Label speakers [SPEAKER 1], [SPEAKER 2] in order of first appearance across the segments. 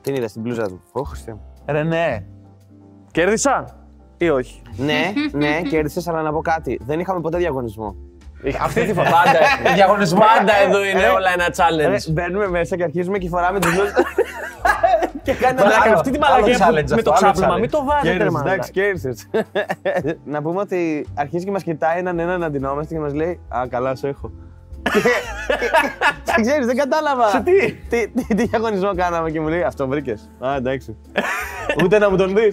[SPEAKER 1] Την είδα στην πλούζα του. Ω, Χριστέ μου.
[SPEAKER 2] Ρε ναι. Κέρδισα ή όχι.
[SPEAKER 1] ναι, ναι, κέρδισες, αλλά να πω κάτι. Δεν είχαμε ποτέ διαγωνισμό.
[SPEAKER 3] Αυτή τη φορά. Πάντα. Διαγωνισμό. Πάντα
[SPEAKER 4] Ε,
[SPEAKER 3] εδώ είναι όλα ένα
[SPEAKER 2] Ε,
[SPEAKER 1] Ρε,
[SPEAKER 3] challenge.
[SPEAKER 1] μπαίνουμε μέσα και αρχίζουμε και φοράμε τι μπλούζε. και κάνουμε
[SPEAKER 3] Μαλάκα,
[SPEAKER 1] λάθος.
[SPEAKER 3] αυτή τη μαλακία
[SPEAKER 1] Άλλο
[SPEAKER 3] που-
[SPEAKER 1] challenge
[SPEAKER 2] με το
[SPEAKER 1] αυτό, άλλο
[SPEAKER 2] ξάπλωμα,
[SPEAKER 1] challenge.
[SPEAKER 2] μην το βάζετε,
[SPEAKER 1] Κέρδισες,
[SPEAKER 2] ρε μαλάκα.
[SPEAKER 1] Εντάξει, κέρδισες. να πούμε ότι αρχίζει και μας κοιτάει έναν έναν αντινόμαστε και μας λέει Α, καλά, σε έχω. Και- και ξέρεις, δεν κατάλαβα.
[SPEAKER 2] Σε τι?
[SPEAKER 1] Τι, τι, τι διαγωνισμό κάναμε και μου λέει Αυτό βρήκες. Α, εντάξει. Ούτε να μου τον δεις.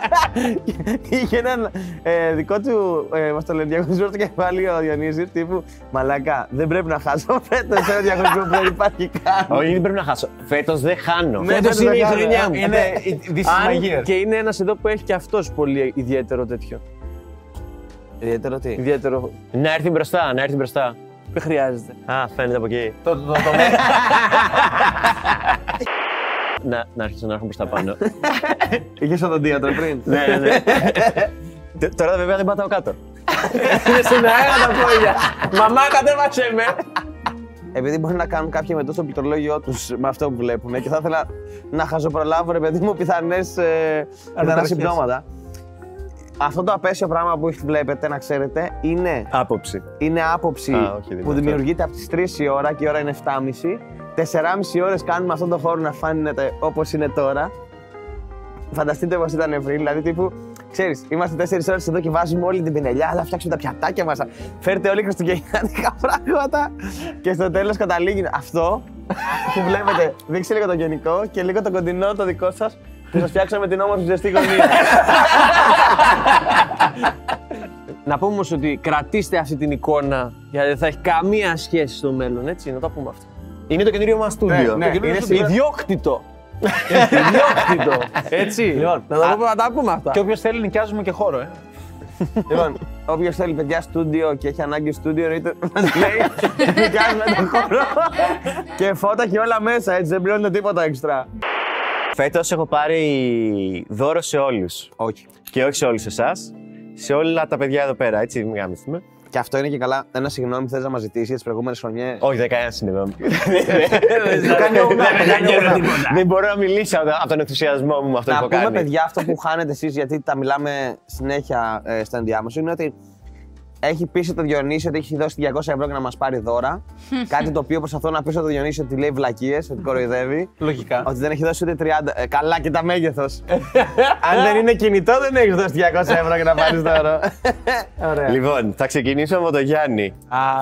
[SPEAKER 1] Είχε έναν ε, δικό του, ε, μας το λένε, διαγωνισμό στο κεφάλι ο Διονύσης, τύπου Μαλακά, δεν πρέπει να χάσω φέτος ένα διαγωνισμό που δεν υπάρχει καν.
[SPEAKER 3] Όχι, δεν πρέπει να χάσω. Φέτος δεν χάνω.
[SPEAKER 1] Ναι,
[SPEAKER 3] Φέτος
[SPEAKER 1] φέτος
[SPEAKER 3] είναι
[SPEAKER 1] δεν
[SPEAKER 3] η
[SPEAKER 1] χάνω.
[SPEAKER 4] ε,
[SPEAKER 3] χρονιά μου.
[SPEAKER 2] Είναι this is my year.
[SPEAKER 4] Ναι. Και είναι ένας εδώ που έχει και αυτός πολύ ιδιαίτερο τέτοιο.
[SPEAKER 1] Ιδιαίτερο τι.
[SPEAKER 4] Ιδιαίτερο.
[SPEAKER 3] Να έρθει μπροστά, να έρθει μπροστά.
[SPEAKER 4] Δεν χρειάζεται.
[SPEAKER 3] Α, φαίνεται από εκεί.
[SPEAKER 2] Το, το, το,
[SPEAKER 3] Να, να αρχίσω να έρχομαι προς τα πάνω.
[SPEAKER 1] Είχες οδοντίατρο πριν.
[SPEAKER 3] ναι, ναι. Τε- Τώρα βέβαια δεν πατάω κάτω.
[SPEAKER 4] είναι στην αέρα τα πόδια. Μαμά, κατέβασε με.
[SPEAKER 1] Επειδή μπορεί να κάνουν κάποιοι με το πληκτρολόγιο τους με αυτό που βλέπουν ε, και θα ήθελα να χαζοπρολάβω, ρε παιδί μου, πιθανές πιθανά
[SPEAKER 2] Αναταραχές.
[SPEAKER 1] συμπτώματα. Αυτό το απέσιο πράγμα που βλέπετε, να ξέρετε, είναι
[SPEAKER 3] Άποψη.
[SPEAKER 1] είναι άποψη
[SPEAKER 3] Α, όχι,
[SPEAKER 1] που
[SPEAKER 3] δυνατό.
[SPEAKER 1] δημιουργείται από τις 3 η ώρα και η ώρα είναι 7.30. 4,5 ώρες κάνουμε αυτόν τον χώρο να φάνεται όπως είναι τώρα. Φανταστείτε πώς ήταν πριν, δηλαδή τύπου. Ξέρεις, είμαστε 4 ώρες εδώ και βάζουμε όλη την πινελιά, αλλά φτιάξουμε τα πιατάκια μας. Φέρτε όλοι χριστουγεννιάτικα πράγματα. Και στο τέλος καταλήγει αυτό που βλέπετε. Δείξτε λίγο το γενικό και λίγο το κοντινό το δικό σας που σας φτιάξαμε την όμορφη ζεστή γωνία.
[SPEAKER 4] Να πούμε όμως ότι κρατήστε αυτή την εικόνα γιατί δεν θα έχει καμία σχέση στο μέλλον, έτσι. Να τα πούμε αυτό.
[SPEAKER 3] Είναι το καινούριο μας στούντιο.
[SPEAKER 1] ναι,
[SPEAKER 3] Το καινούριο
[SPEAKER 1] είναι
[SPEAKER 3] στούντιο.
[SPEAKER 1] σίγουρα-
[SPEAKER 4] Ιδιόκτητο. Ιδιόκτητο. Έτσι.
[SPEAKER 2] Λοιπόν,
[SPEAKER 4] να, τα πούμε, να τα πούμε αυτά.
[SPEAKER 2] και όποιος θέλει, νοικιάζουμε και χώρο, ε.
[SPEAKER 1] Λοιπόν, όποιος θέλει παιδιά στούντιο και έχει ανάγκη στούντιο, εννοείται μας λέει. Νοικιάζουμε τον χώρο. και φώτα και όλα μέσα, έτσι δεν πληρώνετε τίποτα έξτρα.
[SPEAKER 3] Φέτος έχω πάρει δώρο σε όλους.
[SPEAKER 1] Όχι.
[SPEAKER 3] Και όχι σε όλους εσάς. Σε όλα τα παιδιά εδώ πέρα, έτσι, μην γάμιστε.
[SPEAKER 1] Και αυτό είναι και καλά. Ένα συγγνώμη θες να μας ζητήσεις για τις προηγούμενες χρονιές.
[SPEAKER 3] Όχι, δεν κανένα συνειδητό.
[SPEAKER 4] Ε,
[SPEAKER 1] Δεν κάνει
[SPEAKER 3] ναι,
[SPEAKER 1] ουρνά, δεν κάνει ουρνά.
[SPEAKER 3] Δεν μπορώ να μιλήσω από τα- από τον ενθουσιασμό μου με αυτό
[SPEAKER 1] Να
[SPEAKER 3] που
[SPEAKER 1] πούμε,
[SPEAKER 3] έχω κάνει.
[SPEAKER 1] παιδιά, αυτό που χάνετε εσείς, γιατί τα μιλάμε συνέχεια ε, στο ενδιάμεσο, είναι ότι έχει πείσει το Διονύση ότι έχει δώσει 200 ευρώ για να μας πάρει δώρα. κάτι το οποίο προσπαθώ να πείσω το Διονύση ότι λέει βλακίες, ότι κοροϊδεύει.
[SPEAKER 2] Λογικά.
[SPEAKER 1] Ότι δεν έχει δώσει ούτε 30. Ε, καλά και τα μέγεθος. Αν δεν είναι κινητό, δεν έχεις δώσει 200 ευρώ για να πάρεις δώρο. Ωραία.
[SPEAKER 3] Λοιπόν, θα ξεκινήσω από τον Γιάννη.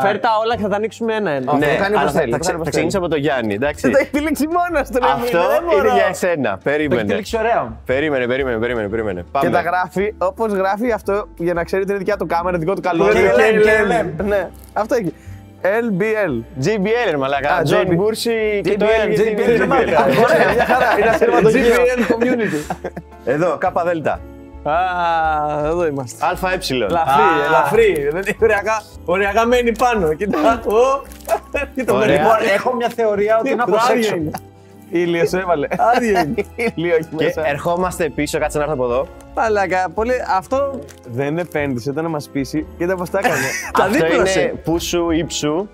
[SPEAKER 4] Φέρ τα όλα και θα τα ανοίξουμε ένα-ένα.
[SPEAKER 1] Ναι. το κάνει
[SPEAKER 3] αλλά
[SPEAKER 1] όπως
[SPEAKER 3] θα-
[SPEAKER 1] θέλεις,
[SPEAKER 3] θα
[SPEAKER 1] το
[SPEAKER 3] ξε-
[SPEAKER 1] κάνει όπως
[SPEAKER 3] Θα ξεκινήσω από τον Γιάννη, εντάξει.
[SPEAKER 1] Το έχει επιλέξει μόνος του. ρε φίλε,
[SPEAKER 3] Αυτό
[SPEAKER 1] δεν μπορώ.
[SPEAKER 3] είναι για εσένα.
[SPEAKER 2] Το έχει
[SPEAKER 3] Περίμενε.
[SPEAKER 2] τελείξει ωραία.
[SPEAKER 3] Περίμενε, περίμενε, περίμενε. περίμενε. Πάμε.
[SPEAKER 1] Και τα γράφει όπως γράφει αυτό για να ξέρει ότι είναι δικιά του κάμερα, δικό του καλό.
[SPEAKER 3] KLM,
[SPEAKER 1] Ναι, αυτό έχει. LBL.
[SPEAKER 3] JBL, ρε μαλακά.
[SPEAKER 1] Α,
[SPEAKER 3] John
[SPEAKER 1] JBL.
[SPEAKER 3] Bursy και το
[SPEAKER 1] JBL,
[SPEAKER 3] L. γιατί
[SPEAKER 1] JBL,
[SPEAKER 3] είναι
[SPEAKER 1] JBL.
[SPEAKER 3] JBL.
[SPEAKER 1] Ωραία, μια χαρά. Είναι ασυρματοκείο.
[SPEAKER 4] community.
[SPEAKER 3] Εδώ, ΚΔ.
[SPEAKER 4] Α, εδώ είμαστε.
[SPEAKER 3] ΑΕ.
[SPEAKER 4] Ελαφρύ, ελαφρύ. Δηλαδή, οριακά, οριακά μένει πάνω. Κοίτα. Ω. Τι το
[SPEAKER 3] Ωραία.
[SPEAKER 4] παίρνει
[SPEAKER 2] Λοιπόν, έχω μια θεωρία ότι είναι από σεξ.
[SPEAKER 1] Ήλιος έβαλε.
[SPEAKER 4] Άδεια είναι.
[SPEAKER 1] Ήλιο έχει
[SPEAKER 3] Και
[SPEAKER 1] μέσα.
[SPEAKER 3] ερχόμαστε πίσω, κάτσε να έρθω από εδώ.
[SPEAKER 4] Παλάκα, πολύ. Αυτό
[SPEAKER 1] Δεν επένδυσε, ήταν να μας πείσει. Κοίτα πώς τα έκανε.
[SPEAKER 4] τα
[SPEAKER 3] Αυτό
[SPEAKER 4] δίπλωσε.
[SPEAKER 3] είναι πουσου, ύψου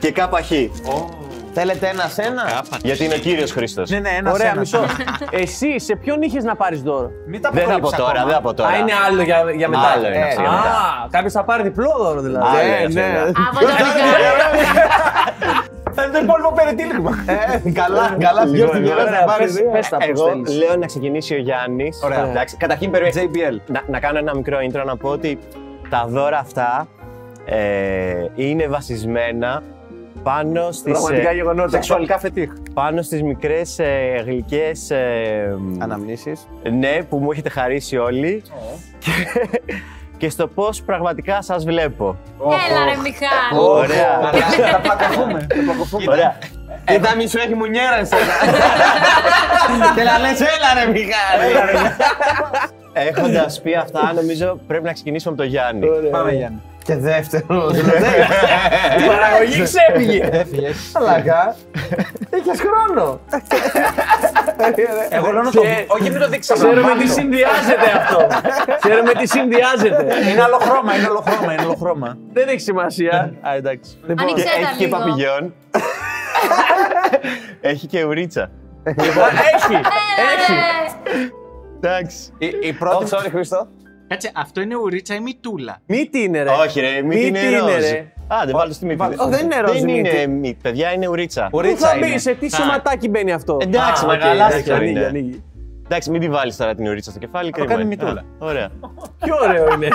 [SPEAKER 3] και κάπα χ.
[SPEAKER 1] Θέλετε ένα σένα.
[SPEAKER 3] Γιατί είναι ο κύριος Χρήστος.
[SPEAKER 2] Ναι, ναι, ένα
[SPEAKER 4] Ωραία, μισό. Εσύ, σε ποιον είχες να πάρεις δώρο.
[SPEAKER 2] Μην τα
[SPEAKER 3] Δεν θα πω
[SPEAKER 2] αποκαλύψεις
[SPEAKER 3] τώρα,
[SPEAKER 2] ακόμα.
[SPEAKER 3] δεν θα πω τώρα.
[SPEAKER 4] Α, είναι άλλο για, για μετά.
[SPEAKER 3] Άλλο είναι αυτό για
[SPEAKER 1] ε,
[SPEAKER 3] μετά.
[SPEAKER 4] Α, κάποιος θα πάρει διπλό δώρο δηλαδή.
[SPEAKER 3] Άλλο είναι
[SPEAKER 1] Ναι,
[SPEAKER 3] αυτό για μετά.
[SPEAKER 1] ναι.
[SPEAKER 5] Από το Ριγκάρο.
[SPEAKER 2] Θα είναι το υπόλοιπο περιτύλιγμα.
[SPEAKER 1] Ε, Καλά, καλά. Ποιο την
[SPEAKER 4] Ωραία,
[SPEAKER 1] κερά να πάρει.
[SPEAKER 4] πες- πες τα πώς
[SPEAKER 3] Ε, Εγώ
[SPEAKER 4] θέλεις.
[SPEAKER 3] λέω να ξεκινήσει ο Γιάννης.
[SPEAKER 2] Ωραία.
[SPEAKER 3] Εντάξει, καταρχήν περιμένω.
[SPEAKER 2] JBL.
[SPEAKER 3] Να, να κάνω ένα μικρό intro να πω ότι τα δώρα αυτά ε, είναι βασισμένα πάνω στις,
[SPEAKER 1] Πραγματικά
[SPEAKER 3] ε,
[SPEAKER 1] γεγονότα.
[SPEAKER 2] Σεξουαλικά φετίχ.
[SPEAKER 3] πάνω στις μικρές ε, γλυκές ε, μ,
[SPEAKER 1] Αναμνήσεις.
[SPEAKER 3] ναι, που μου έχετε χαρίσει όλοι και,
[SPEAKER 4] Ναι.
[SPEAKER 3] και στο πώς πραγματικά σας βλέπω.
[SPEAKER 5] Έλα ρε Μιχάλη.
[SPEAKER 3] Ωραία.
[SPEAKER 2] Θα πλακωθούμε.
[SPEAKER 3] Ωραία.
[SPEAKER 1] Κοίτα μη σου Ε, έχει μουνιέρα εσένα. Και να λες έλα ρε Μιχάλη.
[SPEAKER 3] Έχοντας πει αυτά, νομίζω πρέπει να ξεκινήσουμε από τον Γιάννη.
[SPEAKER 2] Πάμε, Γιάννη.
[SPEAKER 1] Και δεύτερο.
[SPEAKER 4] Η παραγωγή ξέφυγε.
[SPEAKER 2] Έφυγε.
[SPEAKER 1] Λακά. Είχες χρόνο.
[SPEAKER 2] Εγώ λέω να το.
[SPEAKER 1] Ε,
[SPEAKER 4] Και-
[SPEAKER 2] Όχι, μην το δείξει αυτό.
[SPEAKER 4] Ξέρουμε τι συνδυάζεται αυτό. Ξέρουμε τι συνδυάζεται.
[SPEAKER 2] Είναι άλλο χρώμα, είναι άλλο χρώμα, είναι άλλο χρώμα.
[SPEAKER 4] Δεν έχει σημασία.
[SPEAKER 2] Α, εντάξει.
[SPEAKER 5] Άνοιξε
[SPEAKER 3] Ε, Και
[SPEAKER 5] τα
[SPEAKER 3] έχει και
[SPEAKER 5] λίγο.
[SPEAKER 3] παπηγιόν. έχει και ουρίτσα.
[SPEAKER 2] Έχει! Έχει!
[SPEAKER 3] Εντάξει.
[SPEAKER 1] Η, η πρώτη. Oh, sorry, Χρήστο.
[SPEAKER 6] Κάτσε, αυτό είναι ουρίτσα ή μητούλα.
[SPEAKER 4] Μύτη είναι, ρε.
[SPEAKER 3] Ε, Όχι, ρε, μύτη είναι ροζ. Άντε, βάλτε στη μύτη.
[SPEAKER 1] Ω, δεν είναι ροζ
[SPEAKER 3] Δεν
[SPEAKER 1] η μύτη.
[SPEAKER 3] είναι μύτη, παιδιά, είναι ουρίτσα.
[SPEAKER 4] Πού θα
[SPEAKER 6] είναι.
[SPEAKER 4] μπει, σε τι
[SPEAKER 6] Θα.
[SPEAKER 4] σωματάκι μπαίνει αυτό.
[SPEAKER 3] Εντάξει,
[SPEAKER 6] Α,
[SPEAKER 3] μα
[SPEAKER 6] γαλάζιο
[SPEAKER 3] και
[SPEAKER 4] ανοίγει,
[SPEAKER 3] είναι.
[SPEAKER 4] ανοίγει.
[SPEAKER 3] Εντάξει, μην τη βάλεις τώρα την ουρίτσα στο κεφάλι.
[SPEAKER 6] Θα το
[SPEAKER 3] κρίμα
[SPEAKER 6] κάνει
[SPEAKER 3] είναι.
[SPEAKER 6] μυτούλα.
[SPEAKER 3] Α, Ωραία.
[SPEAKER 4] Πιο ωραίο είναι.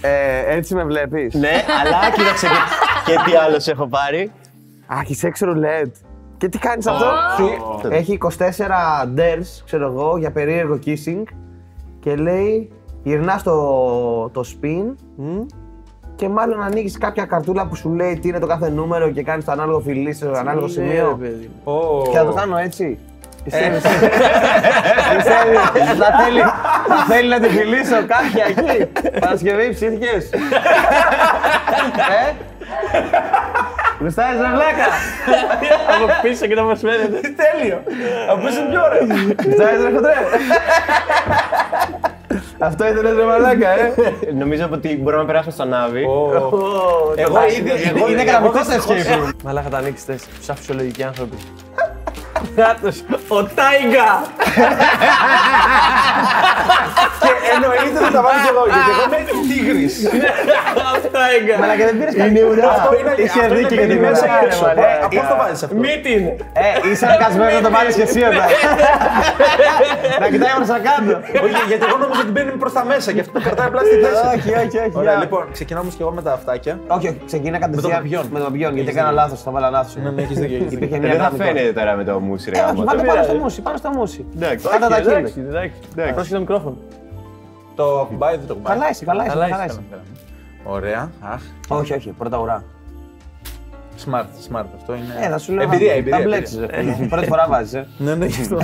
[SPEAKER 1] Ε, έτσι με βλέπεις.
[SPEAKER 3] Ναι, αλλά κοίταξε και- και τι άλλος σε έχω πάρει.
[SPEAKER 1] Ναι. Α, έχεις σεξ ρουλέτ. Και τι κάνεις αυτό. Σου- Έχει 24 ντέρς, ξέρω εγώ, για περίεργο kissing. Και λέει, γυρνάς το, το spin. Και μάλλον ανοίγεις κάποια καρτούλα που σου λέει τι είναι το κάθε νούμερο και κάνεις το ανάλογο φιλί στο ανάλογο
[SPEAKER 4] Ναι,
[SPEAKER 1] σημείο. Και θα το κάνω έτσι.
[SPEAKER 4] Ε.
[SPEAKER 1] Πιστεύεις. Πιστεύεις. Θα θέλει, θα θέλει να τη φιλήσω κάποια εκεί. Παρασκευή ψήθηκες. ε. Γουστάρεις ρε βλάκα.
[SPEAKER 4] Από πίσω και να μας φαίνεται.
[SPEAKER 1] Γουστάρεις ρε χοντρέ. Αυτό ήταν ρε μαλάκα, ε.
[SPEAKER 3] Νομίζω ότι μπορούμε να περάσουμε στον Άβη.
[SPEAKER 1] Εγώ ήδη. Είναι γραμμικό σε σχέση.
[SPEAKER 4] Μαλάκα τα ανοίξεις τε. Του άφησε λογικοί άνθρωποι. Κράτος. Ο Τάιγκα.
[SPEAKER 1] Εννοείται ότι θα βάλω κι εγώ. Γιατί εγώ είμαι
[SPEAKER 4] Ο Τάιγκα.
[SPEAKER 1] Αλλά και δεν πήρες κάτι. Είναι ουρά. Αυτό είναι. Είχε δίκιο για την μέσα.
[SPEAKER 2] Πώς το βάζει αυτό.
[SPEAKER 4] Μύτη είναι.
[SPEAKER 1] Ε, είσαι αναγκασμένο να το βάλεις και εσύ εδώ. Να κοιτάει ο Ρουσακάντο.
[SPEAKER 2] Όχι, γιατί εγώ νόμιζα ότι μπαίνει προς τα μέσα και αυτό το κρατάει απλά στη θέση.
[SPEAKER 1] Όχι, όχι, όχι.
[SPEAKER 2] Ωραία,
[SPEAKER 1] για.
[SPEAKER 2] λοιπόν, ξεκινάω όμω και εγώ με τα αυτάκια.
[SPEAKER 1] Όχι, όχι, ξεκινά κατευθείαν.
[SPEAKER 2] παπιόν.
[SPEAKER 1] Με το παπιόν, γιατί έκανα λάθο, θα βάλα λάθος.
[SPEAKER 2] Ναι, ναι, έχεις δίκιο, έχεις
[SPEAKER 1] Υπήρχε
[SPEAKER 3] Ε,
[SPEAKER 1] μια
[SPEAKER 3] Δεν θα
[SPEAKER 1] γραμμή τώρα.
[SPEAKER 3] φαίνεται τώρα με το μουσι, ρε
[SPEAKER 1] Ε, όχι,
[SPEAKER 3] γάμο
[SPEAKER 1] Βάλτε
[SPEAKER 3] το.
[SPEAKER 1] πάνω στο μουσι, πάνω στο μουσι.
[SPEAKER 3] Εντάξει,
[SPEAKER 1] Κάτα τα
[SPEAKER 4] Εντάξει,
[SPEAKER 1] κύλια.
[SPEAKER 4] εντάξει.
[SPEAKER 3] εντάξει.
[SPEAKER 4] Πρόσεχε το μικρόφωνο.
[SPEAKER 2] Το ακουμπάει, δεν το ακουμπάει.
[SPEAKER 1] Καλά είσαι, καλά είσαι.
[SPEAKER 4] Καλά
[SPEAKER 1] καλά
[SPEAKER 4] είσαι,
[SPEAKER 1] είσαι.
[SPEAKER 2] Ωραία. Αχ,
[SPEAKER 1] Όχι, όχι, πρώτα ουρά.
[SPEAKER 2] smart, smart αυτό είναι.
[SPEAKER 1] Ε, θα σου λέω.
[SPEAKER 2] Εμπειρία,
[SPEAKER 1] θα-
[SPEAKER 2] εμπειρία,
[SPEAKER 1] Θα
[SPEAKER 2] εμπειρία.
[SPEAKER 1] μπλέξεις, ρε φίλε. Πρώτη φορά βάζεις. ε.
[SPEAKER 2] Ναι, ναι, γι' αυτό.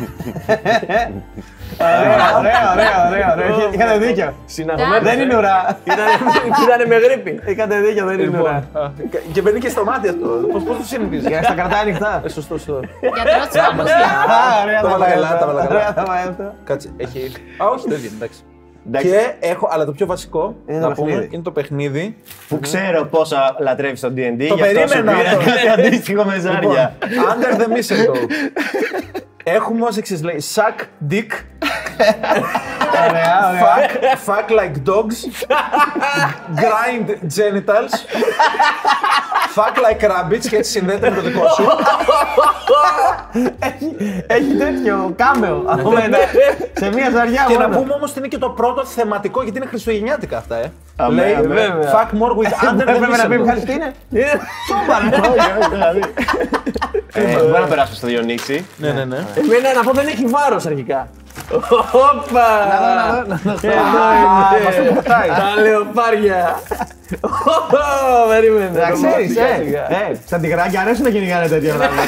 [SPEAKER 1] Ωραία, ωραία, ωραία, ωραία, ωραία. Είχε- Είχατε δίκιο.
[SPEAKER 4] Συναγωμένος.
[SPEAKER 1] Δεν είναι ουρά.
[SPEAKER 4] Ήτανε με γρήπη.
[SPEAKER 1] Είχατε δίκιο, δεν είναι ουρά.
[SPEAKER 2] Και μπαίνει και στο μάτι αυτό. Πώς το συνηθίζεις.
[SPEAKER 1] Για να στα κρατάει ανοιχτά.
[SPEAKER 2] Σωστό, σωστό.
[SPEAKER 5] Γιατρός Τσάνος.
[SPEAKER 1] Α, ωραία,
[SPEAKER 2] Το
[SPEAKER 1] τα
[SPEAKER 2] βάλα
[SPEAKER 1] βάλα
[SPEAKER 2] καλά,
[SPEAKER 1] αυτά.
[SPEAKER 2] τα βάλα καλά.
[SPEAKER 1] Ωραία, τα βάλα αυτά.
[SPEAKER 2] Κάτσε, έχει. Α, όχι, δεν είναι, εντάξει.
[SPEAKER 3] Εντάξει.
[SPEAKER 2] Και έχω, αλλά το πιο βασικό
[SPEAKER 1] Είναι το
[SPEAKER 2] να πούμε
[SPEAKER 1] παιχνίδι.
[SPEAKER 2] είναι το παιχνίδι.
[SPEAKER 3] Που ξέρω πόσα λατρεύεις τον D&D, γι' αυτό Λοιπόν, σου
[SPEAKER 2] περίμενα
[SPEAKER 3] πήρα
[SPEAKER 2] αυτό.
[SPEAKER 3] κάτι αντίστοιχο με ζάρια.
[SPEAKER 2] Under the mistletoe. Έχουμε ως εξής, λέει Suck dick,
[SPEAKER 1] Ωραία, ωραία.
[SPEAKER 2] fuck, fuck like dogs, grind genitals, fuck like rabbits και έτσι συνδέεται με το δικό σου.
[SPEAKER 1] Έχει τέτοιο κάμεο από μένα. Σε μία ζαριά
[SPEAKER 2] και να
[SPEAKER 1] μόνο.
[SPEAKER 2] πούμε όμως ότι είναι και το πρώτο θεματικό γιατί είναι χριστουγεννιάτικα αυτά, ε.
[SPEAKER 3] Αμέ,
[SPEAKER 2] λέει
[SPEAKER 3] αμέ.
[SPEAKER 1] Βέβαια.
[SPEAKER 2] fuck more with under the
[SPEAKER 1] Πρέπει να πει
[SPEAKER 2] mistletoe.
[SPEAKER 1] ποιος τι είναι.
[SPEAKER 3] Όχι, όχι, δηλαδή. Ε, Μπορώ να περάσω στο Διονύση.
[SPEAKER 2] ναι, ναι, ναι.
[SPEAKER 4] Εμένα να πω δεν έχει βάρος αρχικά. Όπα!
[SPEAKER 2] Α, μας το βοηθάει.
[SPEAKER 4] Τα λεοπάρια. Ω, Περίμενε.
[SPEAKER 1] Τα ξέρεις, ε. ε. Στα τυγράκια αρέσουν να κυνηγάνε τέτοια πράγματα.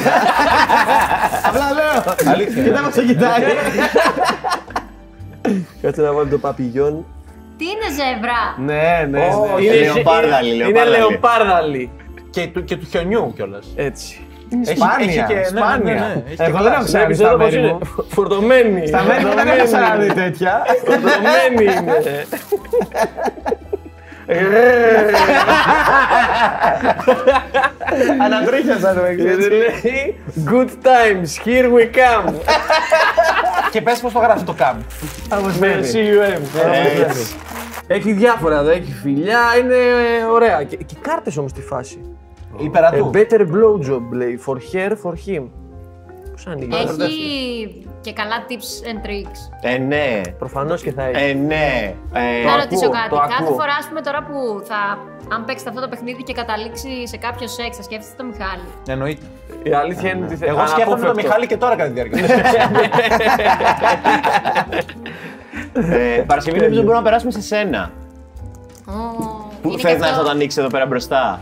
[SPEAKER 1] Απλά λέω.
[SPEAKER 2] Αλήθεια.
[SPEAKER 1] Κοίτα μας το κοιτάει.
[SPEAKER 4] Κάτσε να βάλω το παπηγιόν.
[SPEAKER 5] Τι είναι ζευρά.
[SPEAKER 1] Ναι, ναι, ναι.
[SPEAKER 2] Όχι.
[SPEAKER 3] Είναι λεοπάρδαλη,
[SPEAKER 4] Είναι
[SPEAKER 3] λεοπάρδαλη.
[SPEAKER 4] λεοπάρδαλη.
[SPEAKER 2] Και Ε, του, και του χιονιού κιόλας.
[SPEAKER 4] Έτσι.
[SPEAKER 2] Έχει,
[SPEAKER 1] Σπάνια,
[SPEAKER 2] έχει και- ναι, ναι, ναι, ναι,
[SPEAKER 1] σπάνια.
[SPEAKER 2] έχει και
[SPEAKER 1] Εγώ δεν
[SPEAKER 2] κλάση.
[SPEAKER 1] έχω
[SPEAKER 4] Ξέρεις
[SPEAKER 1] ξαναδεί
[SPEAKER 4] εδώ
[SPEAKER 1] στα
[SPEAKER 4] πώς
[SPEAKER 1] μέρη
[SPEAKER 4] είναι.
[SPEAKER 1] μου.
[SPEAKER 4] Φορτωμένη.
[SPEAKER 1] Στα μέρη μου δεν έχω ξαναδεί τέτοια.
[SPEAKER 4] Φορτωμένη είναι.
[SPEAKER 1] Ανατρίχιασα το
[SPEAKER 4] Και
[SPEAKER 1] εξής.
[SPEAKER 4] του λέει Good times, here we come.
[SPEAKER 2] Και πες πώς το γράφει το καμ.
[SPEAKER 4] Με CUM.
[SPEAKER 3] Έτσι.
[SPEAKER 4] Έχει διάφορα εδώ, έχει φιλιά, είναι ε, ωραία. Και, και κάρτες όμως στη φάση. A
[SPEAKER 2] Υπερατού.
[SPEAKER 4] better blowjob λέει. For her, for him. Πώ ανοίγει.
[SPEAKER 5] Έχει και καλά tips and tricks.
[SPEAKER 3] Ε, ναι.
[SPEAKER 4] Προφανώς και θα έχει.
[SPEAKER 3] Ε, ναι. Ε,
[SPEAKER 5] Να ρωτήσω
[SPEAKER 4] ακούω,
[SPEAKER 5] κάτι.
[SPEAKER 4] το
[SPEAKER 5] Κάθε
[SPEAKER 4] ακούω.
[SPEAKER 5] φορά, ας πούμε, τώρα που θα. Αν παίξετε αυτό το παιχνίδι και καταλήξει σε κάποιο σεξ, θα σκέφτεστε το Μιχάλη.
[SPEAKER 2] Εννοείται.
[SPEAKER 4] Η αλήθεια είναι ότι θα
[SPEAKER 2] Εγώ σκέφτομαι τον Μιχάλη και τώρα κατά τη διάρκεια.
[SPEAKER 3] ε, Παρασκευή νομίζω μπορούμε να περάσουμε σε σένα.
[SPEAKER 5] Ω,
[SPEAKER 3] Πού
[SPEAKER 5] είναι
[SPEAKER 3] θες
[SPEAKER 5] και
[SPEAKER 3] να
[SPEAKER 5] αυτό.
[SPEAKER 3] έρθω να το ανοίξεις εδώ πέρα μπροστά.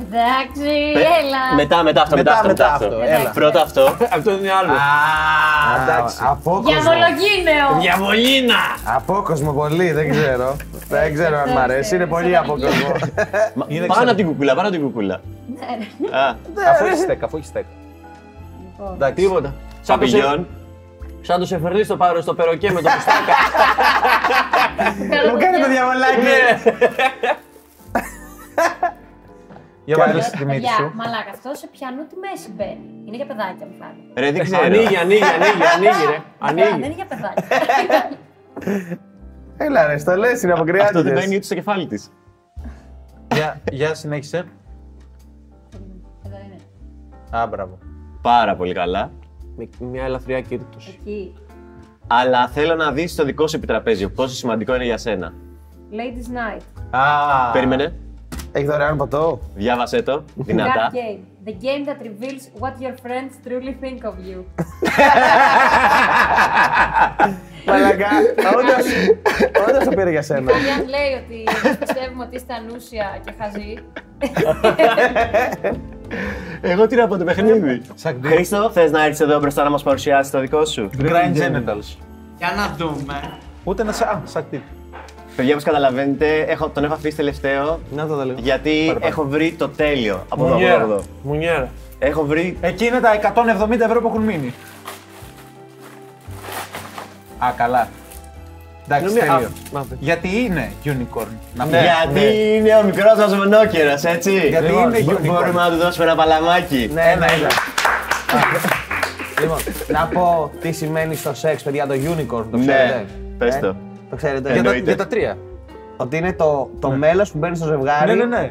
[SPEAKER 5] Εντάξει,
[SPEAKER 3] Πε-
[SPEAKER 5] έλα.
[SPEAKER 3] Μετά, μετά αυτό, μετά, αυτό, μετά αυτό.
[SPEAKER 5] έλα.
[SPEAKER 3] Ε, Πρώτα αυτό.
[SPEAKER 4] Αυτό είναι άλλο.
[SPEAKER 2] Εντάξει.
[SPEAKER 1] Απόκοσμο.
[SPEAKER 5] Διαβολογίνεο.
[SPEAKER 1] Απόκοσμο πολύ, δεν ξέρω. Δεν ξέρω αν μ' αρέσει, είναι πολύ απόκοσμο.
[SPEAKER 3] Μα-
[SPEAKER 2] Είναι
[SPEAKER 3] Πάνω
[SPEAKER 2] ξανά.
[SPEAKER 3] από την κουκούλα, πάνω από την κουκούλα. Α,
[SPEAKER 2] Αφού έχει στέκα, αφού έχεις στέκα. Εντάξει.
[SPEAKER 4] Τίποτα. Σαν το, σε,
[SPEAKER 3] παπηγιόν.
[SPEAKER 4] σαν το σεφερλί στο πάρο στο περοκέ με το πιστάκι.
[SPEAKER 5] Καλό Ε,
[SPEAKER 1] Μου κάνει το
[SPEAKER 2] Ναι.
[SPEAKER 5] παιδιά.
[SPEAKER 1] διαβολάκι.
[SPEAKER 2] Για
[SPEAKER 5] Παιδιά,
[SPEAKER 2] βάλτε στη μύτη σου.
[SPEAKER 5] Μαλάκα, αυτός σε πιανού τη μέση μπαίνει. Είναι για παιδάκια μου φάνηκε.
[SPEAKER 3] Ρε, δεν ξέρω.
[SPEAKER 4] Ανοίγει, ανοίγει, ανοίγει, ανοίγει, ρε.
[SPEAKER 5] Δεν
[SPEAKER 4] Ανοίγει.
[SPEAKER 5] είναι για παιδάκια.
[SPEAKER 1] Έλα ρε, στο λες, είναι από
[SPEAKER 3] Αυτό δεν μπαίνει
[SPEAKER 1] κρυάτικες.
[SPEAKER 3] ούτε στο κεφάλι της.
[SPEAKER 2] Για, για συνέχισε.
[SPEAKER 5] Εδώ είναι.
[SPEAKER 2] Α, μπράβο.
[SPEAKER 3] Πάρα πολύ καλά.
[SPEAKER 4] Με μια ελαφριά κύρτωση.
[SPEAKER 5] Εκεί.
[SPEAKER 3] Αλλά θέλω να δεις το δικό σου επιτραπέζιο. Πόσο σημαντικό είναι για σένα.
[SPEAKER 5] Ladies night.
[SPEAKER 2] Α,
[SPEAKER 3] Περίμενε.
[SPEAKER 1] Έχει δωρεάν ποτό.
[SPEAKER 3] Διάβασέ το.
[SPEAKER 5] That
[SPEAKER 3] Δυνατά.
[SPEAKER 5] game. The game that reveals what your friends truly think of you.
[SPEAKER 1] Μαλακά, όντως, όντως το πήρε για σένα.
[SPEAKER 5] Δηλαδή αν λέει ότι εμείς πιστεύουμε ότι είστε ανούσια και χαζή,
[SPEAKER 3] Εγώ τι να πω το παιχνίδι.
[SPEAKER 2] Σαν γκρι-
[SPEAKER 3] Χρήστο, θες να έρθεις εδώ μπροστά να μας παρουσιάσεις το δικό σου.
[SPEAKER 2] Grind genitals.
[SPEAKER 6] Για να δούμε.
[SPEAKER 2] Ούτε ένα σα- α, σαν τύπ.
[SPEAKER 3] Παιδιά, όπως καταλαβαίνετε, έχω, τον έχω αφήσει τελευταίο
[SPEAKER 1] Να το δω λίγο.
[SPEAKER 3] γιατί έχω βρει το τέλειο. Από εδώ, από εδώ, από εδώ.
[SPEAKER 4] Μουνιέρα.
[SPEAKER 3] Έχω βρει.
[SPEAKER 2] Εκεί είναι τα 170 ευρώ που έχουν μείνει. Α, καλά. Εντάξει,
[SPEAKER 4] Νομίζω-
[SPEAKER 2] τέλειο.
[SPEAKER 4] α, να δεις.
[SPEAKER 2] Γιατί είναι unicorn. Να πούμε.
[SPEAKER 3] γιατί
[SPEAKER 2] Ναι.
[SPEAKER 3] είναι ο μικρός μας μονόκερο, έτσι.
[SPEAKER 2] Γιατί
[SPEAKER 3] Λοιπόν,
[SPEAKER 2] είναι
[SPEAKER 3] μπο-
[SPEAKER 2] unicorn.
[SPEAKER 3] Μπορούμε να του δώσουμε ένα παλαμάκι.
[SPEAKER 1] Ναι, ένα είδα. Λοιπόν, να πω τι σημαίνει στο σεξ, παιδιά, το unicorn, το
[SPEAKER 3] Ναι,
[SPEAKER 1] ξέρετε.
[SPEAKER 3] πες
[SPEAKER 1] Ε,
[SPEAKER 3] το.
[SPEAKER 1] Το ξέρετε.
[SPEAKER 3] Εννοείται.
[SPEAKER 1] Για τα- για τα τρία. Ότι είναι το, το μέλος που μπαίνει στο ζευγάρι.
[SPEAKER 2] Ναι, ναι, ναι.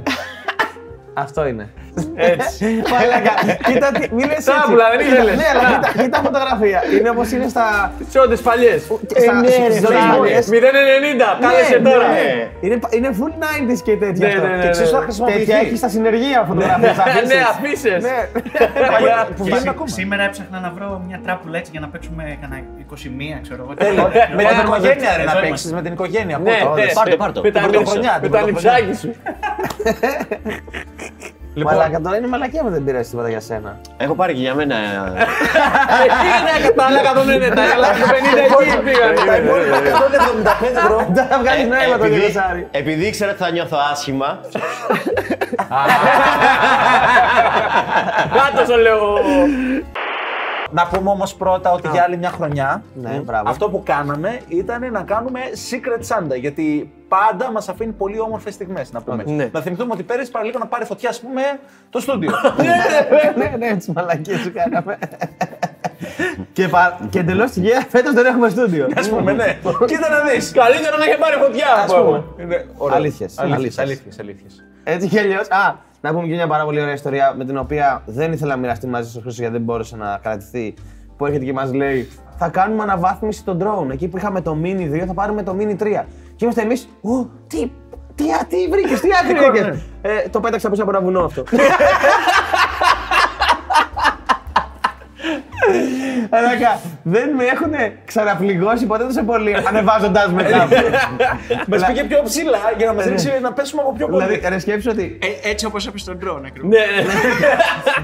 [SPEAKER 1] Αυτό είναι.
[SPEAKER 3] Έτσι.
[SPEAKER 1] Μαλάκα, κοίτα τι, μην λες έτσι.
[SPEAKER 4] Τάμπλα, δεν
[SPEAKER 1] Κοίτα-
[SPEAKER 4] ήθελες.
[SPEAKER 1] Ναι, αλλά κοίτα, κοίτα φωτογραφία. Είναι όπως είναι στα...
[SPEAKER 4] Τι όντες παλιές.
[SPEAKER 1] στα-
[SPEAKER 3] ναι, ρε,
[SPEAKER 1] στις δολάρες.
[SPEAKER 4] 0,90. Κάλεσε
[SPEAKER 1] Ναι,
[SPEAKER 4] τώρα.
[SPEAKER 1] ναι. Είναι, είναι full 90s και τέτοια
[SPEAKER 4] Ναι,
[SPEAKER 1] αυτό.
[SPEAKER 4] ναι, ναι,
[SPEAKER 1] Και ξέρεις
[SPEAKER 4] ναι.
[SPEAKER 1] να χρησιμοποιηθεί. Τέτοια έχεις στα συνεργεία φωτογραφίες.
[SPEAKER 4] Ναι, αφήσεις.
[SPEAKER 1] Ναι.
[SPEAKER 2] Παλιά που
[SPEAKER 6] Και
[SPEAKER 2] βγαίνουν
[SPEAKER 6] σή-
[SPEAKER 2] ακόμα.
[SPEAKER 6] Σήμερα έψαχνα να βρω μια τράπουλα έτσι για να παίξουμε κανένα 21, ξέρω εγώ.
[SPEAKER 2] Με την οικογένεια ρε να
[SPEAKER 6] Εδώ
[SPEAKER 2] παίξεις, με την οικογένεια.
[SPEAKER 4] Ναι,
[SPEAKER 2] πού το,
[SPEAKER 4] ναι.
[SPEAKER 2] όντως. Πάρ' το, πάρ' το.
[SPEAKER 4] Με τα
[SPEAKER 2] Την
[SPEAKER 4] νύψη-
[SPEAKER 2] πρωτοχρονιά,
[SPEAKER 4] Με
[SPEAKER 2] την
[SPEAKER 4] τα
[SPEAKER 2] πρωτοχρονιά.
[SPEAKER 4] νυψάκι σου. Λοιπόν.
[SPEAKER 1] Μαλάκα, τώρα είναι μαλακία που δεν πήρες τίποτα για σένα.
[SPEAKER 3] Έχω πάρει και για μένα. ε,
[SPEAKER 4] Εκεί είναι τα άλλα 190, αλλά το 50 εκεί πήγαν.
[SPEAKER 1] υπόλοιπα 175 ευρώ.
[SPEAKER 4] Ναι,
[SPEAKER 1] Τα βγάζει νόημα ναι, το
[SPEAKER 3] ε, επειδή-
[SPEAKER 1] γλωσσάρι.
[SPEAKER 3] Επειδή ήξερα ότι θα νιώθω άσχημα,
[SPEAKER 4] Κάτω στο λέω.
[SPEAKER 2] Να πούμε όμως πρώτα ότι για άλλη μια χρονιά
[SPEAKER 1] Ναι, μπράβο.
[SPEAKER 2] αυτό που κάναμε ήταν να κάνουμε Secret Santa. Γιατί πάντα μας αφήνει πολύ όμορφες στιγμές να πούμε.
[SPEAKER 4] Ναι.
[SPEAKER 2] Να θυμηθούμε ότι πέρυσι παραλίγο να πάρει φωτιά, ας πούμε, το στούντιο.
[SPEAKER 1] ναι, ναι, τις μαλακίες σου κάναμε. και πα... και εντελώς τυχαία, φέτος δεν έχουμε στούντιο.
[SPEAKER 2] α πούμε, ναι. Κοίτα να δεις.
[SPEAKER 4] Καλύτερα να είχε πάρει φωτιά, ας πούμε.
[SPEAKER 2] Ναι.
[SPEAKER 1] Αλήθειες, αλήθειες. Έτσι και αλλιώς. Α, να πούμε και μια πάρα πολύ ωραία ιστορία με την οποία δεν ήθελα να μοιραστεί μαζί σας Χρήστο γιατί δεν μπόρεσε να κρατηθεί. Που έρχεται και μας λέει: Θα κάνουμε αναβάθμιση των drone. Εκεί που είχαμε το Mini 2, θα πάρουμε το Mini 3. Και είμαστε εμείς, Ω, τι, τι, α, τι βρήκες, τι άκρη βρήκες. ε, το πέταξα πίσω από ένα βουνό αυτό. Αρακα, Ε, δεν με έχουν ξαναπληγώσει ποτέ τόσο πολύ ανεβάζοντάς με κάπου.
[SPEAKER 2] Μας πήγε πιο ψηλά για να μας ρίξει να πέσουμε από πιο
[SPEAKER 1] δηλαδή,
[SPEAKER 2] πολύ.
[SPEAKER 1] ρε, σκέψου ότι
[SPEAKER 6] Ε, έτσι όπως έπεσε τον drone ακριβώς.
[SPEAKER 4] Ναι, ναι, ναι.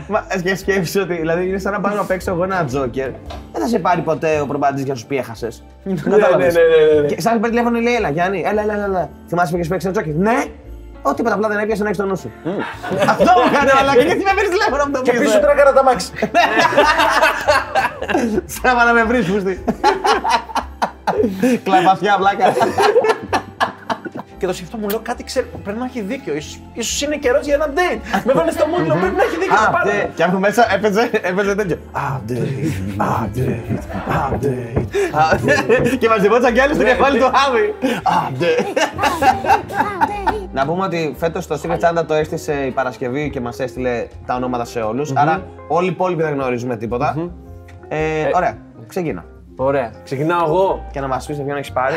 [SPEAKER 1] Μα και σκέψει ότι δηλαδή είναι σαν να πας να παίξω εγώ ένα τζόκερ. Δεν θα σε πάρει ποτέ ο προπαντής για να σου πει έχασε. Κατάλαβες.
[SPEAKER 4] ναι, ναι, ναι, ναι.
[SPEAKER 1] Και σαν παίρνει τηλέφωνο λέει: Έλα, Γιάννη, έλα, έλα, έλα, έλα. Θυμάσαι που έχεις παίξει ένα τζόκερ. Ναι! Ό, τίποτα απλά δεν έπιασε να έχει το νου σου. Αυτό μου
[SPEAKER 4] Ναι.
[SPEAKER 1] έκανε, αλλά και γιατί με παίρνει τηλέφωνο από το
[SPEAKER 2] Και πίσω
[SPEAKER 1] πίσω.
[SPEAKER 2] τρέκαρα τα μάξι.
[SPEAKER 1] Στραβά να με βρει, φούστη. Κλαπαθιά, βλάκα.
[SPEAKER 2] Και το σκεφτόμουν, λέω κάτι ξέρω, πρέπει να έχει δίκιο. Ίσως, ίσως είναι καιρός για ένα date. Με βάλε στο μόνιλο, πρέπει να έχει δίκιο. να
[SPEAKER 1] Α,
[SPEAKER 2] πάρω.
[SPEAKER 1] ναι. Και από μέσα έπαιζε, έπαιζε τέτοιο. Update, update, update. Και μαζευόταν κι άλλοι στο κεφάλι του Χάβη. Update. Να πούμε ότι φέτος το Secret Santa το έστησε η Παρασκευή και μας έστειλε τα ονόματα σε όλους. Άρα όλοι οι υπόλοιποι δεν γνωρίζουμε τίποτα. Ε, Ωραία, ξεκινά.
[SPEAKER 4] Ωραία, ξεκινάω εγώ.
[SPEAKER 1] Και να μας πεις ποιον έχεις πάρει.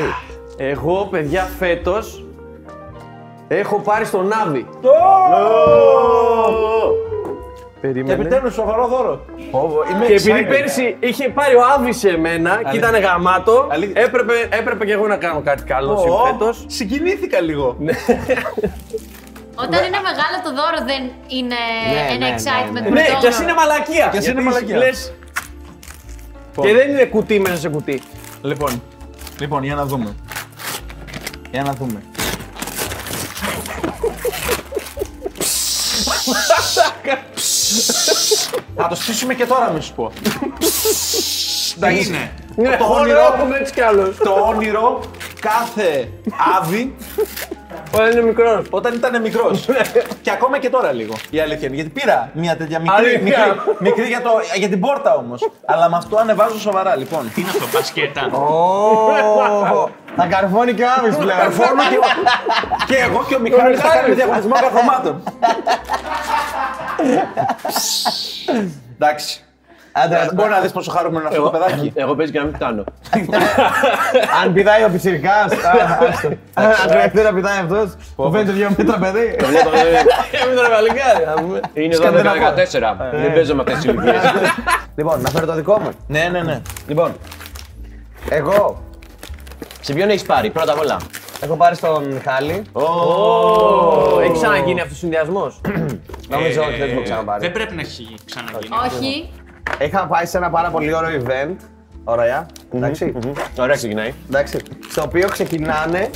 [SPEAKER 4] Εγώ, παιδιά, φέτος έχω πάρει στον Άβη. Περίμενε.
[SPEAKER 2] Επιτέλους, σοβαρό δώρο. Είμαι
[SPEAKER 4] Και επειδή
[SPEAKER 2] excited.
[SPEAKER 4] πέρσι είχε πάρει ο Άβη σε μένα και ήταν γαμάτο,
[SPEAKER 2] Αλήθεια.
[SPEAKER 4] έπρεπε, έπρεπε και εγώ να κάνω κάτι καλό
[SPEAKER 2] Ω,
[SPEAKER 4] φέτος.
[SPEAKER 2] Συγκινήθηκα λίγο.
[SPEAKER 5] Όταν είναι μεγάλο το δώρο δεν είναι
[SPEAKER 1] ναι, ναι,
[SPEAKER 5] ένα excitement
[SPEAKER 1] ναι.
[SPEAKER 5] που
[SPEAKER 4] Ναι,
[SPEAKER 5] το
[SPEAKER 4] κι ας είναι μαλακία.
[SPEAKER 2] Κι ας
[SPEAKER 4] Γιατί
[SPEAKER 2] είναι μαλακία.
[SPEAKER 4] λες- Και δεν είναι κουτί μέσα σε κουτί.
[SPEAKER 2] Λοιπόν, λοιπόν, για να δούμε. Για να δούμε. Θα το στήσουμε και τώρα, να σου πω.
[SPEAKER 6] Τι είναι.
[SPEAKER 4] Ναι,
[SPEAKER 2] το
[SPEAKER 4] χώρο
[SPEAKER 2] όνειρο-
[SPEAKER 4] έχουμε έτσι κι άλλως.
[SPEAKER 2] το όνειρο κάθε άβη
[SPEAKER 4] Όταν είναι μικρός.
[SPEAKER 2] Όταν ήταν μικρός.
[SPEAKER 1] Ναι.
[SPEAKER 2] και ακόμα και τώρα λίγο. Η αλήθεια είναι. Γιατί πήρα μια τέτοια μικρή,
[SPEAKER 4] Αλήθεια.
[SPEAKER 2] μικρή, μικρή για, το, για την πόρτα όμως. Αλλά με αυτό ανεβάζω σοβαρά λοιπόν.
[SPEAKER 7] Τι είναι αυτό, μπασκέτα.
[SPEAKER 1] Ω, Θα καρφώνει και ο Άβης πλέον.
[SPEAKER 2] Καρφώνω και, και εγώ και ο Μιχάλης θα κάνουμε διαγωνισμό καρφωμάτων. Εντάξει.
[SPEAKER 1] Άντε,
[SPEAKER 2] Ε,
[SPEAKER 1] να-
[SPEAKER 2] Μπορεί να δεις πόσο χαρούμενο είναι αυτό το παιδάκι.
[SPEAKER 4] Εγώ παίζει και να μην φτάνω.
[SPEAKER 1] Αν πηδάει ο πιτσιρικάς, α, άστο. Αν κρυακτεί να πηδάει αυτός, που φαίνεται δύο μέτρα παιδί.
[SPEAKER 4] Είμαι τώρα βαλικάρι, να πούμε. Είναι 12-14.
[SPEAKER 3] Ε.
[SPEAKER 4] Δεν παίζω με αυτέ τι ηλικίε.
[SPEAKER 1] Λοιπόν, να φέρω το δικό μου.
[SPEAKER 2] Ναι, ναι, ναι.
[SPEAKER 1] Λοιπόν, εγώ
[SPEAKER 3] Σε ποιον έχει πάρει, πρώτα απ' όλα.
[SPEAKER 1] έχω πάρει στον Μιχάλη.
[SPEAKER 4] Έχει ξαναγίνει αυτός ο συνδυασμός.
[SPEAKER 1] Νομίζω
[SPEAKER 7] Ε,
[SPEAKER 1] ότι δεν το έχω
[SPEAKER 7] Δεν
[SPEAKER 1] ξαναπάρει.
[SPEAKER 7] πρέπει να έχει ξαναγίνει.
[SPEAKER 5] Όχι.
[SPEAKER 1] Είχα πάει σε ένα πάρα πολύ ωραίο event. Ωραία. Εντάξει.
[SPEAKER 3] Ωραία, ξεκινάει.
[SPEAKER 1] Εντάξει. Στο οποίο ξεκινάνε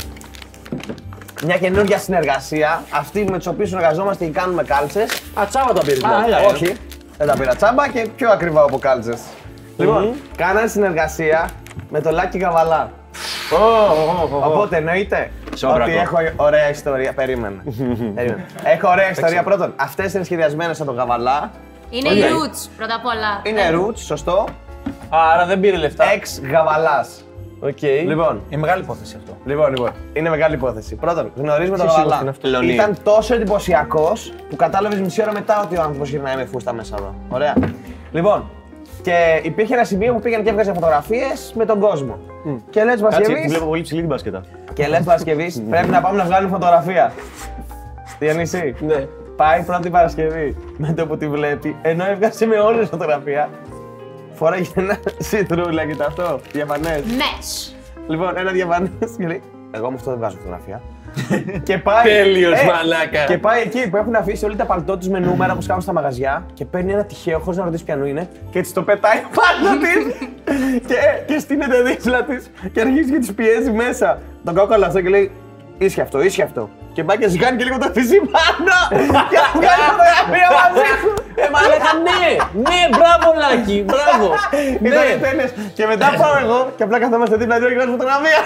[SPEAKER 1] μια καινούργια συνεργασία. Αυτοί με τους οποίους συνεργαζόμαστε και κάνουμε κάλτσες.
[SPEAKER 4] Ατσάβα τα πήρε. δηλαδή.
[SPEAKER 1] Όχι. Δεν τα πήρα τσάμπα και πιο ακριβά από κάλτσες. Λοιπόν, κάνανε συνεργασία με το Λάκι Καβαλά. Οπότε εννοείται ότι έχω ωραία ιστορία. Περίμενα. Περίμενα. έχω ωραία ιστορία. Πρώτον, αυτές είναι σχεδιασμένες από τον Καβαλά.
[SPEAKER 5] Είναι η roots πρώτα απ' όλα.
[SPEAKER 1] Είναι ρούτ, σωστό.
[SPEAKER 4] Άρα δεν πήρε λεφτά.
[SPEAKER 1] Εξ Γαβαλάς.
[SPEAKER 4] Οκ.
[SPEAKER 1] Λοιπόν,
[SPEAKER 2] Είναι μεγάλη υπόθεση αυτό.
[SPEAKER 1] Λοιπόν, λοιπόν, είναι μεγάλη υπόθεση. Πρώτον, γνωρίζουμε τον
[SPEAKER 3] σίγουρος
[SPEAKER 1] Γαλά.
[SPEAKER 3] είναι αυτό, Λεωνί.
[SPEAKER 1] Ήταν τόσο εντυπωσιακός που κατάλαβες μισή ώρα μετά ότι ο άνθρωπος γυρνάει με φούστα μέσα εδώ. Ωραία. Λοιπόν, και υπήρχε ένα σημείο που πήγαινε και έβγαζε φωτογραφίες με τον κόσμο. Και λες
[SPEAKER 3] Κάτσε, τη βλέπω
[SPEAKER 1] Παρασκευή.
[SPEAKER 3] πολύ ψηλή την μπασκέτα.
[SPEAKER 1] Και λες Παρασκευή, πρέπει να πάμε να βγάλουμε φωτογραφία. Διονύση.
[SPEAKER 4] Ναι.
[SPEAKER 1] Πάει πρώτη Παρασκευή με το που τη βλέπει, ενώ έβγαζε με όλε φωτογραφία. Φοράγε ένα σιτρούλα και αυτό, διαφανέ.
[SPEAKER 5] Μες.
[SPEAKER 1] Λοιπόν, ένα διαβάνε και λέει: Εγώ με αυτό δεν βγάζω φωτογραφία. και πάει. Ε,
[SPEAKER 4] Τέλειος, μαλάκα.
[SPEAKER 1] Και πάει εκεί που έχουν αφήσει όλοι τα παλτό τους με νούμερα που σκάβουν στα μαγαζιά και παίρνει ένα τυχαίο χωρίς να ρωτήσει ποιανού είναι και τη το πετάει πάνω της και, ε, και στείνεται δίπλα της και αρχίζει και της πιέζει μέσα. Τον κόκαλο αυτό και λέει: Ίσχυε αυτό, ίσχυε αυτό. Και πάει και σγάνει και λίγο το φυσί πάνω και να βγάλει φωτογραφία μαζί του.
[SPEAKER 4] Ε, μαλάκα, ναι! Ναι, μπράβο, Λάκη, μπράβο!
[SPEAKER 1] Ήταν οι
[SPEAKER 4] Ναι,
[SPEAKER 1] τένες. Και μετά πάω εγώ και απλά καθόμαστε δίπλα δύο και κάνουμε φωτογραφία.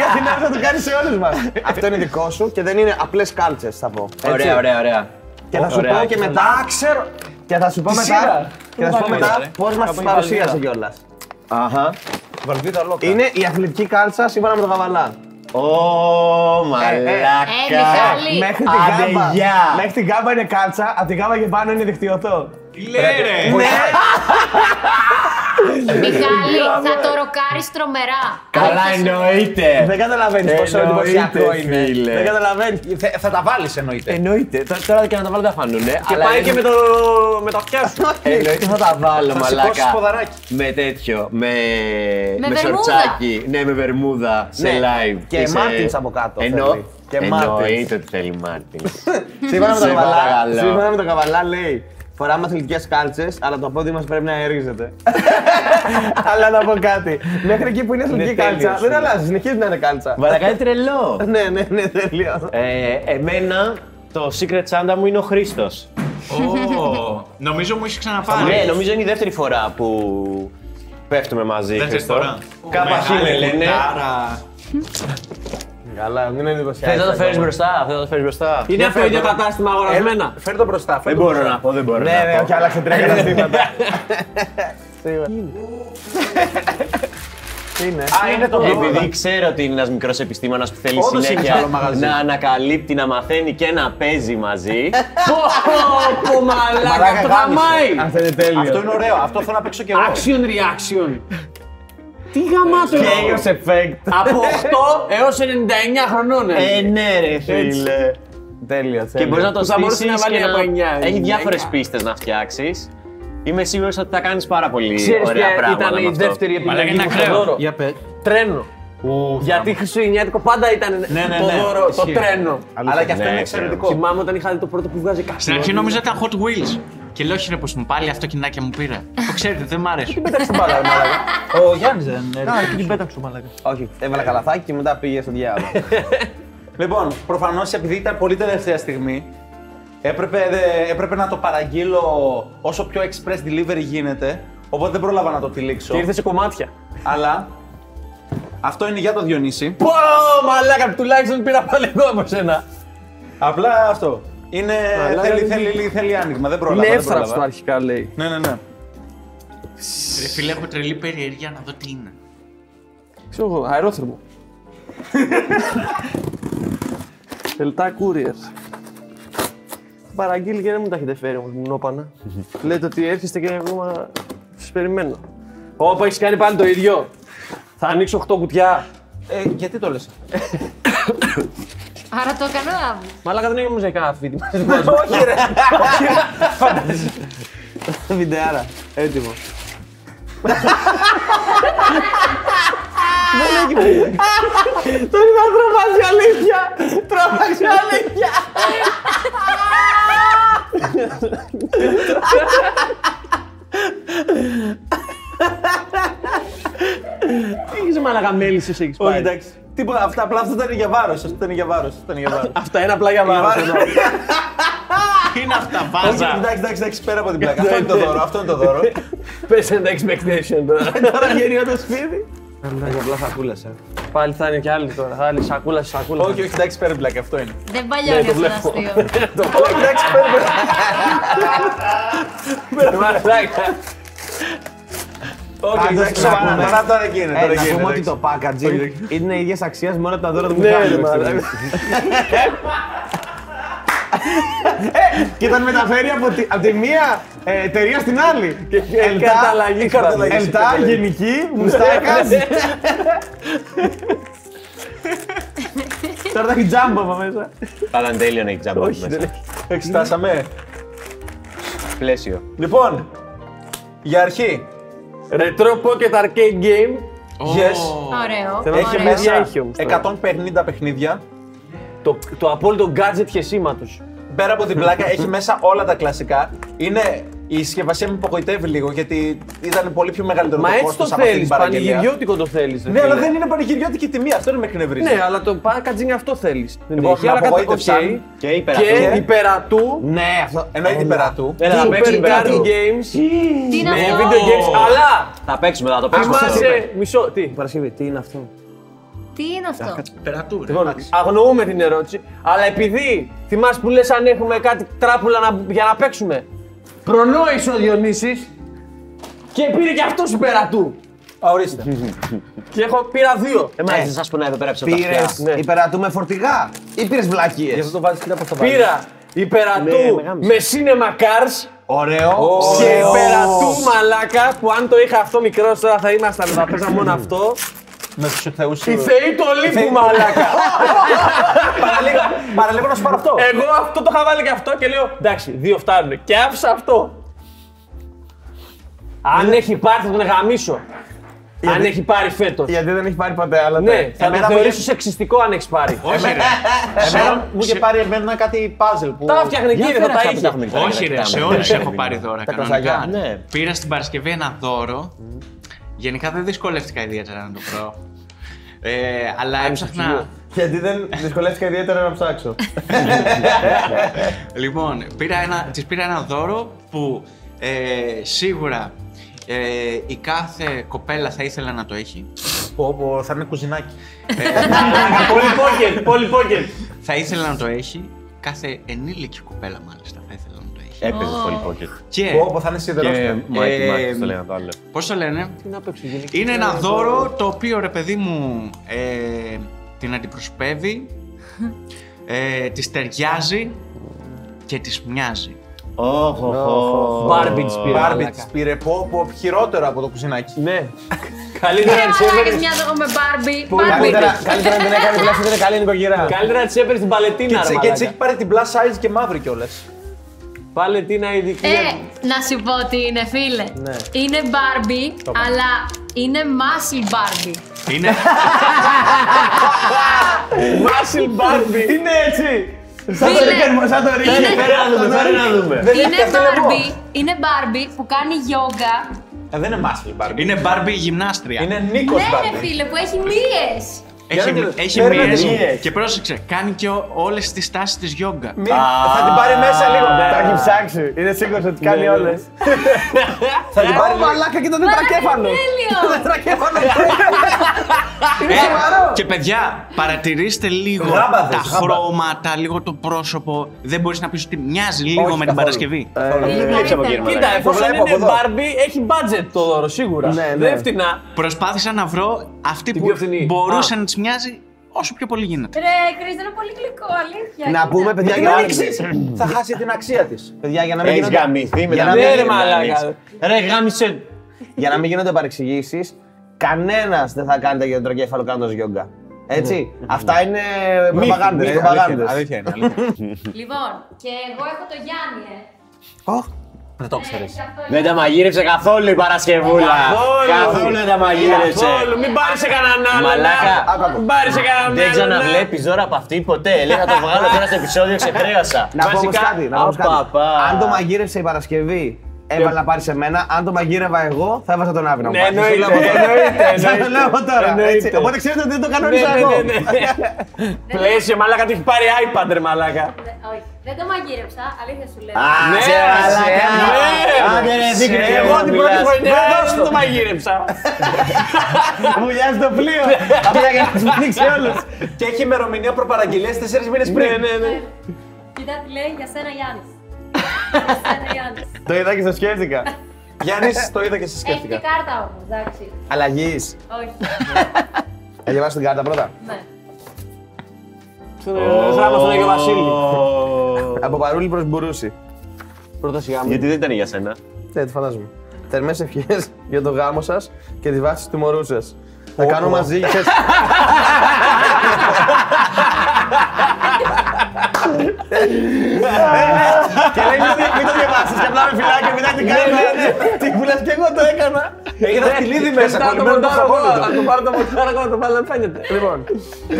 [SPEAKER 1] Γιατί να το κάνεις σε όλους μας. Αυτό είναι δικό σου και δεν είναι απλές κάλτσε, θα πω. Έτσι.
[SPEAKER 3] Ωραία, ωραία, ωραία.
[SPEAKER 1] Και θα σου
[SPEAKER 3] Ωραία.
[SPEAKER 1] πω και μετά. ξέρω. Και θα σου πω μετά.
[SPEAKER 2] σειρά.
[SPEAKER 1] Και θα σου πω
[SPEAKER 2] Πού βάλε,
[SPEAKER 1] μετά
[SPEAKER 2] ρε.
[SPEAKER 1] πώς μας
[SPEAKER 2] Κάπου
[SPEAKER 1] τι
[SPEAKER 2] η
[SPEAKER 1] παρουσίασε
[SPEAKER 2] βαλβίδα.
[SPEAKER 1] κιόλας.
[SPEAKER 3] Αχα.
[SPEAKER 2] Βαλβίδα ολόκληρα.
[SPEAKER 1] Είναι η αθλητική κάλτσα σύμφωνα με τον Καβαλά.
[SPEAKER 3] Ω,
[SPEAKER 5] Ε, Μιχάλη.
[SPEAKER 3] μαλάκα.
[SPEAKER 5] Καλή.
[SPEAKER 1] Μέχρι την
[SPEAKER 3] Άντε,
[SPEAKER 1] γάμπα.
[SPEAKER 3] γεια.
[SPEAKER 1] Μέχρι την γάμπα είναι κάλτσα, από την γάμπα και πάνω είναι δικτυωτό.
[SPEAKER 7] Τι λέει ρε.
[SPEAKER 5] Μιχάλη, θα το ροκάρεις τρομερά.
[SPEAKER 3] Καλά
[SPEAKER 5] Αλήθεια σου λέω.
[SPEAKER 3] εννοείται.
[SPEAKER 1] Δεν καταλαβαίνεις πόσο
[SPEAKER 3] Εννοείται,
[SPEAKER 1] εντυπωσιακό είναι.
[SPEAKER 3] φίλε.
[SPEAKER 1] Δεν καταλαβαίνεις.
[SPEAKER 2] Θε- θα τα βάλεις εννοείται.
[SPEAKER 3] Εννοείται. Τώρα- Τώρα και να τα βάλω τα φάνουνε.
[SPEAKER 4] Και
[SPEAKER 3] αλλά
[SPEAKER 4] πάει
[SPEAKER 3] είναι-
[SPEAKER 4] και με το. με τα αυτιά σου.
[SPEAKER 3] Εννοείται θα τα βάλω,
[SPEAKER 2] θα σηκώσεις
[SPEAKER 3] μαλάκα.
[SPEAKER 2] ποδαράκι.
[SPEAKER 3] Με τέτοιο, με.
[SPEAKER 5] Με βερμούδα.
[SPEAKER 3] σορτσάκι. Ναι, με βερμούδα σε
[SPEAKER 1] Ναι.
[SPEAKER 3] live.
[SPEAKER 1] Και Μάρτινς από κάτω θέλει.
[SPEAKER 3] Ενώ.
[SPEAKER 1] Και Μάρτινς.
[SPEAKER 3] Εννοείται ότι θέλει Μάρτιν.
[SPEAKER 1] Σύμφωνα με τον
[SPEAKER 3] Σε
[SPEAKER 1] Καβαλά,
[SPEAKER 3] παρακαλώ.
[SPEAKER 1] σύμφωνα με τον Καβαλά λέει Φοράμε αθλητικέ κάλτσες, αλλά το πόδι μας πρέπει να αερίζεται. αλλά να πω κάτι. Μέχρι εκεί που είναι αθλητική
[SPEAKER 4] Είναι τέλειος,
[SPEAKER 1] κάλτσα, δεν
[SPEAKER 4] είναι.
[SPEAKER 1] αλλάζει, συνεχίζει να είναι κάλτσα.
[SPEAKER 3] Μαλάκα είναι τρελό.
[SPEAKER 1] ναι, ναι, ναι, τέλειο.
[SPEAKER 3] Ε, Εμένα το secret Santa μου είναι ο Χρήστος.
[SPEAKER 7] Ω, Νομίζω μου είσαι ξαναπάρει.
[SPEAKER 3] Ναι, νομίζω είναι η δεύτερη φορά που πέφτουμε μαζί.
[SPEAKER 7] Δεύτερη
[SPEAKER 3] Χρήστο.
[SPEAKER 7] φορά.
[SPEAKER 3] Κάπα χ με λένε.
[SPEAKER 7] Άρα.
[SPEAKER 1] Καλά, μην είναι εντυπωσιακό.
[SPEAKER 3] Θες να το φέρεις μπροστά, θες να το φέρεις μπροστά.
[SPEAKER 4] Είναι από το ίδιο κατάστημα αγορασμένα.
[SPEAKER 2] Φέρ το μπροστά.
[SPEAKER 3] Δεν μπορώ να πω, δεν μπορώ
[SPEAKER 1] Ναι,
[SPEAKER 3] να
[SPEAKER 1] ναι,
[SPEAKER 3] πω.
[SPEAKER 1] και άλλαξε
[SPEAKER 2] Ε,
[SPEAKER 1] τρία καταστήματα. Σίγουρα. Τι είναι.
[SPEAKER 2] Α,
[SPEAKER 3] Ναι,
[SPEAKER 2] είναι το
[SPEAKER 3] Επειδή ξέρω ότι είναι ένας μικρός επιστήμονας που θέλει
[SPEAKER 2] Όντως είναι
[SPEAKER 3] συνέχεια
[SPEAKER 2] άλλο μαγαζί.
[SPEAKER 3] να ανακαλύπτει, να μαθαίνει και να παίζει μαζί.
[SPEAKER 4] Πω, πω, μαλάκα,
[SPEAKER 2] Μαλάκα,
[SPEAKER 4] αυτό
[SPEAKER 2] γάμισε.
[SPEAKER 4] γαμάει!
[SPEAKER 1] Αυτό είναι τέλειο.
[SPEAKER 2] Αυτό είναι ωραίο. Αυτό θέλω να παίξω και εγώ.
[SPEAKER 4] Action reaction. Τι γαμάτο είναι αυτό.
[SPEAKER 1] Chaos effect.
[SPEAKER 4] Από 8 έως 99 χρονών. ε.
[SPEAKER 3] ε, ναι, ρε φίλε.
[SPEAKER 1] Τέλειο,
[SPEAKER 3] Και μπορείς να το
[SPEAKER 4] Θα μπορούσε να
[SPEAKER 3] στήσεις
[SPEAKER 4] βάλει
[SPEAKER 3] και
[SPEAKER 4] από εννιά,
[SPEAKER 3] Έχει
[SPEAKER 4] εννιά.
[SPEAKER 3] διάφορες πίστες να φτιάξεις. Είμαι σίγουρος ότι θα κάνεις πάρα πολύ
[SPEAKER 4] Ξέρεις
[SPEAKER 3] ωραία
[SPEAKER 4] ποια
[SPEAKER 3] πράγματα.
[SPEAKER 4] ήταν
[SPEAKER 3] με
[SPEAKER 4] η
[SPEAKER 3] αυτό.
[SPEAKER 4] δεύτερη
[SPEAKER 7] Μαλάκα,
[SPEAKER 4] επιλογή
[SPEAKER 7] είναι
[SPEAKER 4] μου στο
[SPEAKER 7] ακραίο.
[SPEAKER 4] δώρο.
[SPEAKER 2] Για πε.
[SPEAKER 4] Τρένο. Γιατί χριστουγεννιάτικο πάντα ήταν
[SPEAKER 2] ναι,
[SPEAKER 4] το
[SPEAKER 2] ναι.
[SPEAKER 4] δώρο, το
[SPEAKER 2] Ισχύει.
[SPEAKER 4] τρένο.
[SPEAKER 2] Αλλά και αυτό
[SPEAKER 3] Ναι,
[SPEAKER 2] είναι
[SPEAKER 3] ξέρω.
[SPEAKER 2] εξαιρετικό.
[SPEAKER 4] Θυμάμαι όταν είχα δει το πρώτο που βγάζει κάτι.
[SPEAKER 7] Στην αρχή νόμιζα ήταν Hot Wheels. Και λέω όχι ρε πως μου πάλι αυτοκινάκια μου πήρε. Το ξέρετε, δεν μ' άρεσε.
[SPEAKER 1] πέταξε την μπάλα, ρε μαλάκα.
[SPEAKER 2] Ο Γιάννης δεν είναι. ναι. Α, εκεί την πέταξε ο μαλάκα.
[SPEAKER 1] Όχι, έβαλα καλαθάκι και μετά πήγε στο διάβολο.
[SPEAKER 2] Λοιπόν, προφανώς επειδή ήταν πολύ τελευταία στιγμή, έπρεπε, δε- έπρεπε να το παραγγείλω όσο πιο express delivery γίνεται. Οπότε δεν πρόλαβα να το τυλίξω.
[SPEAKER 4] Και ήρθε σε κομμάτια.
[SPEAKER 2] Αλλά Αυτό είναι για το Διονύση.
[SPEAKER 4] Πω, μαλάκα, τουλάχιστον πήρα πάλι εγώ από σένα.
[SPEAKER 2] Απλά αυτό. Είναι.
[SPEAKER 4] Αλλά
[SPEAKER 2] Θέλει,
[SPEAKER 4] είναι-
[SPEAKER 2] θέλει, θέλει, θέλει άνοιγμα. Δεν πρόλαβα.
[SPEAKER 4] Είναι
[SPEAKER 2] δεν πρόλαβα.
[SPEAKER 4] εύθραυστο αρχικά, λέει.
[SPEAKER 2] Ναι, ναι, ναι.
[SPEAKER 7] Ρε φίλε, έχω τρελή περιέργεια να δω τι είναι.
[SPEAKER 4] Ξέρω εγώ, αερόθερμο. Τελτά couriers. Παραγγείλει και δεν μου τα έχετε φέρει όμως, μουνόπανα. Λέτε ότι έρχεστε και εγώ μα... Σας περιμένω. Ωπα, έχεις κάνει πάλι το ίδιο. Θα ανοίξω 8 κουτιά.
[SPEAKER 2] Ε, γιατί το λες.
[SPEAKER 5] Άρα το έκανα.
[SPEAKER 4] Μαλάκα δεν έγινε όμως για κανένα φίτι μας.
[SPEAKER 1] Όχι, ρε. Βιντεάρα. Έτοιμο.
[SPEAKER 4] Τον είδα να τρομάζει αλήθεια. Τρομάζει αλήθεια. Τι έχεις μαλάκα μέλισσες έχεις
[SPEAKER 2] Όχι,
[SPEAKER 4] πάει.
[SPEAKER 2] εντάξει. Τίποτα, αυτά απλά αυτό ήταν για βάρος. Αυτό ήταν για βάρος. Αυτό ήταν για βάρος.
[SPEAKER 4] Αυτά είναι απλά για
[SPEAKER 2] βάρος.
[SPEAKER 4] βάρος. εδώ.
[SPEAKER 7] Τι είναι αυτά,
[SPEAKER 2] Όχι,
[SPEAKER 7] βάζα.
[SPEAKER 2] εντάξει, εντάξει, εντάξει, πέρα από την πλάκα.
[SPEAKER 1] Ναι,
[SPEAKER 2] Αυτό είναι το δώρο. Αυτό είναι το δώρο.
[SPEAKER 4] Πες ένα expectation τώρα. Τώρα γυρνά το σπίτι.
[SPEAKER 2] απλά σακούλασε.
[SPEAKER 4] Πάλι θα είναι κι άλλη τώρα. Θα είναι σακούλα, σακούλα.
[SPEAKER 2] Όχι, όχι, εντάξει, πέρα από την πλάκα. Αυτό είναι.
[SPEAKER 5] Δεν παλιώνει αυτό το αστείο.
[SPEAKER 2] Όχι, εντάξει, πέρα από την πλάκα.
[SPEAKER 4] Μαλάκα.
[SPEAKER 2] Όχι, εντάξει, σοβαρά.
[SPEAKER 1] πούμε.
[SPEAKER 2] Τώρα τώρα εκεί είναι.
[SPEAKER 1] Ε,
[SPEAKER 2] Τώρα
[SPEAKER 1] να
[SPEAKER 2] εκεί
[SPEAKER 1] πούμε ότι
[SPEAKER 2] είναι.
[SPEAKER 1] το packaging είναι ίδιας αξίας με όλα τα δώρα του
[SPEAKER 4] Ναι, ρε,
[SPEAKER 1] Μιχάλη.
[SPEAKER 4] μαλάκα.
[SPEAKER 1] Ε, Και ήταν μεταφέρει από τη, από τη μία ε, εταιρεία στην άλλη.
[SPEAKER 4] Έχει Καταλλαγή, καταλλαγή.
[SPEAKER 1] Ελτά, γενική, μουστάκας.
[SPEAKER 2] Ναι.
[SPEAKER 1] Τώρα θα έχει τζάμπα από μέσα.
[SPEAKER 3] Καλά, είναι τέλειο να έχει τζάμπα
[SPEAKER 4] Όχι, δεν
[SPEAKER 3] μέσα.
[SPEAKER 4] έχει.
[SPEAKER 2] Εξετάσαμε.
[SPEAKER 3] Πλαίσιο.
[SPEAKER 2] Λοιπόν, για αρχή.
[SPEAKER 4] Retro Pocket Arcade Game.
[SPEAKER 2] Yes.
[SPEAKER 5] Ωραίο.
[SPEAKER 4] Θέλω να
[SPEAKER 2] Έχει
[SPEAKER 5] ωραίο.
[SPEAKER 4] με-
[SPEAKER 2] μέσα
[SPEAKER 4] έχει όμως τώρα.
[SPEAKER 2] 150 παιχνίδια.
[SPEAKER 4] Το, το απόλυτο gadget χεσήματος.
[SPEAKER 2] Πέρα από την πλάκα, έχει μέσα όλα τα κλασικά. Είναι. Η συσκευασία με απογοητεύει λίγο γιατί ήταν πολύ πιο μεγαλύτερο
[SPEAKER 4] Μα
[SPEAKER 2] το
[SPEAKER 4] έτσι το
[SPEAKER 2] κόστος από αυτή
[SPEAKER 4] θέλει.
[SPEAKER 2] την παραγγελία.
[SPEAKER 4] Πανηγυριώτικο το θέλεις.
[SPEAKER 2] Ναι, αλλά δεν είναι πανηγυριώτικη τιμή, αυτό είναι με εκνευρίζει.
[SPEAKER 4] Ναι, αλλά το packaging αυτό θέλεις. Δεν
[SPEAKER 2] Λοιπόν,
[SPEAKER 4] έχει,
[SPEAKER 2] με
[SPEAKER 4] αλλά κατα-
[SPEAKER 2] απογοήτευσαν
[SPEAKER 4] οκ.
[SPEAKER 3] Και υπέρα.
[SPEAKER 4] Και
[SPEAKER 2] Και-
[SPEAKER 4] υπέρα του.
[SPEAKER 1] Ναι, αυτό.
[SPEAKER 2] Εννοείται πέρα του.
[SPEAKER 3] Έλα, να
[SPEAKER 4] Super
[SPEAKER 3] παίξουμε πέρα
[SPEAKER 4] Daddy
[SPEAKER 3] του.
[SPEAKER 4] Games.
[SPEAKER 5] Τι είναι
[SPEAKER 4] Με
[SPEAKER 5] αυτό.
[SPEAKER 4] video games. Αλλά
[SPEAKER 3] Θα παίξουμε, θα το παίξουμε.
[SPEAKER 4] θυμάσαι. Μισό. Τι.
[SPEAKER 1] Παρασκευή, τι είναι αυτό.
[SPEAKER 5] Τι είναι αυτό.
[SPEAKER 7] Πέρα του, ρε.
[SPEAKER 4] Λοιπόν, αγνοούμε την ερώτηση. Αλλά επειδή θυμάσαι που λες αν έχουμε κάτι τράπουλα να- για να παίξουμε. Προνόησε ο Διονύσης και πήρε και αυτός υπέρα του.
[SPEAKER 2] Α, Ορίστε.
[SPEAKER 4] Και έχω πήρα δύο. Ε,
[SPEAKER 3] Δεν μ' άρεσε να σας πουνάει εδώ πέρα πίσω από τα
[SPEAKER 1] Πήρες
[SPEAKER 3] αυτιά.
[SPEAKER 4] Ναι.
[SPEAKER 1] υπερατού με φορτηγά ή πήρες
[SPEAKER 2] Γι'
[SPEAKER 1] βλακίε.
[SPEAKER 2] αυτό Ε, το βάζεις κοίτα πώς το βάζεις.
[SPEAKER 4] Πήρα υπερατού
[SPEAKER 3] Ναι, με γάμισε.
[SPEAKER 4] με cinema cars
[SPEAKER 1] Ωραίο.
[SPEAKER 4] και υπερατού μαλάκα που αν το είχα αυτό μικρός τώρα θα ήμασταν θα παίζαμε
[SPEAKER 3] Ναι.
[SPEAKER 4] μόνο αυτό.
[SPEAKER 2] Με ε. του θεού σου.
[SPEAKER 4] Η θεή το λείπει μαλάκα.
[SPEAKER 2] Παραλίγο, παραλίγο να σου πάρω αυτό.
[SPEAKER 4] Εγώ αυτό το είχα βάλει και αυτό και λέω εντάξει δύο φτάνουν και άφησα αυτό.
[SPEAKER 2] Ναι.
[SPEAKER 4] Αν έχει πάρει θα τον γαμίσω. Αν έχει πάρει φέτος.
[SPEAKER 1] Γιατί δεν έχει πάρει ποτέ άλλο.
[SPEAKER 4] Ναι, θα το
[SPEAKER 2] Ε, εμένα μου
[SPEAKER 4] θεωρήσω
[SPEAKER 2] λέει-
[SPEAKER 4] σεξιστικό αν έχεις πάρει.
[SPEAKER 7] Όχι, ρε.
[SPEAKER 2] Εμένα μου είχε πάρει εμένα κάτι puzzle που.
[SPEAKER 4] Τα φτιάχνε
[SPEAKER 3] Για
[SPEAKER 4] κύριε, θα
[SPEAKER 3] φέρε
[SPEAKER 4] τα
[SPEAKER 3] αυτά που
[SPEAKER 4] είχε.
[SPEAKER 3] τα έχουμε κάνει,
[SPEAKER 7] Όχι,
[SPEAKER 3] τα
[SPEAKER 7] ρε.
[SPEAKER 3] κοιτάμε.
[SPEAKER 7] Σε όλους
[SPEAKER 3] Τα
[SPEAKER 7] έχω
[SPEAKER 3] έχουμε.
[SPEAKER 7] πάρει
[SPEAKER 3] Τα
[SPEAKER 7] δώρα κανονικά.
[SPEAKER 3] κρασάκια, ναι.
[SPEAKER 7] Πήρα στην Παρασκευή ένα δώρο. Γενικά δεν δυσκολεύτηκα ιδιαίτερα να το βρω. Ε, αλλά έψαχνα.
[SPEAKER 1] Γιατί δεν δυσκολεύτηκα ιδιαίτερα να ψάξω.
[SPEAKER 7] Λοιπόν, πήρα ένα, της πήρα ένα δώρο που ε, σίγουρα ε, η κάθε κοπέλα θα ήθελα να το έχει. Ε,
[SPEAKER 2] Πω, πω, θα είναι κουζινάκι.
[SPEAKER 4] Πολυπόκελ, πολυπόκελ.
[SPEAKER 7] Θα ήθελα να το έχει. Κάθε ενήλικη κοπέλα μάλιστα θα ήθελα να το έχει.
[SPEAKER 3] Έπαιζε πολύ pocket.
[SPEAKER 7] Και,
[SPEAKER 2] Πω, πω, θα είναι σίδερο.
[SPEAKER 3] Και Μάικη
[SPEAKER 7] ε,
[SPEAKER 3] Μάρκες το λέγανε το άλλο.
[SPEAKER 7] πώς το λένε, είναι ένα δώρο το οποίο ρε παιδί μου ε, την αντιπροσωπεύει, ε, της ταιριάζει και της μοιάζει.
[SPEAKER 3] Όχ, όχ, όχ.
[SPEAKER 4] Μπάρμπιτ πήρα.
[SPEAKER 2] Μπάρμπιτ πήρε πω, πω, χειρότερο από το κουζινάκι.
[SPEAKER 4] Ναι.
[SPEAKER 5] Τι
[SPEAKER 4] Καλύτερα να τις
[SPEAKER 5] μαλάκες
[SPEAKER 4] έφερες-
[SPEAKER 5] μοιάζω εγώ με Μπάρμπι.
[SPEAKER 1] Καλύτερα
[SPEAKER 5] Μπάρμπι.
[SPEAKER 1] καλύτερα να την έκανε πλάσιο, δεν είναι καλή νοικοκυρά.
[SPEAKER 4] Καλύτερα να τις έφερες την
[SPEAKER 2] Και
[SPEAKER 4] Παλετίνα, ρε
[SPEAKER 2] τσι- Και έτσι έχει
[SPEAKER 4] μαλάκα.
[SPEAKER 2] πάρει την plus size και μαύρη κιόλας.
[SPEAKER 4] Παλετίνα η δική
[SPEAKER 5] Ε, να σου πω τι είναι, φίλε.
[SPEAKER 1] Ναι.
[SPEAKER 5] Είναι Μπάρμπι, αλλά είναι muscle Barbie.
[SPEAKER 7] Είναι,
[SPEAKER 4] Μάσιλ Μπάρμπι. Είναι έτσι.
[SPEAKER 1] Σαν το
[SPEAKER 5] Φίλε,
[SPEAKER 2] Ε,
[SPEAKER 1] Rick and- σαν το Rick and-
[SPEAKER 5] είναι-
[SPEAKER 1] Φέρε να δούμε, φέρε να δούμε.
[SPEAKER 5] Είναι Barbie, είναι Barbie που κάνει γιόγκα.
[SPEAKER 2] Ε, Δεν είναι μάσχη Barbie.
[SPEAKER 7] είναι Barbie γυμνάστρια.
[SPEAKER 2] Είναι Νίκος
[SPEAKER 5] Ναι, ρε
[SPEAKER 2] Barbie.
[SPEAKER 5] φίλε, που έχει μύες.
[SPEAKER 7] Έχει,
[SPEAKER 2] Κάνε-
[SPEAKER 7] έχει
[SPEAKER 2] φέρε να
[SPEAKER 7] μύες
[SPEAKER 2] την μύες.
[SPEAKER 7] και πρόσεξε, κάνει και ό- όλες τις τάσεις της γιόγκα.
[SPEAKER 2] Μην- Θα την πάρει μέσα λίγο.
[SPEAKER 1] Τα
[SPEAKER 2] Θα
[SPEAKER 1] έχει
[SPEAKER 2] την-
[SPEAKER 1] Ναι, ψάξει. Είναι σίγουρος ότι κάνει όλες.
[SPEAKER 2] Θα την πάρει λίγο.
[SPEAKER 1] Μαλάκα, κοίτα δεν τρακέφαλο.
[SPEAKER 5] Τέλειο. αστείο!
[SPEAKER 7] Ε, και παιδιά, παρατηρήστε λίγο
[SPEAKER 2] Γράμπαδες,
[SPEAKER 7] τα
[SPEAKER 2] γράμπα.
[SPEAKER 7] χρώματα, λίγο το πρόσωπο. Δεν μπορείς να πεις ότι μοιάζει λίγο με την
[SPEAKER 1] καθόλου.
[SPEAKER 7] Παρασκευή.
[SPEAKER 3] Λείψε από εκεί,
[SPEAKER 4] Κοίτα,
[SPEAKER 3] μαλάκα.
[SPEAKER 4] εφόσον
[SPEAKER 2] βλέπω από
[SPEAKER 4] είναι
[SPEAKER 2] εδώ.
[SPEAKER 4] Barbie, έχει budget το δώρο σίγουρα.
[SPEAKER 1] Ναι, ναι.
[SPEAKER 4] Δεν φτηνά.
[SPEAKER 7] Προσπάθησα να βρω αυτή
[SPEAKER 4] Την
[SPEAKER 7] που
[SPEAKER 4] πιο φθηνή.
[SPEAKER 7] μπορούσε
[SPEAKER 4] Α.
[SPEAKER 7] να τη μοιάζει όσο πιο πολύ γίνεται.
[SPEAKER 5] Ρε, Κρι, δεν είναι πολύ γλυκό, αλήθεια.
[SPEAKER 1] Να πούμε, παιδιά,
[SPEAKER 2] Την
[SPEAKER 1] για να
[SPEAKER 4] Ναι,
[SPEAKER 2] ανοίξεις, θα χάσει την αξία της.
[SPEAKER 1] Παιδιά, για να μην
[SPEAKER 3] Έχεις
[SPEAKER 1] γίνονται-
[SPEAKER 3] γαμηθεί με
[SPEAKER 1] για
[SPEAKER 3] τα
[SPEAKER 1] να
[SPEAKER 4] Ναι, ρε
[SPEAKER 1] μην-
[SPEAKER 4] μαλάκα. Ρε, γάμισε.
[SPEAKER 1] για να μην γίνονται παρεξηγήσεις, κανένας δεν θα κάνει τα κεντροκέφαλο κάνοντας γιόγκα. Έτσι.
[SPEAKER 4] Ναι.
[SPEAKER 1] Mm-hmm. Αυτά είναι προπαγάνδες.
[SPEAKER 2] Αλήθεια είναι. αλήθεια.
[SPEAKER 5] Λοιπόν, και εγώ έχω το Γιάννη, ε.
[SPEAKER 3] Δεν το ξέρεις.
[SPEAKER 5] Έχεις αυτό,
[SPEAKER 3] Δεν τα μαγείρεψε καθόλου η Παρασκευούλα.
[SPEAKER 4] Καθόλου.
[SPEAKER 3] Καθόλου δεν τα μαγείρεψε.
[SPEAKER 4] Καθόλου, μην πάρεις σε κανέναν άλλον.
[SPEAKER 3] Μαλάκα.
[SPEAKER 4] να.
[SPEAKER 3] Άκου,
[SPEAKER 4] Μην πάρεις σε κανέναν άλλον.
[SPEAKER 3] Δεν
[SPEAKER 4] να.
[SPEAKER 3] ξαναβλέπει ώρα από αυτή ποτέ. Λέει να το βγάλω τώρα σε επεισόδιο ξεπρέασα.
[SPEAKER 1] Να πω όμως
[SPEAKER 4] Βασικά,
[SPEAKER 1] κάτι. Να πω όμως
[SPEAKER 3] α,
[SPEAKER 1] κάτι.
[SPEAKER 3] παπά.
[SPEAKER 1] Αν το μαγείρεψε η Παρασκευή, έβαλε να πάρει σε μένα. Αν το μαγείρευα εγώ, θα έβαζα τον Άβυνα.
[SPEAKER 4] Ναι,
[SPEAKER 1] μου. Σας το
[SPEAKER 4] εννοείται,
[SPEAKER 1] λέω τώρα.
[SPEAKER 4] εννοείται,
[SPEAKER 1] Σας το λέω
[SPEAKER 4] εννοείται.
[SPEAKER 1] τώρα. έτσι.
[SPEAKER 4] Εννοείται.
[SPEAKER 1] Οπότε ξέρετε ότι δεν το
[SPEAKER 4] Ναι,
[SPEAKER 1] κανονίζω
[SPEAKER 4] ναι,
[SPEAKER 1] εγώ.
[SPEAKER 4] ναι, ναι. Πλαίσιο, μαλάκα, του έχει πάρει iPad, ρε μαλάκα.
[SPEAKER 5] δεν- Όχι, δεν το μαγείρεψα, αλήθεια σου λέω.
[SPEAKER 3] Α,
[SPEAKER 4] Ναι,
[SPEAKER 3] σε μαλάκα.
[SPEAKER 4] ναι.
[SPEAKER 3] Άντε ρε, δείχνει
[SPEAKER 4] Ε,
[SPEAKER 3] και
[SPEAKER 4] Εγώ την πρώτη
[SPEAKER 3] μιλάς.
[SPEAKER 4] χρονιά δεν το μαγείρεψα.
[SPEAKER 1] Βουλιάζει το πλοίο.
[SPEAKER 4] Ναι.
[SPEAKER 1] Απλά για να τους δείξει όλους.
[SPEAKER 2] Και έχει ημερομηνία προπαραγγελίας 4 μήνε
[SPEAKER 4] Ναι,
[SPEAKER 2] πριν.
[SPEAKER 4] ναι, ναι.
[SPEAKER 5] Κοίτα τι λέει για σένα Γιάννης. για σένα Γιάννης.
[SPEAKER 1] Το είδα και το σκέφτηκα.
[SPEAKER 2] Γιάννης, το είδα και σε
[SPEAKER 5] Έχει και
[SPEAKER 2] σκέφτηκα.
[SPEAKER 5] κάρτα όμως, εντάξει.
[SPEAKER 1] Αλλαγής.
[SPEAKER 5] Όχι,
[SPEAKER 1] Θα διαβάσει την κάρτα πρώτα.
[SPEAKER 5] ναι.
[SPEAKER 4] Σράμα στον Άγιο Βασίλη.
[SPEAKER 1] Από παρούλι προς μπουρούση.
[SPEAKER 4] Πρώτα σιγά μου.
[SPEAKER 3] Γιατί δεν ήταν για σένα.
[SPEAKER 1] Ναι, το φαντάζομαι. Θερμές ευχές για το γάμο σας και τη βάση του μωρού σας. Θα κάνω μαζί. ξέρεις. Και λέει μην το- μην το διαβάσεις και απλά με φυλάει και μετά την κάνει. Την κουλάς ναι. και εγώ το έκανα. Ναι.
[SPEAKER 2] Έχει δαχτυλίδι
[SPEAKER 4] Ε,
[SPEAKER 2] μέσα.
[SPEAKER 4] Θα το
[SPEAKER 2] κολλημένο
[SPEAKER 4] μοντάρω
[SPEAKER 2] στο
[SPEAKER 4] εγώ,
[SPEAKER 2] αυτοκόλλητο.
[SPEAKER 4] θα το πάρω το μοντάρω εγώ, θα το πάρω να φαίνεται.
[SPEAKER 1] Λοιπόν,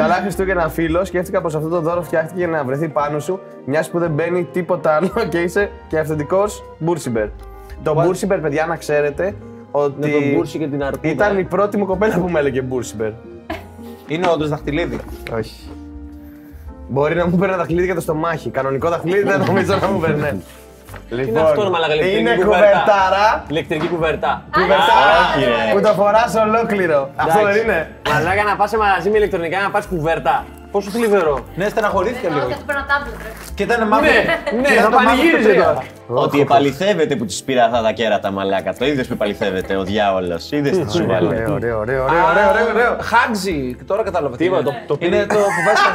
[SPEAKER 1] καλά Χριστούγεννα φίλος. Σκέφτηκα πως αυτό το δώρο φτιάχτηκε για να βρεθεί πάνω σου, μιας που δεν μπαίνει τίποτα άλλο και είσαι και αυθεντικός Μπούρσιμπερ. Το Μπούρσιμπερ, παιδιά, να ξέρετε ότι.
[SPEAKER 4] Με τον Μπούρση και την Αρκούδα.
[SPEAKER 1] Ήταν η πρώτη μου κοπέλα που με έλεγε Μπούρσιμπερ.
[SPEAKER 2] Είναι όντως δαχτυλίδι.
[SPEAKER 1] Όχι. Μπορεί να μου παίρνει δαχτυλίδι για το στομάχι. Κανονικό δαχτυλίδι δεν νομίζω να μου παίρνει. Λοιπόν,
[SPEAKER 4] Τι είναι αυτό, ρε μαλάκα, ηλεκτρική
[SPEAKER 1] είναι
[SPEAKER 4] κουβέρτα.
[SPEAKER 1] κουβερτάρα.
[SPEAKER 4] Ηλεκτρική κουβερτά.
[SPEAKER 5] ναι,
[SPEAKER 1] Κουβερτάρα
[SPEAKER 3] όχι, ρε.
[SPEAKER 1] που το φοράς ολόκληρο. Αυτό δεν
[SPEAKER 4] Εντάξει.
[SPEAKER 1] είναι.
[SPEAKER 4] Μαλάκα να πας σε μαγαζί με ηλεκτρονικά να πας κουβέρτα. Πόσο θλιβερό.
[SPEAKER 2] Ναι, στεναχωρήθηκα
[SPEAKER 5] Εννοώ ότι
[SPEAKER 2] λίγο.
[SPEAKER 5] αυτό παίρνω τάμπλετ, ρε.
[SPEAKER 2] Και ήταν μαύρο.
[SPEAKER 4] Ναι,
[SPEAKER 2] Και
[SPEAKER 4] θα
[SPEAKER 2] ήταν μαύρο
[SPEAKER 4] πανηγύριζε
[SPEAKER 2] το
[SPEAKER 4] τώρα.
[SPEAKER 2] πέτρα.
[SPEAKER 3] Ότι επαληθεύεται που του πήρα αυτά τα κέρατα μαλάκα. Το είδες που επαληθεύεται ο διάολος. Είδες
[SPEAKER 4] Ναι,
[SPEAKER 3] τι σου βάλε.
[SPEAKER 1] Ωραίο, ωραίο, ωραίο, ωραίο, ωραίο, ωραίο.
[SPEAKER 2] Χάντζι, τώρα κατάλαβα.
[SPEAKER 4] Τι είπα, το, το, πήρε,
[SPEAKER 2] Είναι το που βάζει.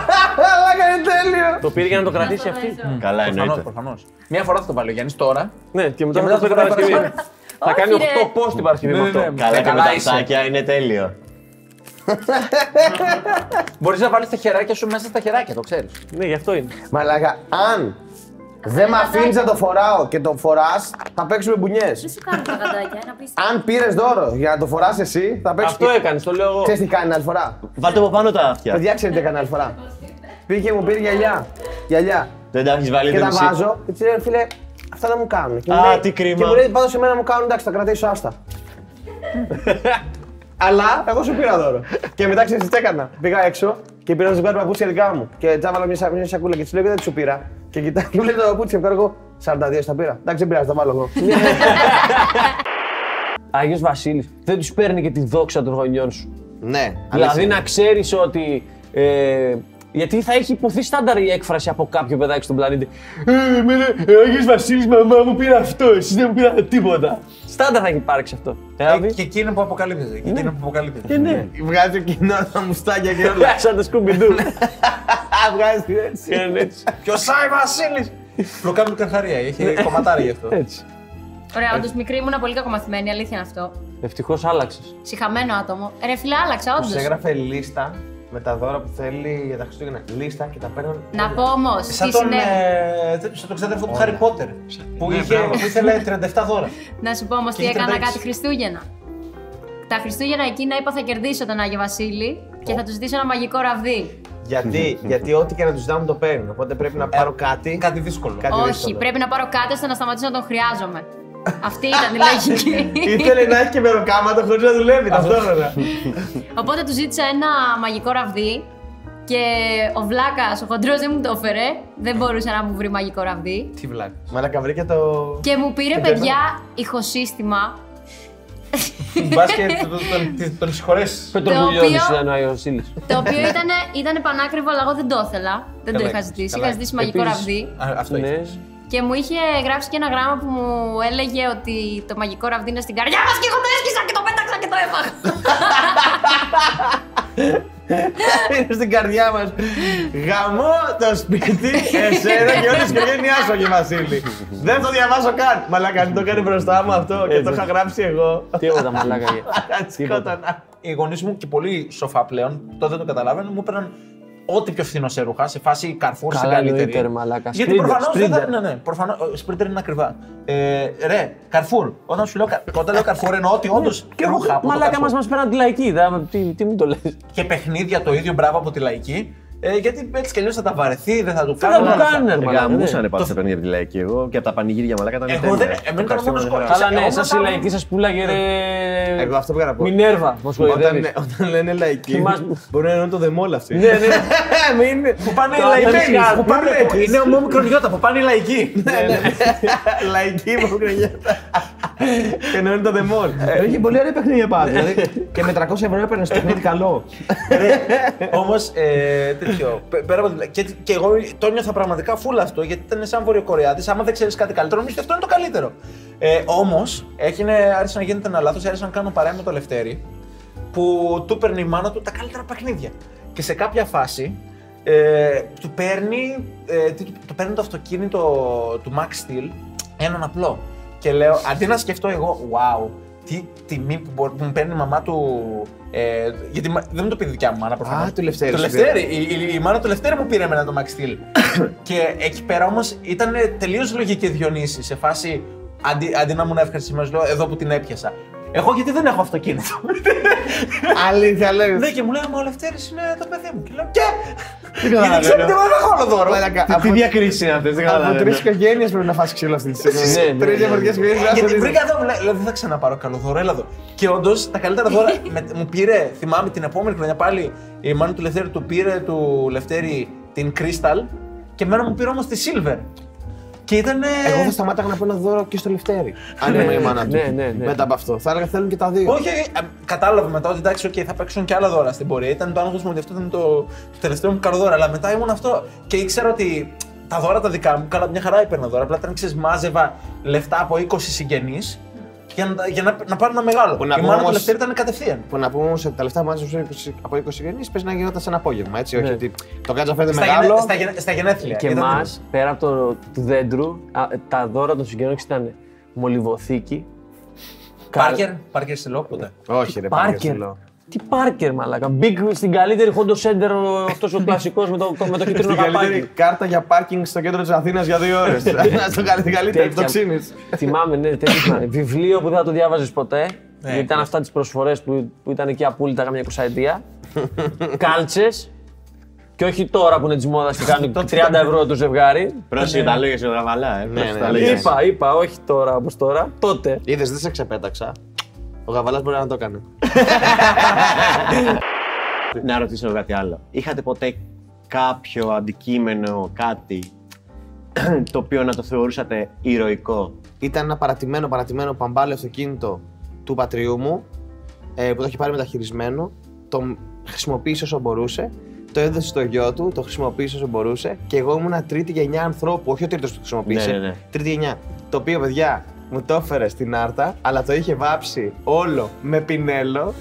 [SPEAKER 1] Αλλά είναι τέλειο.
[SPEAKER 4] το πήρε για να το
[SPEAKER 5] Να
[SPEAKER 4] κρατήσει
[SPEAKER 5] το
[SPEAKER 4] αυτή.
[SPEAKER 5] δω.
[SPEAKER 3] Καλά
[SPEAKER 2] Προφανώς,
[SPEAKER 3] εννοείται.
[SPEAKER 2] προφανώς. Μία φορά θα το βάλει ο Γιάννης τώρα.
[SPEAKER 4] Ναι, και μετά
[SPEAKER 2] Και
[SPEAKER 4] θα το
[SPEAKER 2] μετά
[SPEAKER 4] φέρει
[SPEAKER 2] θα το φέρει
[SPEAKER 4] Παρασκευή. Θα
[SPEAKER 5] Όχι,
[SPEAKER 4] κάνει 8
[SPEAKER 5] ρε.
[SPEAKER 4] πώ την Παρασκευή με
[SPEAKER 2] Ναι, ναι,
[SPEAKER 4] αυτό.
[SPEAKER 2] ναι.
[SPEAKER 3] Καλά και με
[SPEAKER 2] Καλά
[SPEAKER 3] τα
[SPEAKER 2] είσαι.
[SPEAKER 3] ψάκια είναι τέλειο.
[SPEAKER 2] Μπορείς να βάλεις τα χεράκια σου μέσα στα χεράκια, το ξέρεις.
[SPEAKER 4] Ναι, γι' αυτό είναι.
[SPEAKER 1] Μαλάκα, αν δεν με αφήνει να το φοράω και το φοράς, θα παίξουμε μπουνιέ.
[SPEAKER 5] Δεν σου κάνω τα γαντάκια, να πεις.
[SPEAKER 1] Αν πήρες δώρο για να το φοράς εσύ, θα
[SPEAKER 4] Αυτό
[SPEAKER 1] παίξουμε.
[SPEAKER 4] έκανες, το λέω εγώ.
[SPEAKER 1] Ξέρεις τι κάνει άλλη φορά.
[SPEAKER 2] Ναι.
[SPEAKER 3] Βάλτε από πάνω τα
[SPEAKER 4] Ε,
[SPEAKER 3] αυτιά.
[SPEAKER 1] Παιδιά, ξέρετε τι έκανε άλλη φορά. Πήγε και μου πήρε γυαλιά. Γυαλιά.
[SPEAKER 3] Δεν τα έχεις βάλει
[SPEAKER 1] Και
[SPEAKER 3] ούτε
[SPEAKER 1] τα
[SPEAKER 3] μισή.
[SPEAKER 1] βάζω. Και τη λέω, φίλε, αυτά δεν μου κάνουν. Και μου
[SPEAKER 3] Α,
[SPEAKER 1] λέει-
[SPEAKER 3] τι κρίμα.
[SPEAKER 1] Και μου λέει, πάντω σε μένα μου κάνουν, εντάξει, θα κρατήσω άστα. Αλλά εγώ σου πήρα δώρο. και μετά ξέρεις τι έκανα. Πήγα έξω και πήρα να σου πάρει παπούτσια δικά μου. Και τσάβαλα μια, σα- μια σακούλα και της λέω, «Γιατί δεν σου πήρα. Και κοιτάει και μου λέει τα παπούτσια, μου κάνω εγώ 42 στα πήρα. Εντάξει, δεν πειράζει, τα βάλω εγώ.
[SPEAKER 4] Άγιος Βασίλης, δεν τους παίρνει και τη δόξα των γονιών σου.
[SPEAKER 1] ναι,
[SPEAKER 4] Δηλαδή να ξέρεις ότι. ε, γιατί θα έχει υποθεί στάνταρ η έκφραση από κάποιο παιδάκι στον πλανήτη. Ε, εμένα, ο Άγιος Βασίλης μαμά μου πήρε αυτό, εσείς δεν μου πήρατε τίποτα. Στάνταρ θα έχει υπάρξει αυτό.
[SPEAKER 2] Ε,
[SPEAKER 4] Δηλαδή,
[SPEAKER 2] Και εκείνο που αποκαλύπτεται. και Εκείνο που αποκαλύπτεται.
[SPEAKER 4] ναι.
[SPEAKER 1] βγάζει κοινό τα μουστάκια και όλα.
[SPEAKER 4] Σαν το Scooby-Doo.
[SPEAKER 1] Α, βγάζει έτσι.
[SPEAKER 4] Κάνουν έτσι.
[SPEAKER 2] Ποιο Άι Βασίλη! Λουκάνου καρχαρία,
[SPEAKER 1] Ναι.
[SPEAKER 2] έχει κομματάρι γι' αυτό.
[SPEAKER 1] Ε.
[SPEAKER 4] έτσι.
[SPEAKER 5] Ωραία, όντως μικρή ήμουν πολύ κακομαθημένη, αλήθεια είναι αυτό.
[SPEAKER 4] Ευτυχώς άλλαξες.
[SPEAKER 5] Συχαμένο άτομο. Ρε φίλε, άλλαξα,
[SPEAKER 1] Τους
[SPEAKER 5] όντως.
[SPEAKER 1] έγραφε λίστα με τα δώρα που θέλει για τα Χριστούγεννα. Λίστα και τα παίρνουν.
[SPEAKER 5] Να πω όμως,
[SPEAKER 2] Σαν
[SPEAKER 5] τι
[SPEAKER 2] τον,
[SPEAKER 5] συνέβη.
[SPEAKER 2] ε, τε- σαν τον ξάδερφο του Χάρι Πότερ. Που,
[SPEAKER 7] Ναι,
[SPEAKER 2] είχε,
[SPEAKER 7] μπράβο.
[SPEAKER 2] που ήθελε 37 δώρα.
[SPEAKER 5] Να σου πω όμως τι
[SPEAKER 2] είχε
[SPEAKER 5] έκανα
[SPEAKER 2] 36.
[SPEAKER 5] κάτι Χριστούγεννα. Τα Χριστούγεννα εκείνα είπα θα κερδίσω τον Άγιο Βασίλη και θα τους ζητήσω ένα μαγικό ραβδί.
[SPEAKER 1] Γιατί, γιατί ό,τι και να τους δάμε το παίρνουν. Οπότε πρέπει να πάρω κάτι.
[SPEAKER 2] Ε, Κάτι δύσκολο.
[SPEAKER 1] Κάτι
[SPEAKER 5] Όχι,
[SPEAKER 1] δύσκολο.
[SPEAKER 5] πρέπει να πάρω κάτι ώστε να σταματήσω να τον χρειάζομαι. Αυτή ήταν η λογική.
[SPEAKER 1] Ήθελε να έχει και μεροκάματα χωρί να δουλεύει ταυτόχρονα.
[SPEAKER 5] Οπότε του ζήτησα ένα μαγικό ραβδί και ο Βλάκας, ο χοντρός δεν μου το έφερε. Δεν μπορούσε να μου βρει μαγικό ραβδί.
[SPEAKER 2] Τι βλάκας.
[SPEAKER 1] Μαλάκα βρήκε το.
[SPEAKER 5] Και μου πήρε,
[SPEAKER 1] περνάω.
[SPEAKER 5] παιδιά, ηχοσύστημα
[SPEAKER 2] Μπας και τον- τον- τον συγχωρέσει.
[SPEAKER 4] Πετροβουλιώδη
[SPEAKER 5] οποίο-
[SPEAKER 4] ήταν ο Ιωσήλη.
[SPEAKER 5] το οποίο ήταν, ήταν πανάκριβο, αλλά εγώ δεν το ήθελα. Δεν το
[SPEAKER 2] Καλά
[SPEAKER 5] είχα
[SPEAKER 2] έκανες,
[SPEAKER 5] ζητήσει.
[SPEAKER 2] καλά
[SPEAKER 5] Είχα ζητήσει
[SPEAKER 4] έκανες.
[SPEAKER 5] μαγικό
[SPEAKER 4] Επίσης-
[SPEAKER 5] ραβδί.
[SPEAKER 2] Α, Αυτό
[SPEAKER 4] Ναι.
[SPEAKER 2] είναι.
[SPEAKER 5] Και μου είχε γράψει και ένα γράμμα που μου έλεγε ότι το μαγικό ραβδί είναι στην καρδιά μας και εγώ το έσκυσα και το πέταξα και το έφαγα.
[SPEAKER 1] Είναι στην καρδιά μας. Γαμώ το σπίτι, εσένα και όλη τη οικογένειάς σου, Αγιο Βασίλη. Δεν το διαβάζω καν. Μαλάκα, αν το κάνει μπροστά μου αυτό και το είχα γράψει εγώ.
[SPEAKER 4] Τίποτα μαλάκα. γε.
[SPEAKER 1] Θα σκότωνα.
[SPEAKER 2] Οι γονείς μου και πολύ σοφά πλέον, τότε δεν το καταλάβαινε, μου έπαιρναν ό,τι πιο φθηνό σε ρούχα, σε φάση καρφούρ, σε
[SPEAKER 4] Καλά
[SPEAKER 2] καλύτερη.
[SPEAKER 4] νοήτερ, μαλάκα.
[SPEAKER 2] Γιατί
[SPEAKER 4] Sprinter,
[SPEAKER 2] προφανώς δεν
[SPEAKER 4] Sprinter.
[SPEAKER 2] θα. Ναι, ναι, προφανώς. Σπρίντερ είναι ακριβά. Ε, ρε, καρφούρ. Όταν σου λέω, κα- όταν λέω καρφούρ, εννοώ ότι όντω
[SPEAKER 4] Ναι, Και εγώ,
[SPEAKER 2] ρούχα από το
[SPEAKER 4] μαλάκα
[SPEAKER 2] Carrefour.
[SPEAKER 4] μας μας πέραν τη λαϊκή. δα- Τι, τι μου το λες.
[SPEAKER 2] και παιχνίδια το ίδιο μπράβο από τη λαϊκή. Ε, γιατί έτσι κι αλλιώς θα τα βαρεθεί, δεν θα του
[SPEAKER 4] Δεν θα
[SPEAKER 2] κάνουν.
[SPEAKER 4] μου
[SPEAKER 2] όλα αυτά.
[SPEAKER 4] κάνουν, ρε μαλάκα. ναι.
[SPEAKER 3] Ε, Γαμούσανε πάντα στα παιχνίδια από τη λαϊκή. Εγώ και από τα πανηγύρια μαλάκα ήταν.
[SPEAKER 2] Ε, Εγώ δεν.
[SPEAKER 3] τέλεια.
[SPEAKER 2] Εμένα ήταν
[SPEAKER 3] Το
[SPEAKER 2] μόνο
[SPEAKER 3] καυσίμο
[SPEAKER 2] σκόρ.
[SPEAKER 3] δεν
[SPEAKER 4] Αλλά
[SPEAKER 2] Εγώ
[SPEAKER 4] ναι, σα η
[SPEAKER 2] μετά-
[SPEAKER 4] λαϊκή σα πουλάγε ρε.
[SPEAKER 1] Εγώ αυτό πήγα να πω.
[SPEAKER 4] Μινέρβα, μα
[SPEAKER 1] Όταν,
[SPEAKER 4] κοροϊδεύει.
[SPEAKER 1] όταν λένε λαϊκή,
[SPEAKER 4] Θυμάσαι-
[SPEAKER 1] μπορεί να εννοούν το δεμόλ αυτοί.
[SPEAKER 4] Ναι, ναι.
[SPEAKER 1] Μην
[SPEAKER 2] Που πάνε οι
[SPEAKER 4] Το
[SPEAKER 2] λαϊκοί.
[SPEAKER 4] Atlantis,
[SPEAKER 2] Που πάνε.
[SPEAKER 4] Atlantis.
[SPEAKER 2] Είναι ο Μόμικρο Λιώτα, που πάνε οι λαϊκοί.
[SPEAKER 1] λαϊκή μου κρυγέτα. Και εννοούν το δεμόλ.
[SPEAKER 8] Έχει πολύ ωραία παιχνίδια πάντα. δηλαδή, και με 300 ευρώ έπαιρνες παιχνίδι καλό.
[SPEAKER 2] Όμως, ε, τέτοιο. πε- Πέρα από την. Και, και εγώ το νιώθα πραγματικά φούλα αυτό, γιατί ήταν σαν Βορειοκορεάτης. Άμα δεν ξέρεις κάτι καλύτερο, νομίζω ότι αυτό είναι το καλύτερο. Ε, Όμως, άρχισε να γίνεται ένα λάθος, άρχισε να κάνω παρέα με το Λευτέρη, που του παίρνει η μάνα του τα καλύτερα παιχνίδια. Και σε κάποια φάση. Ε, του παίρνει, ε, τι του- του παίρνει το αυτοκίνητο του Max Steel έναν απλό. Και λέω, αντί να σκεφτώ εγώ, wow, τι τιμή που, μπο- που μου παίρνει η μαμά του. Ε, γιατί μα- δεν μου το πήρε η δικιά μου μάνα προφανώς.
[SPEAKER 1] Α, του Λευτέρη
[SPEAKER 2] Το
[SPEAKER 1] σου
[SPEAKER 2] Λευτέρη. Η, η, η μάνα του Λευτέρη μου πήρε εμένα το Max Steel. και εκεί πέρα όμως ήταν τελείως λογική Διονύση. Σε φάση, αντί, αντί να μου ευχαριστημένο, λέω εδώ που την έπιασα. Εγώ γιατί δεν έχω αυτοκίνητο.
[SPEAKER 1] Αλήθεια λέω.
[SPEAKER 2] ναι, και μου λέει, Μα ο Λευτέρης είναι το παιδί μου. Και λέω, Και!
[SPEAKER 1] καταλαβαίνω.
[SPEAKER 2] γιατί ξέρω ότι δεν έχω όλο δώρο.
[SPEAKER 1] Μαλάκα,
[SPEAKER 8] Τι
[SPEAKER 1] από-
[SPEAKER 8] διακρίσεις είναι αυτές, δεν
[SPEAKER 1] Από τρει
[SPEAKER 8] καταλαβαίνω.
[SPEAKER 1] οικογένειες πρέπει να φας ξύλο αυτή τη
[SPEAKER 4] Ναι, ναι,
[SPEAKER 1] στιγμή.
[SPEAKER 4] ναι.
[SPEAKER 1] Τρει διαφορετικές οικογένειες.
[SPEAKER 2] Γιατί βρήκα εδώ, λέω, λέω, δεν θα ξαναπάρω καλό δώρο, έλα εδώ. Και όντως τα καλύτερα δώρα με- μου πήρε, θυμάμαι την επόμενη χρονιά πάλι, η μάνα του Λευτέρη του πήρε του Λευτέρη την Crystal και εμένα μου πήρε όμως τη Silver. Και ήταν.
[SPEAKER 1] Εγώ θα σταμάταγα να πω ένα δώρο και στο Λευτέρη. Αν ήμουν η μάνα του.
[SPEAKER 4] Ναι, ναι, ναι.
[SPEAKER 1] Μετά από αυτό. Θα έλεγα θέλουν και τα δύο.
[SPEAKER 2] Όχι, ε, κατάλαβα μετά ότι εντάξει, okay, θα παίξουν και άλλα δώρα στην πορεία. Ήταν το άγχος μου ότι αυτό ήταν το, το τελευταίο μου καλό δώρο. Αλλά μετά ήμουν αυτό. Και ήξερα ότι τα δώρα τα δικά μου, καλά μια χαρά έπαιρνα δώρα. Απλά ήταν ξέρεις, μάζευα λεφτά από 20 συγγενείς για, να, τα- για να, να πάρω ένα μεγάλο.
[SPEAKER 1] Που να
[SPEAKER 2] η
[SPEAKER 1] πούμε
[SPEAKER 2] μάνα του
[SPEAKER 1] όμως-
[SPEAKER 2] Λευτέρη ήταν κατευθείαν.
[SPEAKER 1] Που να πούμε όμως ότι τα λεφτά μάζε από 20 γενεί πες να γινόταν σε ένα απόγευμα. Έτσι, όχι
[SPEAKER 4] Ναι.
[SPEAKER 1] ότι το κάτσο φαίνεται
[SPEAKER 2] Στα, γενε,
[SPEAKER 1] μεγάλο.
[SPEAKER 2] στα, γενε, στα γενέθλια.
[SPEAKER 4] Και
[SPEAKER 2] Ήταν-
[SPEAKER 4] εμάς, πέρα από το του δέντρου, α, τα δώρα των συγγενών ήταν μολυβοθήκη.
[SPEAKER 2] Πάρκερ, Πάρκερ Σιλό, ποτέ.
[SPEAKER 1] Όχι, ρε
[SPEAKER 4] Πάρκερ.
[SPEAKER 1] Παρκερ.
[SPEAKER 4] Τι πάρκερ, μαλάκα. Big στην καλύτερη χόντο σέντερ αυτός ο κλασικός με το, με το κίτρινο
[SPEAKER 1] Στην καλύτερη
[SPEAKER 4] καπάκι.
[SPEAKER 1] κάρτα για πάρκινγκ στο κέντρο της Αθήνας για δύο ώρες. Στο καλ- την καλύτερη,
[SPEAKER 4] Τέτοια.
[SPEAKER 1] το ξύνεις.
[SPEAKER 4] Θυμάμαι, ναι, τέτοιο θυμάμαι. Βιβλίο που δεν θα το διάβαζες ποτέ. γιατί ήταν αυτά τις προσφορές που, που ήταν εκεί απόλυτα καμιά εικοσαετία. Κάλτσες. Και όχι τώρα που είναι της μόδας και κάνουν 30 ευρώ το ζευγάρι.
[SPEAKER 3] Πρόσεχε τα λόγια σου γραβαλά, ε. Πρόσεχε
[SPEAKER 1] ναι,
[SPEAKER 3] τα
[SPEAKER 1] ναι.
[SPEAKER 3] λόγια σου.
[SPEAKER 4] Ναι, Είπα, είπα, όχι τώρα όπως τώρα. Τότε.
[SPEAKER 1] Είδες, δεν σε ξεπέταξα. Ο Γαβαλάς μπορεί να το έκανε.
[SPEAKER 3] Να ρωτήσω κάτι άλλο. Είχατε ποτέ κάποιο αντικείμενο, κάτι το οποίο να το θεωρούσατε ηρωικό.
[SPEAKER 1] Ήταν ένα παρατημένο, παρατημένο παμπάλαιο αυτοκίνητο του πατριού μου ε, που το είχε πάρει μεταχειρισμένο. Το χρησιμοποίησε όσο μπορούσε. Το έδωσε στο γιο του, το χρησιμοποίησε όσο μπορούσε. Και εγώ ήμουνα τρίτη γενιά ανθρώπου, όχι ο τρίτος που το χρησιμοποίησε.
[SPEAKER 3] Ναι, ναι, ναι.
[SPEAKER 1] Τρίτη γενιά. Το οποίο, παιδιά, μου το έφερε στην άρτα, αλλά το είχε βάψει όλο με πινέλο.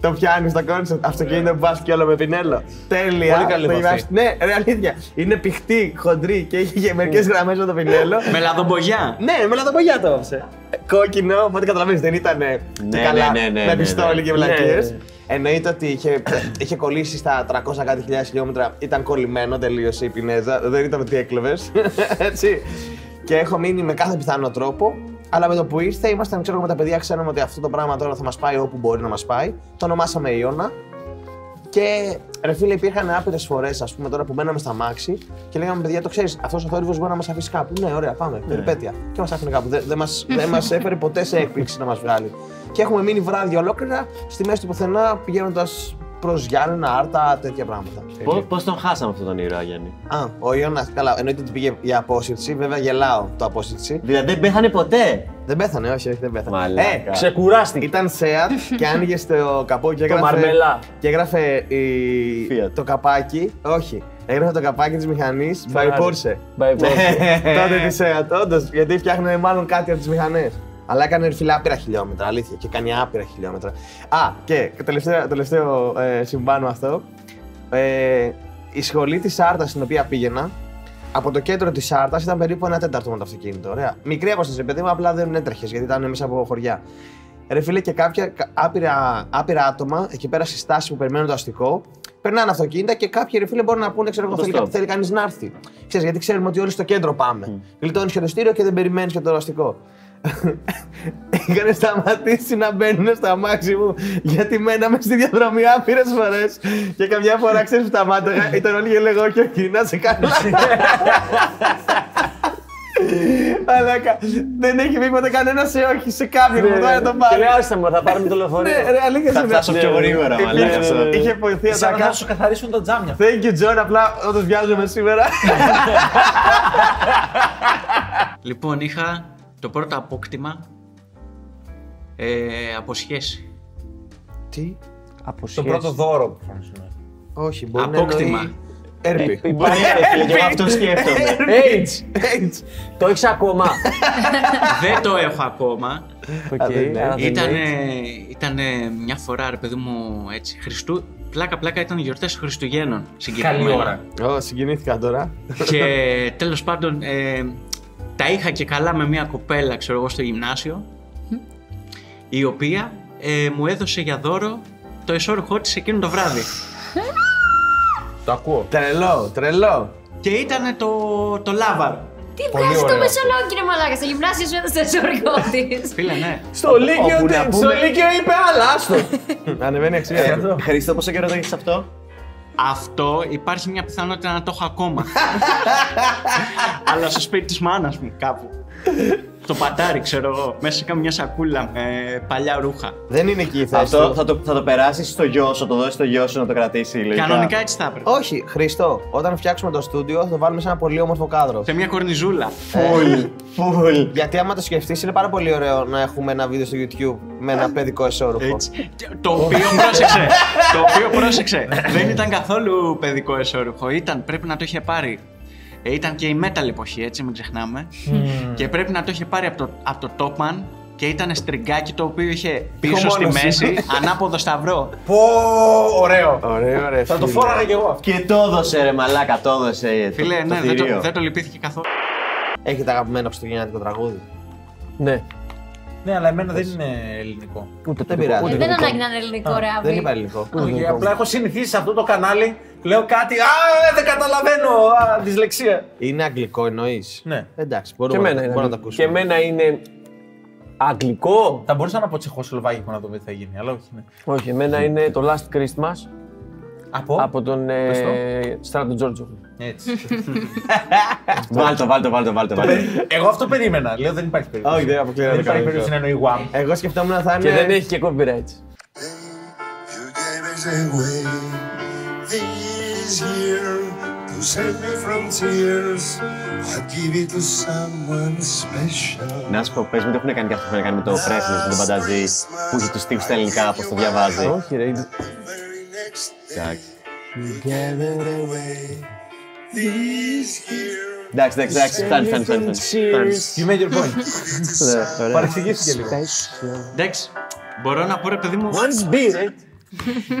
[SPEAKER 1] Το πιάνεις, το κόνσεπτ. Αυτοκίνητο που βάζει και όλο με πινέλο. Τέλεια.
[SPEAKER 2] Πολύ καλή
[SPEAKER 1] Το
[SPEAKER 2] επαφή.
[SPEAKER 1] βάζει- Ναι, ρε, αλήθεια. Είναι πηχτή, χοντρή και είχε μερικές γραμμές με το πινέλο.
[SPEAKER 7] Με λαδομπογιά.
[SPEAKER 1] Ναι, με λαδοπογιά το όψε. Κόκκινο, οπότε καταλαβαίνεις, δεν ήταν ναι,
[SPEAKER 3] Ναι,
[SPEAKER 1] καλά
[SPEAKER 3] ναι, ναι, ναι,
[SPEAKER 1] με
[SPEAKER 3] ναι,
[SPEAKER 1] πιστόλι
[SPEAKER 3] ναι.
[SPEAKER 1] και βλακίες.
[SPEAKER 4] Ναι, ναι.
[SPEAKER 1] Εννοείται ότι είχε, είχε κολλήσει στα 300 κάτι χιλιάδες χιλιόμετρα, ήταν κολλημένο τελείως η Πινέζα, δεν ήταν ότι έκλεβες. Έτσι. Και έχω μείνει με κάθε πιθανό τρόπο, αλλά με το που ήρθε, ήμασταν ξέρω εγώ, με τα παιδιά, ξέραμε ότι αυτό το πράγμα τώρα θα μας πάει όπου μπορεί να μας πάει. Το ονομάσαμε Ιώνα. Και ρε φίλε, υπήρχαν άπειρες φορές, ας πούμε, τώρα που μπαίναμε στα μάξι και λέγαμε, παιδιά, το ξέρεις, αυτός ο θόρυβος μπορεί να μας αφήσει κάπου. Ναι, ωραία, πάμε, περιπέτεια. Και μας άφηνε κάπου. Δε- Δεν μας- δεν μας έφερε ποτέ σε έκπληξη να μας βγάλει. Και έχουμε μείνει βράδυ ολόκληρα στη μέση του πουθενά πηγαίνοντας προς Γιάννενα, Άρτα, τέτοια πράγματα.
[SPEAKER 4] Ε,
[SPEAKER 1] Ε,
[SPEAKER 3] Πώς τον χάσαμε αυτόν τον ήρωα, Γιάννη.
[SPEAKER 1] Α, ο Ιώνας, καλά, εννοείται ότι πήγε για απόσυρση. Βέβαια, γελάω το απόσυρση.
[SPEAKER 3] Δηλαδή δεν πέθανε ποτέ.
[SPEAKER 1] Δεν πέθανε, όχι, όχι, δεν πέθανε. Ε,
[SPEAKER 3] Μαλάκα.
[SPEAKER 4] Ξεκουράστηκε.
[SPEAKER 1] Ήταν Σέατ και άνοιγε στο καπό και έγραφε.
[SPEAKER 4] μαρμελά.
[SPEAKER 1] Και έγραφε η-
[SPEAKER 3] Fiat.
[SPEAKER 1] το καπάκι. Όχι. Έγραφε το καπάκι της μηχανής by Ναι,
[SPEAKER 4] Ferrari.
[SPEAKER 1] Porsche.
[SPEAKER 4] By Porsche.
[SPEAKER 1] Τότε της Σέατ, όντως. Γιατί φτιάχνανε μάλλον κάτι από τις μηχανές. Αλλά έκανε ρε φίλε άπειρα χιλιόμετρα, αλήθεια. Και κάνει άπειρα χιλιόμετρα. Α, και τελευταίο, τελευταίο ε, συμβάν με αυτό. Ε, η σχολή της Σάρτας στην οποία πήγαινα, από το κέντρο της Σάρτας ήταν περίπου ένα τέταρτο με το αυτοκίνητο. Ωραία. Μικρή αποστασία, παιδί μου, απλά δεν έτρεχες γιατί ήταν εμεί από χωριά. Ρε φίλε, και κάποια κα- άπειρα, άπειρα άτομα εκεί πέρα στη στάση που περιμένουν το αστικό, περνάνε αυτοκίνητα και κάποιοι ρε φίλε μπορούν να πούνε: Ξέρω εγώ,
[SPEAKER 3] Το
[SPEAKER 1] θέλει,
[SPEAKER 3] stop.
[SPEAKER 1] θέλει κανείς να έρθει. Ξέρεις, γιατί ξέρουμε ότι όλοι στο κέντρο πάμε. Γλιτώνει και το στήριο και δεν περιμένεις και το αστικό. Είχαν σταματήσει να μπαίνουν στα αμάξι μου γιατί μέναμε στη διαδρομή άπειρες φορές. Και καμιά φορά ξέρεις που τα μάτια ήταν όλοι και λέγω: Όχι, όχι, να σε καλά. Αλλά κα- δεν έχει πει ποτέ κανένας σε όχι σε κάποιον
[SPEAKER 4] Ναι,
[SPEAKER 1] που τώρα το
[SPEAKER 4] Και
[SPEAKER 1] πάρει.
[SPEAKER 4] λέει, άσε με, Ε, θα πάρουμε το λεωφορείο.
[SPEAKER 1] Ναι, ρε, αλήθεια
[SPEAKER 3] Θα
[SPEAKER 1] σε
[SPEAKER 3] φτάσω πιο γρήγορα, μαλάκα.
[SPEAKER 4] ναι, ναι.
[SPEAKER 1] Είχε βοηθεί Σαν ατάκα. να σου καθαρίσουν τα τζάμια. Thank you, John. Απλά όντως βιάζομαι σήμερα.
[SPEAKER 7] Λοιπόν, είχα το πρώτο απόκτημα ε, από σχέση.
[SPEAKER 1] Τι,
[SPEAKER 4] Από
[SPEAKER 1] Το πρώτο δώρο που Όχι, μπορεί να
[SPEAKER 7] Απόκτημα.
[SPEAKER 1] εννοεί Έρπη.
[SPEAKER 3] Και εγώ αυτό σκέφτομαι.
[SPEAKER 4] Age!
[SPEAKER 1] Έτσι.
[SPEAKER 4] Το έχεις ακόμα.
[SPEAKER 7] δεν το έχω ακόμα.
[SPEAKER 4] Οκ,
[SPEAKER 1] Α, δεν είναι.
[SPEAKER 4] άρα δεν
[SPEAKER 7] Ήταν,
[SPEAKER 4] είναι.
[SPEAKER 7] μια φορά, ρε παιδί μου, έτσι, Χριστού. Πλάκα-πλάκα ήταν οι γιορτές Χριστουγέννων συγκεκριμένα.
[SPEAKER 4] Καλή ώρα.
[SPEAKER 1] Ω, συγκινήθηκα τώρα.
[SPEAKER 7] και τέλος πάντων ε, τα είχα και καλά με μια κοπέλα, ξέρω εγώ, στο γυμνάσιο η οποία ε, μου έδωσε για δώρο το εσώρουχό της εκείνο το βράδυ.
[SPEAKER 1] Το ακούω. Τρελό, τρελό.
[SPEAKER 7] και ήταν το, το λάβαρο.
[SPEAKER 5] Τι βγάζει το μεσολόγιο, κύριε Μαλάκα, στο γυμνάσιο σου έδωσε εσωτερικό τη.
[SPEAKER 7] Φίλε, ναι.
[SPEAKER 4] Στο Λύκειο
[SPEAKER 1] Όπου να
[SPEAKER 4] τι- στο
[SPEAKER 1] πούμε-
[SPEAKER 4] Λύκειο είπε άλλα, άστο.
[SPEAKER 1] Ανεβαίνει η αξία γι' αυτό.
[SPEAKER 3] Χρήστο, πόσο καιρό το έχεις αυτό.
[SPEAKER 7] Αυτό υπάρχει μια πιθανότητα να το έχω ακόμα. Αλλά στο σπίτι της μάνας μου κάπου. το πατάρι, ξέρω εγώ, μέσα σε καμιά σακούλα με παλιά ρούχα.
[SPEAKER 1] Δεν είναι εκεί η θέση.
[SPEAKER 3] Αυτό
[SPEAKER 1] του.
[SPEAKER 3] θα το, θα το περάσεις στο γιο σου, θα το δώσεις στο γιο σου να το κρατήσει. λογικά.
[SPEAKER 7] Κανονικά έτσι θα έπρεπε.
[SPEAKER 1] Όχι, Χριστό, όταν φτιάξουμε το στούντιο θα το βάλουμε σε ένα πολύ όμορφο κάδρο.
[SPEAKER 7] Σε μια κορνιζούλα.
[SPEAKER 3] Ε, Φουλ, φουλ.
[SPEAKER 1] Γιατί άμα το σκεφτείς, είναι πάρα πολύ ωραίο να έχουμε ένα βίντεο στο YouTube με ένα παιδικό εσώρουχο.
[SPEAKER 7] Έτσι. Το οποίο πρόσεξε. το οποίο πρόσεξε. Δεν ήταν καθόλου παιδικό εσώρουχο. Ήταν, πρέπει να το είχε πάρει. Ε, ήταν και η metal εποχή, έτσι, μην ξεχνάμε. και πρέπει να το είχε πάρει από το, απ' το Topman και ήταν στριγκάκι το οποίο είχε πίσω στη
[SPEAKER 1] Ηχομόνωση.
[SPEAKER 7] μέση, ανάποδο σταυρό.
[SPEAKER 1] Πω, ωραίο. Ωραίο, ρε. Θα το φόραγα κι εγώ.
[SPEAKER 3] Και το έδωσε ρε μαλάκα, το έδωσε. ε, το-
[SPEAKER 7] Φίλε,
[SPEAKER 3] το
[SPEAKER 7] ναι, δεν το,
[SPEAKER 3] θηρίο.
[SPEAKER 7] δεν το λυπήθηκε καθόλου.
[SPEAKER 1] Έχετε αγαπημένο χριστουγεννιάτικο τραγούδι.
[SPEAKER 4] Ναι.
[SPEAKER 1] Ναι, αλλά εμένα δεν είναι ελληνικό. Ούτε δεν πειράζει.
[SPEAKER 5] Δεν ανάγκη να είναι ελληνικό ρε
[SPEAKER 1] Δεν
[SPEAKER 5] Άβη.
[SPEAKER 1] είπα ελληνικό.
[SPEAKER 2] Όχι, απλά έχω συνηθίσει σε αυτό το κανάλι. Λέω κάτι. Α, δεν καταλαβαίνω. Α, δυσλεξία.
[SPEAKER 1] Είναι αγγλικό εννοείς.
[SPEAKER 2] Ναι.
[SPEAKER 1] Εντάξει,
[SPEAKER 4] Και
[SPEAKER 1] μπορούμε να,
[SPEAKER 4] εμένα
[SPEAKER 1] μπορούμε να το
[SPEAKER 4] είναι. Και
[SPEAKER 1] ακούσουμε.
[SPEAKER 4] εμένα είναι. Αγγλικό.
[SPEAKER 2] Θα μπορούσα να πω τσεχοσλοβάκικο να το δω τι θα γίνει, αλλά όχι. Ναι.
[SPEAKER 4] Όχι, εμένα είναι το Last Christmas
[SPEAKER 2] Από.
[SPEAKER 4] από τον ε, Στράτο Τζόρτζο.
[SPEAKER 1] Ναι.
[SPEAKER 2] Έτσι.
[SPEAKER 3] Βάλτο, βάλτο, βάλτο, βάλτο. βάλτο.
[SPEAKER 2] Εγώ αυτό περίμενα. Λέω δεν υπάρχει περίπτωση.
[SPEAKER 1] Όχι, δεν αποκλείω να
[SPEAKER 2] Δεν
[SPEAKER 1] το
[SPEAKER 2] υπάρχει
[SPEAKER 1] κάνω.
[SPEAKER 2] περίπτωση να εννοεί γουάμ.
[SPEAKER 1] Εγώ σκεφτόμουν θα είναι.
[SPEAKER 4] Και δεν έχει και copyright.
[SPEAKER 9] You gave it away. The year is here to save me from tears. I give it to someone special.
[SPEAKER 3] Να σου πω, πες μου τι έχουν κάνει και αυτό που έχουν κάνει με το Presley, με τον Πανταζή, που έχει τους τείχου στα ελληνικά, πώς το διαβάζει.
[SPEAKER 4] Όχι, ρε. είναι-
[SPEAKER 9] The very next day,
[SPEAKER 3] Εντάξει,
[SPEAKER 9] you gave it away. This year,
[SPEAKER 3] εντάξει, εντάξει, φτάνει, φτάνει, φτάνει. φτάνει.
[SPEAKER 2] You made your
[SPEAKER 1] Ναι,
[SPEAKER 2] point. Παρεξηγήθηκε λίγο.
[SPEAKER 7] Εντάξει, μπορώ να πω ρε παιδί μου.
[SPEAKER 4] One spirit,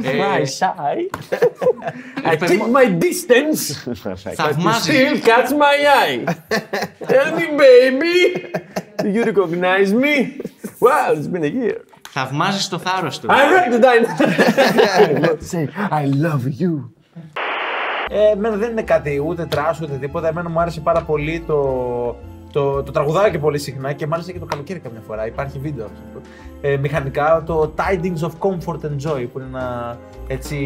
[SPEAKER 7] ε,
[SPEAKER 4] my side. I
[SPEAKER 7] παιδί
[SPEAKER 4] keep
[SPEAKER 7] μου-
[SPEAKER 4] my distance.
[SPEAKER 7] θαυμάζει.
[SPEAKER 4] Still catch my eye. Tell me, baby. Do you recognize me? Wow, it's been a year.
[SPEAKER 7] Θαυμάζεις το θάρρος
[SPEAKER 4] I'm
[SPEAKER 7] του.
[SPEAKER 4] ready to die. Let's say I love you.
[SPEAKER 2] Ε, εμένα δεν είναι κάτι ούτε τράσου ούτε τίποτα. Εμένα μου άρεσε πάρα πολύ το, το, το τραγουδάω και πολύ συχνά και μάλιστα και το καλοκαίρι καμιά φορά. Υπάρχει βίντεο. Ε, μηχανικά το Tidings of Comfort and Joy που είναι ένα έτσι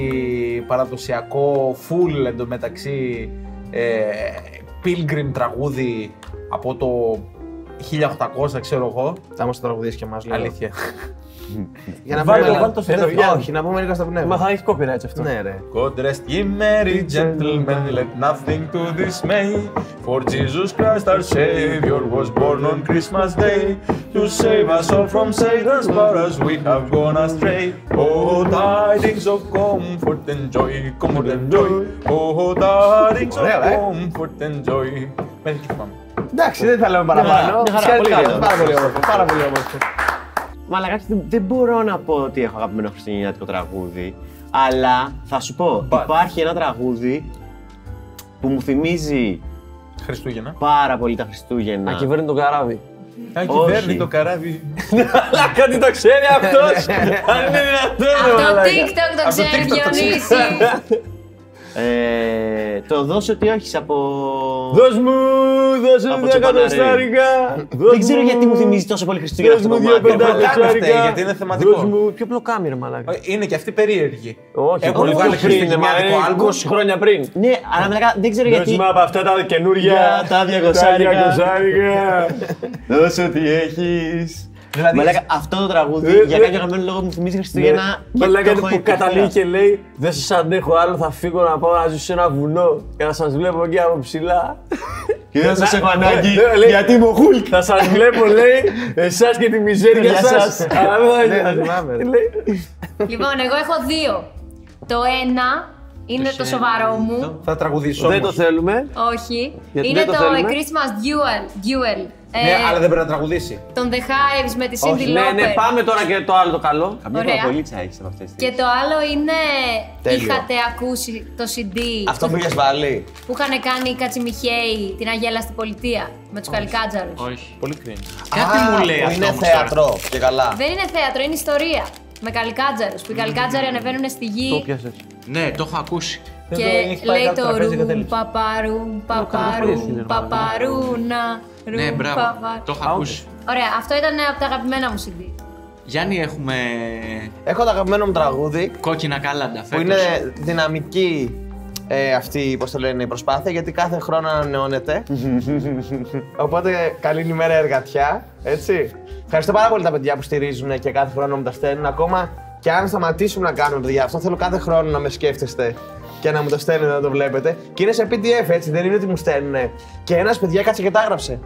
[SPEAKER 2] παραδοσιακό full εντωμεταξύ ε, pilgrim τραγούδι από το 1800 ξέρω εγώ.
[SPEAKER 1] Θα μας τραγουδίσεις και εμάς λίγο.
[SPEAKER 2] Αλήθεια.
[SPEAKER 1] Για να
[SPEAKER 6] Βάλε
[SPEAKER 1] πούμε-
[SPEAKER 6] το, βάλε το σε
[SPEAKER 1] Εδώ,
[SPEAKER 6] τέλος.
[SPEAKER 1] Όχι, να πούμε μερικά στα
[SPEAKER 4] Μα
[SPEAKER 1] πνεύμα.
[SPEAKER 4] θα έχεις copyright αυτό.
[SPEAKER 1] Ναι, ρε.
[SPEAKER 6] Godrest ye merry gentlemen, let nothing to dismay. For Jesus Christ our Savior was born on Christmas Day to save us all from Satan's borders we have gone astray. Oh, tidings of comfort and joy, comfort and joy. Oh, tidings of
[SPEAKER 1] Ωραία, ε.
[SPEAKER 6] comfort and joy. Μέχρι και πάμε.
[SPEAKER 1] Εντάξει, δεν θα λέμε παραπάνω. Συγχαρητήρια. Ναι. Πάρα πολύ όμορφο. Πάρα πολύ όμορφο.
[SPEAKER 3] Μαλάκα, δεν, δεν μπορώ να πω ότι έχω αγαπημένο χριστουγεννιάτικο τραγούδι. Αλλά θα σου πω, υπάρχει ένα τραγούδι που μου θυμίζει
[SPEAKER 6] Χριστούγεννα.
[SPEAKER 3] πάρα πολύ τα Χριστούγεννα.
[SPEAKER 4] Να κυβέρνει το καράβι.
[SPEAKER 6] Αν
[SPEAKER 3] Όχι.
[SPEAKER 6] κυβέρνει το καράβι.
[SPEAKER 4] Αλλά κάτι το ξέρει αυτός! Αν είναι δυνατόν, ρε
[SPEAKER 5] Αυτό το
[SPEAKER 4] μαλάκα.
[SPEAKER 5] TikTok το ξέρει, Διονύση.
[SPEAKER 3] Ε, το δώσε ότι όχι από.
[SPEAKER 4] Δώσ' μου, δώσ'
[SPEAKER 3] Από
[SPEAKER 4] μου
[SPEAKER 3] Τσοπαναρή.
[SPEAKER 4] δέκα κοστάρικα.
[SPEAKER 3] Δεν ξέρω γιατί μου θυμίζει τόσο πολύ Χριστούγεννα
[SPEAKER 4] Δώσ'
[SPEAKER 3] αυτό
[SPEAKER 4] μου
[SPEAKER 3] το
[SPEAKER 4] δύο
[SPEAKER 3] κομμάτι.
[SPEAKER 4] πεντά
[SPEAKER 6] Πλοκάμι φταίει,
[SPEAKER 4] κοστάρικα.
[SPEAKER 6] γιατί είναι θεματικό.
[SPEAKER 4] Δώσ' μου, πιο πλοκάμι ρε μαλάκα.
[SPEAKER 6] Είναι και αυτή περίεργη.
[SPEAKER 4] Όχι,
[SPEAKER 6] Έχουν
[SPEAKER 4] πολύ
[SPEAKER 6] βγάλει
[SPEAKER 4] πιο πριν, ρε μαλάκα,
[SPEAKER 6] χριστουγεννιάτικο
[SPEAKER 4] είναι
[SPEAKER 6] άλμπομ.
[SPEAKER 4] 20 χρόνια πριν.
[SPEAKER 3] Ναι, αλλά μαλάκα, δεν ξέρω
[SPEAKER 4] Δώσ'
[SPEAKER 3] γιατί.
[SPEAKER 4] μου από αυτά τα καινούργια,
[SPEAKER 3] Για τα διακοσάρικα.
[SPEAKER 4] διακοσάρικα.
[SPEAKER 3] Δώσε ότι έχεις.
[SPEAKER 6] Δηλαδή-
[SPEAKER 3] Μαλάκα, αυτό το τραγούδι
[SPEAKER 4] Ε,
[SPEAKER 3] για
[SPEAKER 4] ε,
[SPEAKER 3] κάποιο αγαπημένο λόγο μου θυμίζει Χριστούγεννα. και το
[SPEAKER 4] Μαλάκα
[SPEAKER 3] έχω
[SPEAKER 4] Ναι. που
[SPEAKER 3] υπερχειλιάσει.
[SPEAKER 4] καταλήγει και λέει Δεν σας αντέχω άλλο, θα φύγω να πάω να ζήσω σε ένα βουνό και να σας βλέπω εκεί από ψηλά.
[SPEAKER 3] Και δεν σας έχω
[SPEAKER 4] Ναι,
[SPEAKER 3] ανάγκη.
[SPEAKER 4] ναι, λέει,
[SPEAKER 3] Γιατί είμαι ο Χουλκ.
[SPEAKER 4] Θα σας βλέπω, λέει, εσάς και τη μιζέρια
[SPEAKER 3] Για σας.
[SPEAKER 4] σα.
[SPEAKER 1] Ναι, το θυμάμαι, ρε.
[SPEAKER 5] Λοιπόν, εγώ έχω δύο. Το ένα είναι το σοβαρό μου.
[SPEAKER 6] Θα τραγουδήσω.
[SPEAKER 4] Δεν το
[SPEAKER 6] όμως.
[SPEAKER 4] θέλουμε.
[SPEAKER 5] Όχι.
[SPEAKER 4] Γιατί
[SPEAKER 5] Είναι
[SPEAKER 4] δεν
[SPEAKER 5] το
[SPEAKER 4] το
[SPEAKER 5] A
[SPEAKER 4] θέλουμε.
[SPEAKER 5] Christmas Duel. Duel. Ε,
[SPEAKER 6] Ναι, αλλά δεν πρέπει να τραγουδήσει.
[SPEAKER 5] Τον The Hives με τη Cindy
[SPEAKER 4] Ναι, ναι,
[SPEAKER 5] Lauper.
[SPEAKER 4] πάμε τώρα και το άλλο το καλό.
[SPEAKER 3] Καμία
[SPEAKER 5] Ωραία.
[SPEAKER 3] παραπολίτσα έχεις από αυτές τις.
[SPEAKER 5] Και το άλλο είναι.
[SPEAKER 1] Τέλειο.
[SPEAKER 5] Είχατε ακούσει το CD
[SPEAKER 1] Αυτό που είχες βάλει.
[SPEAKER 5] που είχαν κάνει οι Κατσιμιχαίοι την Αγέλα στην πολιτεία με τους Καλικάτζαρους.
[SPEAKER 7] Όχι.
[SPEAKER 6] Πολύ κρίνει.
[SPEAKER 7] Κάτι
[SPEAKER 1] Α,
[SPEAKER 7] μου λέει
[SPEAKER 1] που
[SPEAKER 7] αυτό
[SPEAKER 1] Είναι
[SPEAKER 7] όμως τώρα.
[SPEAKER 1] θέατρο και καλά.
[SPEAKER 5] Δεν είναι θέατρο, είναι ιστορία. Με καλικάτζαρους. Που οι καλικάτζαροι ανεβαίνουν στη γη
[SPEAKER 7] Ναι, το έχω ακούσει.
[SPEAKER 5] και λέει το ρουμ παπαρού, παπαρού, παπαρούνα.
[SPEAKER 7] Ναι,
[SPEAKER 5] ρουμ,
[SPEAKER 7] μπράβο.
[SPEAKER 5] παπα-
[SPEAKER 7] Το έχω ακούσει.
[SPEAKER 5] Ωραία, αυτό ήταν από τα αγαπημένα μου CD.
[SPEAKER 7] Γιάννη, έχουμε
[SPEAKER 1] Έχω το αγαπημένο μου τραγούδι
[SPEAKER 7] κόκκινα κάλαντα φέτος.
[SPEAKER 1] που είναι δυναμική ε, αυτή πώς το λένε, η προσπάθεια γιατί κάθε χρόνο ανανεώνεται. Οπότε καλή ημέρα εργατιά, έτσι. Ευχαριστώ πάρα πολύ τα παιδιά που στηρίζουν και κάθε χρόνο μου τα στέλνουν. Ακόμα και αν σταματήσουμε να κάνουμε παιδιά, αυτό θέλω κάθε χρόνο να με σκέφτεστε και να μου το στέλνετε να το βλέπετε. Και είναι σε PDF έτσι, δεν είναι ότι μου στέλνουν. Και ένας παιδιά κάτσε και τα έγραψε.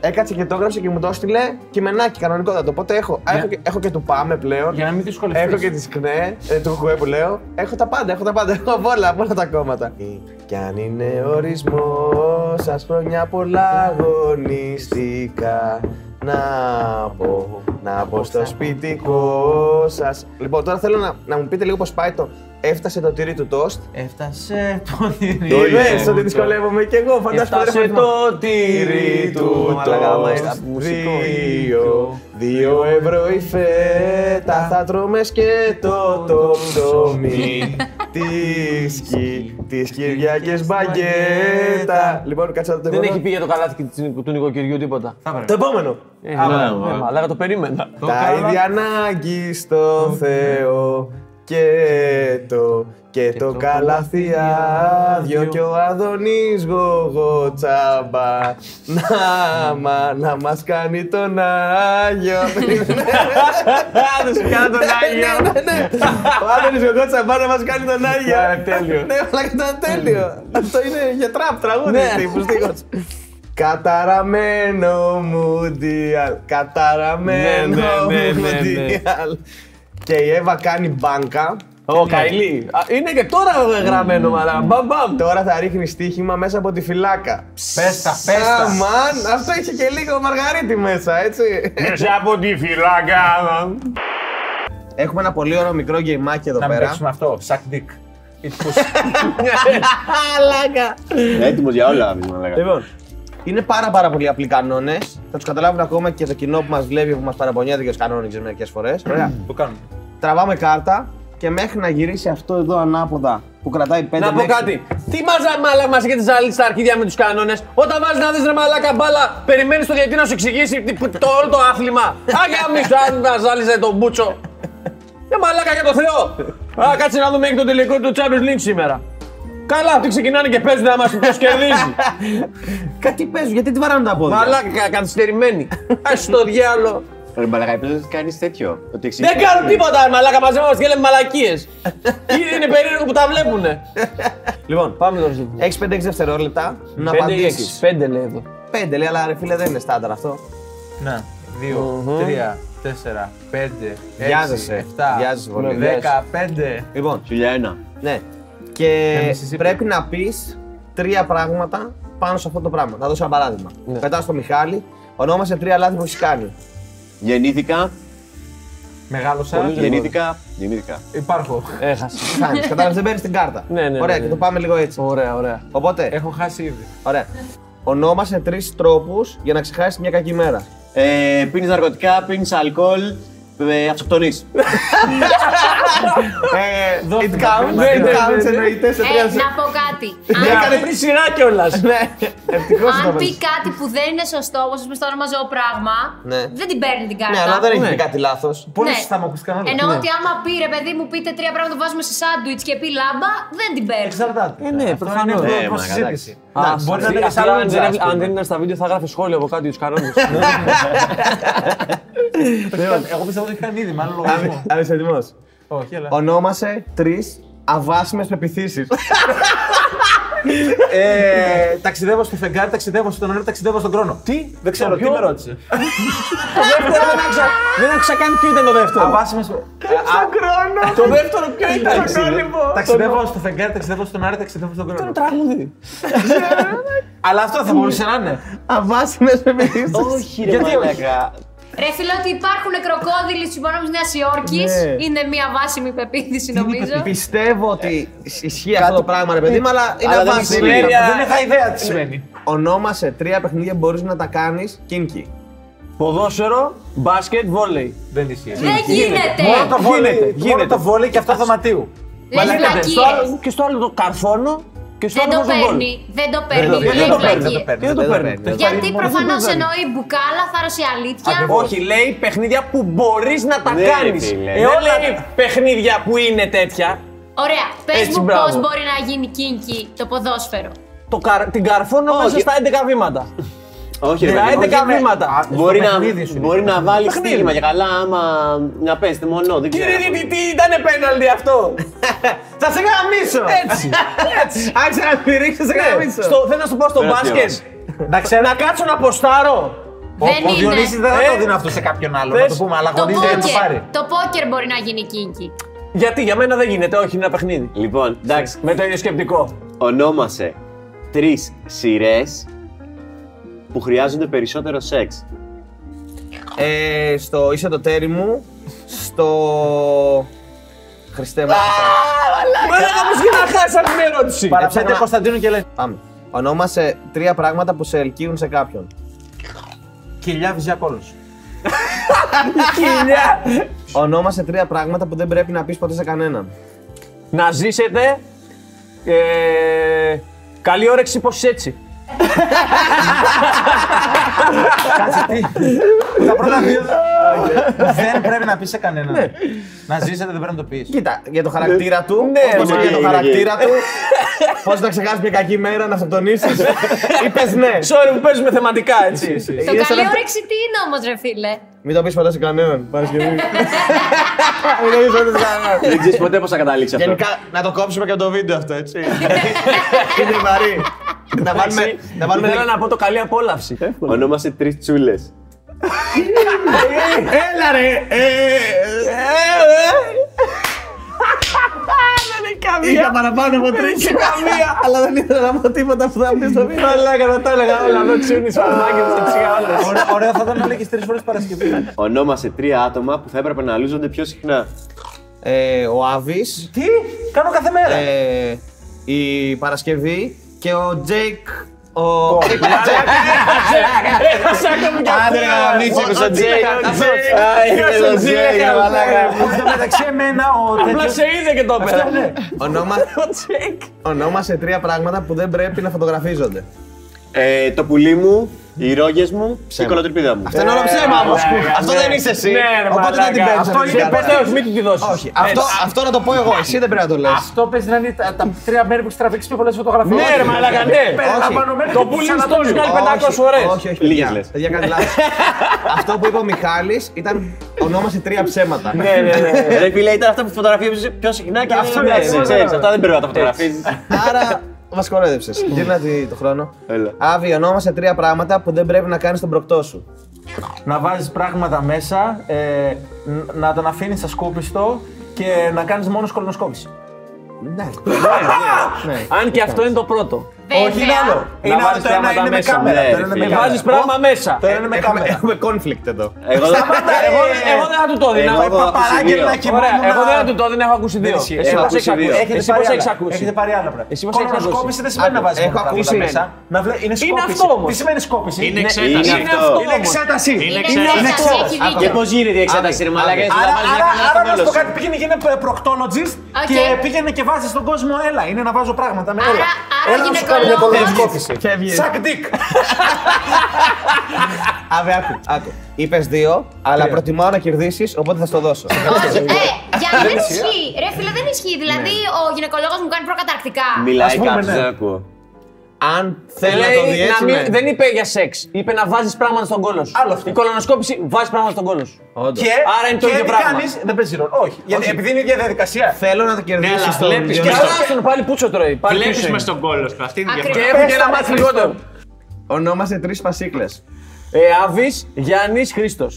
[SPEAKER 1] Έκατσε και το έγραψε και μου το έστειλε κειμενάκι κανονικότατο. Οπότε έχω, έχω, και, έχω και του Πάμε πλέον.
[SPEAKER 6] Για να μην δυσκολευτείς.
[SPEAKER 1] Έχω και της ΚΝΕ, ε, του ΚΚΕ που λέω. Έχω τα πάντα, έχω τα πάντα. Έχω από όλα, από όλα τα κόμματα. Κι αν είναι ορισμός, σας χρόνια πολλά αγωνιστικά. Να πω, να πω στο σπιτικό σας. Λοιπόν, τώρα θέλω να, να μου πείτε λίγο πώς πάει το. Έφτασε το τυρί του τόστ.
[SPEAKER 6] Έφτασε το θηρίο.
[SPEAKER 1] Είδες ότι δυσκολεύομαι κι εγώ, φαντάζομαι. δεν
[SPEAKER 4] Έφτασε
[SPEAKER 1] έχω ρυθμό.
[SPEAKER 4] το τυρί του
[SPEAKER 1] Μαλάκα, άμα
[SPEAKER 4] τόστ.
[SPEAKER 1] είσαι από Δύο, δύο ευρώ η φέτα θα τρώμε σκέτο το ψωμί Τις, Κι- τις Κυριακές μπαγκέτα Λοιπόν κάτσε να το
[SPEAKER 4] Δεν
[SPEAKER 1] έχω
[SPEAKER 4] έχει
[SPEAKER 1] εδώ.
[SPEAKER 4] πει για το καλάθι του του νοικοκυριού τίποτα.
[SPEAKER 1] Το επόμενο
[SPEAKER 4] Ε,
[SPEAKER 3] ναι,
[SPEAKER 4] ναι,
[SPEAKER 3] ναι.
[SPEAKER 4] Μαλάκα το περίμενα.
[SPEAKER 1] Τα ίδια ανάγκη στο Θεό και το και το καλάθι άδειο και ο Αδωνής γογό τσάμπα να, μα, να μας κάνει τον Άγιο
[SPEAKER 4] Να σου κάνω τον Άγιο.
[SPEAKER 1] Ναι, ναι. Ο Άδωνης γογό τσάμπα να μας κάνει τον Άγιο
[SPEAKER 4] τέλειο. Ναι.
[SPEAKER 1] Ναι, αλλά ήταν τέλειο Αυτό είναι για τραπ τραγούδι τύπου στίχος Καταραμένο μουντιάλ Καταραμένο
[SPEAKER 4] Ναι, ναι, ναι, ναι, ναι.
[SPEAKER 1] μουντιάλ Και η Εύα κάνει μπάνκα
[SPEAKER 4] Ω, καηλή. Α, Είναι και τώρα γραμμένο, μαλάκα. Μπαμ, μπαμ.
[SPEAKER 1] Τώρα θα ρίχνει στοίχημα μέσα από τη φυλάκα.
[SPEAKER 6] Πέστα,
[SPEAKER 1] Πέστα,
[SPEAKER 6] πέστα.
[SPEAKER 1] μαν! Αυτό είχε και λίγο μαργαρίτη μέσα, έτσι.
[SPEAKER 4] Μέσα από τη φυλάκα.
[SPEAKER 1] Έχουμε ένα πολύ ωραίο μικρό γκεϊμάκι εδώ
[SPEAKER 6] Να μην
[SPEAKER 1] πέρα.
[SPEAKER 6] παίξουμε αυτό. Σακ Ντίκ.
[SPEAKER 3] Έτοιμος για όλα, αυτή μαλάκα.
[SPEAKER 1] Λοιπόν, είναι πάρα πάρα πολύ απλοί κανόνες. Θα τους καταλάβουν ακόμα και το κοινό που μας βλέπει, που μας παραπονιέται για του κανόνε μερικές φορές. Ωραία.
[SPEAKER 6] Το κάνουμε.
[SPEAKER 1] Τραβάμε κάρτα και μέχρι να γυρίσει αυτό εδώ ανάποδα που κρατάει πέντε
[SPEAKER 4] Να πω
[SPEAKER 1] λέξεις-
[SPEAKER 4] κάτι. Τι μάζα μάλα μα έχετε ζάλει στα αρχίδια με τους κανόνες. Όταν βάζεις να δεις ρε μαλάκα μπάλα, περιμένεις το διαιτή να σου εξηγήσει τι- το όλο το άθλημα. Άγια μισά να ζάλιζε τον μπούτσο. Ε, μαλάκα για το Θεό. Α, κάτσε να δούμε έχει το τελικό του Champions League σήμερα. Καλά, αυτοί ξεκινάνε και παίζουν να μα ποιο κερδίζει.
[SPEAKER 1] Κάτι παίζουν, γιατί τι βαράνε τα πόδια.
[SPEAKER 4] μαλάκα, καθυστερημένοι. Α το διάλο.
[SPEAKER 3] Ρε Μπαλαγά, έπρεπε να κάνεις τέτοιο. Ότι εξηγείς
[SPEAKER 4] Δεν
[SPEAKER 3] το
[SPEAKER 4] κάνουν
[SPEAKER 3] τι.
[SPEAKER 4] τίποτα, ρε μαλάκα, μαζεύονται και λέμε μαλακίες. Είναι περίεργο που τα βλέπουνε. Λοιπόν, πάμε τώρα στο
[SPEAKER 1] Έχει 5-6 δευτερόλεπτα να απαντήσει.
[SPEAKER 4] 5 λέει εδώ.
[SPEAKER 1] 5 λέει, αλλά ρε φίλε δεν είναι στάνταρ αυτό.
[SPEAKER 2] Ναι. 2, 3, 4, 5, 6,
[SPEAKER 1] Βιάζεσαι.
[SPEAKER 2] 7,
[SPEAKER 1] Βιάζεσαι πολύ.
[SPEAKER 2] 15.
[SPEAKER 1] Λοιπόν,
[SPEAKER 3] Χιλιά ένα.
[SPEAKER 1] ναι. Και
[SPEAKER 2] Mississippi.
[SPEAKER 1] πρέπει να πεις τρία πράγματα πάνω σε αυτό το πράγμα. Να δώσω ένα παράδειγμα.
[SPEAKER 4] Ναι.
[SPEAKER 1] Πετάς στο Μιχάλη, ονόμασε τρία λάθη που έχεις κάνει.
[SPEAKER 3] Γεννήθηκα,
[SPEAKER 2] Μεγάλωσα.
[SPEAKER 3] γεννήθηκα, γεννήθηκα.
[SPEAKER 2] Υπάρχω.
[SPEAKER 4] Έχασε.
[SPEAKER 1] Χάνεις. Κατάλαβες, δεν παίρνεις την κάρτα.
[SPEAKER 4] Ναι, ναι,
[SPEAKER 1] Ωραία,
[SPEAKER 4] ναι, Ε- ναι.
[SPEAKER 1] και το πάμε λίγο έτσι.
[SPEAKER 4] Ωραία, ωραία.
[SPEAKER 1] Οπότε,
[SPEAKER 2] Έχω χάσει ήδη.
[SPEAKER 1] ωραία. Ονόμασε τρεις τρόπους για να ξεχάσεις μια κακή μέρα.
[SPEAKER 3] Ε, πίνεις ναρκωτικά, πίνεις αλκοόλ, ε, αυτοκτονείς.
[SPEAKER 1] Ε,
[SPEAKER 4] Δώστε
[SPEAKER 1] It
[SPEAKER 4] μου.
[SPEAKER 1] counts,
[SPEAKER 4] Ναι, ναι,
[SPEAKER 1] it
[SPEAKER 4] ναι,
[SPEAKER 1] counts
[SPEAKER 4] ναι.
[SPEAKER 1] εννοείται σε Ναι, τρία
[SPEAKER 5] Ε, να πω κάτι.
[SPEAKER 4] Έκανε
[SPEAKER 5] Αν,
[SPEAKER 4] πριν σειρά κιόλας.
[SPEAKER 1] Ναι, ευτυχώς το
[SPEAKER 5] αν πει
[SPEAKER 1] πες.
[SPEAKER 5] κάτι που δεν είναι σωστό, όπως πούμε στο όνομα ζώο πράγμα,
[SPEAKER 1] Ναι.
[SPEAKER 5] δεν την παίρνει την κάρτα.
[SPEAKER 1] Ναι, αλλά δεν έχει
[SPEAKER 4] Ναι.
[SPEAKER 1] πει κάτι λάθος.
[SPEAKER 2] Πολύ
[SPEAKER 5] Ναι.
[SPEAKER 2] σωστά μου ακούστηκαν όλα.
[SPEAKER 5] Εννοώ ότι άμα πει ρε παιδί μου, πείτε τρία πράγματα που βάζουμε σε σάντουιτ και πει λάμπα, δεν την παίρνει.
[SPEAKER 2] Εξαρτάται.
[SPEAKER 4] Ε, ναι,
[SPEAKER 2] Αυτό
[SPEAKER 4] προφανώς.
[SPEAKER 2] είναι
[SPEAKER 3] Ναι,
[SPEAKER 2] μια
[SPEAKER 3] μαλάκα,
[SPEAKER 2] συζήτηση.
[SPEAKER 4] Α,
[SPEAKER 2] Εντάξει, Μπορεί να
[SPEAKER 4] αυτή-
[SPEAKER 2] είναι
[SPEAKER 4] αυτή, αν δεν έβλε- Αν δεν ήταν στα βίντεο, θα γράφεις σχόλιο από κάτι τους κανόνες.
[SPEAKER 2] Εγώ πιστεύω ότι είχαν ήδη, μάλλον λογαριασμό.
[SPEAKER 1] Αν είσαι έτοιμος.
[SPEAKER 2] Όχι, αλλά.
[SPEAKER 1] Ονόμασε τρεις αβάσιμες πεπιθήσεις.
[SPEAKER 2] Ε, ταξιδεύω στο φεγγάρι, ταξιδεύω στον αέρα, ταξιδεύω στον χρόνο. Τι, δεν ξέρω, τι με ρώτησε.
[SPEAKER 4] Δεν άκουσα καν ποιο ήταν το δεύτερο.
[SPEAKER 2] Αβάσιμες. Στον χρόνο! Το δεύτερο ποιο ήταν. Ταξιδεύω στο φεγγάρι, ταξιδεύω στον αέρα, ταξιδεύω στον χρόνο.
[SPEAKER 4] τραγούδι.
[SPEAKER 2] Αλλά αυτό θα μπορούσε να είναι.
[SPEAKER 1] Αβάσιμες πεπιθήσεις.
[SPEAKER 3] Όχι ρε μαλάκα.
[SPEAKER 5] Ρε φίλε, ότι υπάρχουν κροκόδιλοι στους υπονόμους τη Νέας Υόρκης.
[SPEAKER 1] Ναι.
[SPEAKER 5] Είναι μια βάσιμη πεποίθηση, νομίζω.
[SPEAKER 1] Πιστεύω ότι ισχύει αυτό το πράγμα, ρε παιδί μου, αλλά είναι
[SPEAKER 3] Αλλά δεν
[SPEAKER 1] αβάσιμο.
[SPEAKER 3] ισχύει.
[SPEAKER 2] Δεν είχα ιδέα τι σημαίνει.
[SPEAKER 1] Ονόμασε τρία παιχνίδια που μπορείς να τα κάνεις κίνκι.
[SPEAKER 4] Ποδόσφαιρο, μπάσκετ, βόλεϊ.
[SPEAKER 2] Δεν ισχύει.
[SPEAKER 5] Δεν γίνεται!
[SPEAKER 2] Μόνο το
[SPEAKER 4] γίνεται,
[SPEAKER 2] βόλι, μόνο
[SPEAKER 4] γίνεται.
[SPEAKER 2] το βόλι και αυτό δωματίου.
[SPEAKER 5] Δεν
[SPEAKER 4] Στο
[SPEAKER 5] βλακίε.
[SPEAKER 4] άλλο- Και στο άλλο το καρφώνω και στο
[SPEAKER 5] Δεν
[SPEAKER 4] άλλο
[SPEAKER 5] το
[SPEAKER 4] βάζω γκολ.
[SPEAKER 5] παίρνει. Δεν το παίρνει.
[SPEAKER 2] Δεν
[SPEAKER 5] λέει
[SPEAKER 2] το παίρνει, δεν το
[SPEAKER 5] βλακίες.
[SPEAKER 2] παίρνει.
[SPEAKER 4] Και δεν το παίρνει.
[SPEAKER 5] Γιατί προφανώς εννοεί μπουκάλα, θάρρο ή αλήθεια.
[SPEAKER 4] Όχι, λέει παιχνίδια που μπορείς να τα
[SPEAKER 3] Ναι,
[SPEAKER 4] κάνεις.
[SPEAKER 3] φίλε.
[SPEAKER 4] Ε, όλα λέει παιχνίδια που είναι τέτοια.
[SPEAKER 5] Ωραία, πες
[SPEAKER 4] Έτσι,
[SPEAKER 5] μου
[SPEAKER 4] μπράβο.
[SPEAKER 5] πώς μπορεί να γίνει κίνκι το ποδόσφαιρο.
[SPEAKER 4] Το καρ- την καρφώνω μέσα στα 11 βήματα.
[SPEAKER 3] Όχι ρε
[SPEAKER 4] Στα
[SPEAKER 3] παιδί μου.
[SPEAKER 4] 11
[SPEAKER 1] ναι.
[SPEAKER 4] βήματα.
[SPEAKER 3] Μπορεί να,
[SPEAKER 2] παιχνίδι σου,
[SPEAKER 3] μπορεί να βάλει
[SPEAKER 4] παιχνίδι.
[SPEAKER 3] στίγμα για καλά άμα να παίζει μονό, δεν ξέρω.
[SPEAKER 4] Κύριε Διαιτητή, ήταν πέναλτι αυτό.
[SPEAKER 1] Θα σε γαμίσω!
[SPEAKER 4] Έτσι. Έτσι. Ναι,
[SPEAKER 1] Άρχισε να πηρίξεις, σε γαμίσω!
[SPEAKER 4] Στο, θέλω να σου πω στο
[SPEAKER 3] Τεράστιο.
[SPEAKER 4] μπάσκετ. Να ξέρω. Να κάτσω να ποστάρω.
[SPEAKER 5] Δεν
[SPEAKER 2] Ο Διονύσης
[SPEAKER 5] είναι.
[SPEAKER 2] δεν θα
[SPEAKER 4] Ε,
[SPEAKER 2] το δίνει αυτό σε κάποιον άλλο, να
[SPEAKER 4] θες
[SPEAKER 2] το πούμε, αλλά
[SPEAKER 5] Το
[SPEAKER 2] γονείς δεν το πάρει.
[SPEAKER 5] πόκερ. Το πόκερ μπορεί να γίνει κίνκι.
[SPEAKER 4] Γιατί για μένα δεν γίνεται, όχι, είναι ένα παιχνίδι.
[SPEAKER 3] Λοιπόν, εντάξει,
[SPEAKER 4] Με το ίδιο σκεπτικό.
[SPEAKER 3] ονόμασε τρεις σειρές που χρειάζονται περισσότερο σεξ.
[SPEAKER 1] Ε, στο είσαι το τέρι μου, στο. Χριστέ μου. Ε,
[SPEAKER 4] Μα δεν θα μου να χάσεις αυτή την ερώτηση.
[SPEAKER 2] Παραψέτε
[SPEAKER 1] Έψαχνα-
[SPEAKER 2] Κωνσταντίνο και λέει
[SPEAKER 1] Πάμε. Ονόμασε τρία πράγματα που σε ελκύουν σε κάποιον.
[SPEAKER 2] Κιλιά βυζιά κόλλο.
[SPEAKER 1] Ονόμασε τρία πράγματα που δεν πρέπει να πεις ποτέ σε κανέναν.
[SPEAKER 4] Να ζήσετε. ε, καλή όρεξη πως έτσι.
[SPEAKER 2] Τα πρώτα δύο δεν πρέπει να πεις σε κανέναν. Να ζήσετε δεν πρέπει να το πεις.
[SPEAKER 1] Κοίτα, για το χαρακτήρα του. Ναι,
[SPEAKER 3] ναι,
[SPEAKER 1] για το
[SPEAKER 3] ναι,
[SPEAKER 1] χαρακτήρα του. Πώς να ξεχάσεις μια κακή μέρα, να αυτοκτονήσεις. Είπε ναι.
[SPEAKER 4] Sorry που παίζουμε θεματικά έτσι.
[SPEAKER 5] Το
[SPEAKER 1] Είναι σαν
[SPEAKER 5] καλή
[SPEAKER 1] αυτό-
[SPEAKER 5] όρεξη τι είναι όμως, ρε φίλε.
[SPEAKER 1] Μην το πεις ποτέ σε κανέναν. Παρασκευή. Μην το πεις ποτέ σε κανέναν.
[SPEAKER 3] Δεν ξέρεις ποτέ πώς θα καταλήξει αυτό.
[SPEAKER 1] Γενικά, να το κόψουμε και από το βίντεο αυτό, έτσι. Είναι βαρύ. Να βάλουμε. Να βάλουμε.
[SPEAKER 4] Θέλω να πω το καλή απόλαυση.
[SPEAKER 3] Ε. Ονόμασε τρεις τσούλες.
[SPEAKER 1] Έλα ρε! Είχα παραπάνω από τρεις και καμία, αλλά δεν ήθελα να πω τίποτα που θα πεις στο βίντεο.
[SPEAKER 4] Καλά, να τα έλεγα όλα. Εδώ τσιούνι, σφαλμάκι, ψετσιά, όλα.
[SPEAKER 2] Ωραίο- Ωραίο θα ήταν να λέγει τρεις φορές Παρασκευή.
[SPEAKER 3] Ονόμασε τρία άτομα που θα έπρεπε να λούζονται πιο συχνά.
[SPEAKER 1] Ε, ο Άβης,
[SPEAKER 2] Τι, κάνω κάθε μέρα.
[SPEAKER 1] ε, η Παρασκευή και ο Τζέικ. Ο Τζέικ. Άντε ρε γαμνίτσι, είπες ο Τζέικ.
[SPEAKER 4] Είπες ο Τζέικ,
[SPEAKER 1] ρε μαλάκα.
[SPEAKER 2] Εν τω μεταξύ εμένα ο
[SPEAKER 4] Απλά
[SPEAKER 2] τέτοιος-
[SPEAKER 4] σε είδε και το έπαιρνε.
[SPEAKER 1] Ονόμα- Ονόμασε τρία πράγματα που δεν πρέπει να φωτογραφίζονται.
[SPEAKER 3] Ε, το πουλί μου, Οι ρόγες μου και η κολοτριπίδα μου.
[SPEAKER 1] Αυτό είναι όλο ψέμα όμως.
[SPEAKER 4] ναι,
[SPEAKER 1] Αυτό
[SPEAKER 4] ναι.
[SPEAKER 1] δεν είσαι εσύ.
[SPEAKER 4] Ναι, ρε,
[SPEAKER 1] Οπότε δεν την
[SPEAKER 4] μαλάκα.
[SPEAKER 1] παίρνεις.
[SPEAKER 4] Αυτό είναι πέτεο, μην του τη δώσεις.
[SPEAKER 1] Όχι. Αυτό, αυτό να το πω εγώ. Εσύ δεν πρέπει να το λες.
[SPEAKER 2] Αυτό παίζει να είναι τα, τα τρία μέρη που έχεις τραβήξει πιο πολλές φωτογραφίες.
[SPEAKER 4] Ναι, ρε μαλάκα, ναι. Το πουλήν στο όλοι κάνει 500 φορέ.
[SPEAKER 1] Όχι, όχι.
[SPEAKER 3] Λίγες
[SPEAKER 1] παιδιά.
[SPEAKER 3] λες.
[SPEAKER 1] Παιδιά, κάτι λάθο. Αυτό που είπε ο Μιχάλης ήταν. Ονόμασε τρία ψέματα.
[SPEAKER 4] Ναι, ναι, ναι.
[SPEAKER 1] Ε.
[SPEAKER 3] Ρε φίλε, ήταν αυτά που φωτογραφίζεις πιο συχνά
[SPEAKER 1] Ναι,
[SPEAKER 3] και
[SPEAKER 4] Αυτό
[SPEAKER 3] δεν
[SPEAKER 4] είναι,
[SPEAKER 3] εντάξει,
[SPEAKER 4] αυτό
[SPEAKER 3] ξέρεις,
[SPEAKER 4] είναι.
[SPEAKER 3] αυτά δεν πρέπει να τα φωτογραφίζεις.
[SPEAKER 1] Άρα μα κορέδεψε.
[SPEAKER 2] Ναι.
[SPEAKER 1] Γύρνα τη- το χρόνο. Άβη, ονόμασε τρία πράγματα που δεν πρέπει να κάνεις τον προκτό σου.
[SPEAKER 2] Να βάζεις πράγματα μέσα, ε, ν- να τον αφήνεις ασκούπιστο και να κάνεις μόνο κολονοσκόπηση.
[SPEAKER 1] Ναι.
[SPEAKER 4] Αν και αυτό είναι το πρώτο.
[SPEAKER 2] Όχι, είναι άλλο.
[SPEAKER 4] Να
[SPEAKER 2] Είναι άλλο.
[SPEAKER 4] βάζεις
[SPEAKER 2] Το ένα
[SPEAKER 4] πράγματα
[SPEAKER 2] είναι με
[SPEAKER 4] μέσα,
[SPEAKER 2] κάμερα.
[SPEAKER 3] ναι,
[SPEAKER 2] Το ένα είναι
[SPEAKER 3] ρε
[SPEAKER 2] με
[SPEAKER 3] φίλε.
[SPEAKER 2] κάμερα.
[SPEAKER 4] Βάζεις πράγμα μέσα.
[SPEAKER 2] Το ένα είναι με κάμερα. Ε,
[SPEAKER 1] Έχουμε conflict Ε, εδώ.
[SPEAKER 3] Εγώ δεν
[SPEAKER 4] Εγώ, εγώ δεν θα του το
[SPEAKER 3] Εγώ
[SPEAKER 4] δίνω.
[SPEAKER 3] έχω ακούσει δύο.
[SPEAKER 4] Ωραία, εγώ δεν θα του το δίνω, έχω ακούσει δύο.
[SPEAKER 3] ισχύει.
[SPEAKER 4] Εσύ
[SPEAKER 3] Έχω
[SPEAKER 4] πώς
[SPEAKER 3] ακούσει
[SPEAKER 4] έχεις
[SPEAKER 3] δύο.
[SPEAKER 4] ακούσει.
[SPEAKER 3] Έχετε
[SPEAKER 4] Εσύ
[SPEAKER 2] πάρει
[SPEAKER 4] πώς
[SPEAKER 2] άλλα.
[SPEAKER 4] έχεις ακούσει.
[SPEAKER 2] Έχετε πάρει άλλα πράγματα.
[SPEAKER 4] Εσύ πώς έχεις ακούσει.
[SPEAKER 2] Κολονοσκόπηση δεν σημαίνει να βάζεις
[SPEAKER 1] έχω
[SPEAKER 2] πράγματα
[SPEAKER 1] ακούσει
[SPEAKER 2] μέσα. Να βλέ... Είναι σκόπιση.
[SPEAKER 4] αυτό όμως.
[SPEAKER 2] Τι σημαίνει σκόπιση.
[SPEAKER 7] Είναι
[SPEAKER 2] Ναι.
[SPEAKER 7] εξέταση.
[SPEAKER 3] είναι
[SPEAKER 4] Είναι
[SPEAKER 3] αυτό.
[SPEAKER 4] αυτό
[SPEAKER 2] Είναι
[SPEAKER 4] όμως.
[SPEAKER 2] εξέταση.
[SPEAKER 7] Είναι
[SPEAKER 5] Είναι
[SPEAKER 7] εξέταση.
[SPEAKER 5] εξέταση, έχει
[SPEAKER 3] Και
[SPEAKER 5] δίκιο.
[SPEAKER 3] πώς γίνεται η εξέταση, ρε μαλάκα, εσύ
[SPEAKER 2] Άρα,
[SPEAKER 3] να βάζεις μια
[SPEAKER 2] άρα,
[SPEAKER 3] καλά στο
[SPEAKER 2] άρα να σου
[SPEAKER 3] μέλος
[SPEAKER 2] πω
[SPEAKER 3] σου.
[SPEAKER 2] κάτι, πήγαινε και είναι προκτόλογist
[SPEAKER 5] Οκ.
[SPEAKER 2] και πήγαινε και βάζεις στον κόσμο έλα. Είναι να βάζω πράγματα με
[SPEAKER 5] Άρα-
[SPEAKER 2] έλα.
[SPEAKER 5] άρα
[SPEAKER 2] έλα να σου κάνω μια
[SPEAKER 5] γυναικολόγος.
[SPEAKER 2] κολονοσκόπηση. Σακ ντικ.
[SPEAKER 1] Άβη, άκου. άκου. Είπες δύο, αλλά προτιμάω να κερδίσεις, οπότε θα στο δώσω.
[SPEAKER 5] Όχι, ε, για δεν ισχύει. Ρε φίλε, δεν ισχύει. Δηλαδή, ο γυναικολόγος μου κάνει προκαταρκτικά.
[SPEAKER 3] Μιλάει
[SPEAKER 2] πούμε,
[SPEAKER 3] κάποιος,
[SPEAKER 2] ναι.
[SPEAKER 3] δεν ακούω.
[SPEAKER 1] Αν θέλεις να το δεις
[SPEAKER 4] Λέει,
[SPEAKER 1] έτσι,
[SPEAKER 4] να μην-
[SPEAKER 1] ναι.
[SPEAKER 4] δεν είπε για σεξ. Είπε να βάζεις πράγματα στον κόλο σου.
[SPEAKER 2] Άλλο αυτό.
[SPEAKER 4] Η κολονοσκόπηση βάζει πράγματα στον κόλο σου.
[SPEAKER 1] Όντως.
[SPEAKER 2] Και,
[SPEAKER 4] Άρα είναι το
[SPEAKER 2] και
[SPEAKER 4] ίδιο
[SPEAKER 2] τι
[SPEAKER 4] πράγμα.
[SPEAKER 2] κάνεις, δεν παίζει ρόλο. Όχι. Γιατί, επειδή είναι η ίδια διαδικασία.
[SPEAKER 1] Θέλω να το κερδίσεις.
[SPEAKER 7] Ναι, αλλά
[SPEAKER 1] στον
[SPEAKER 7] βλέπεις και
[SPEAKER 1] διαγωνισμό.
[SPEAKER 4] Και
[SPEAKER 7] Μισό.
[SPEAKER 4] άλλα στον πάλι πούτσο τρώει. Πάλι
[SPEAKER 7] Βλέπεις
[SPEAKER 4] πίσω
[SPEAKER 7] με
[SPEAKER 4] είναι.
[SPEAKER 7] στον κόλο σου. Αυτή είναι η
[SPEAKER 5] Ακριβώς.
[SPEAKER 4] Και
[SPEAKER 7] διαφορά.
[SPEAKER 4] έχουν και ένα μάτι λιγότερο.
[SPEAKER 1] Ονόμασε τρεις πασίκλε.
[SPEAKER 4] Ε, Άβη Γιάννης Χρήστος.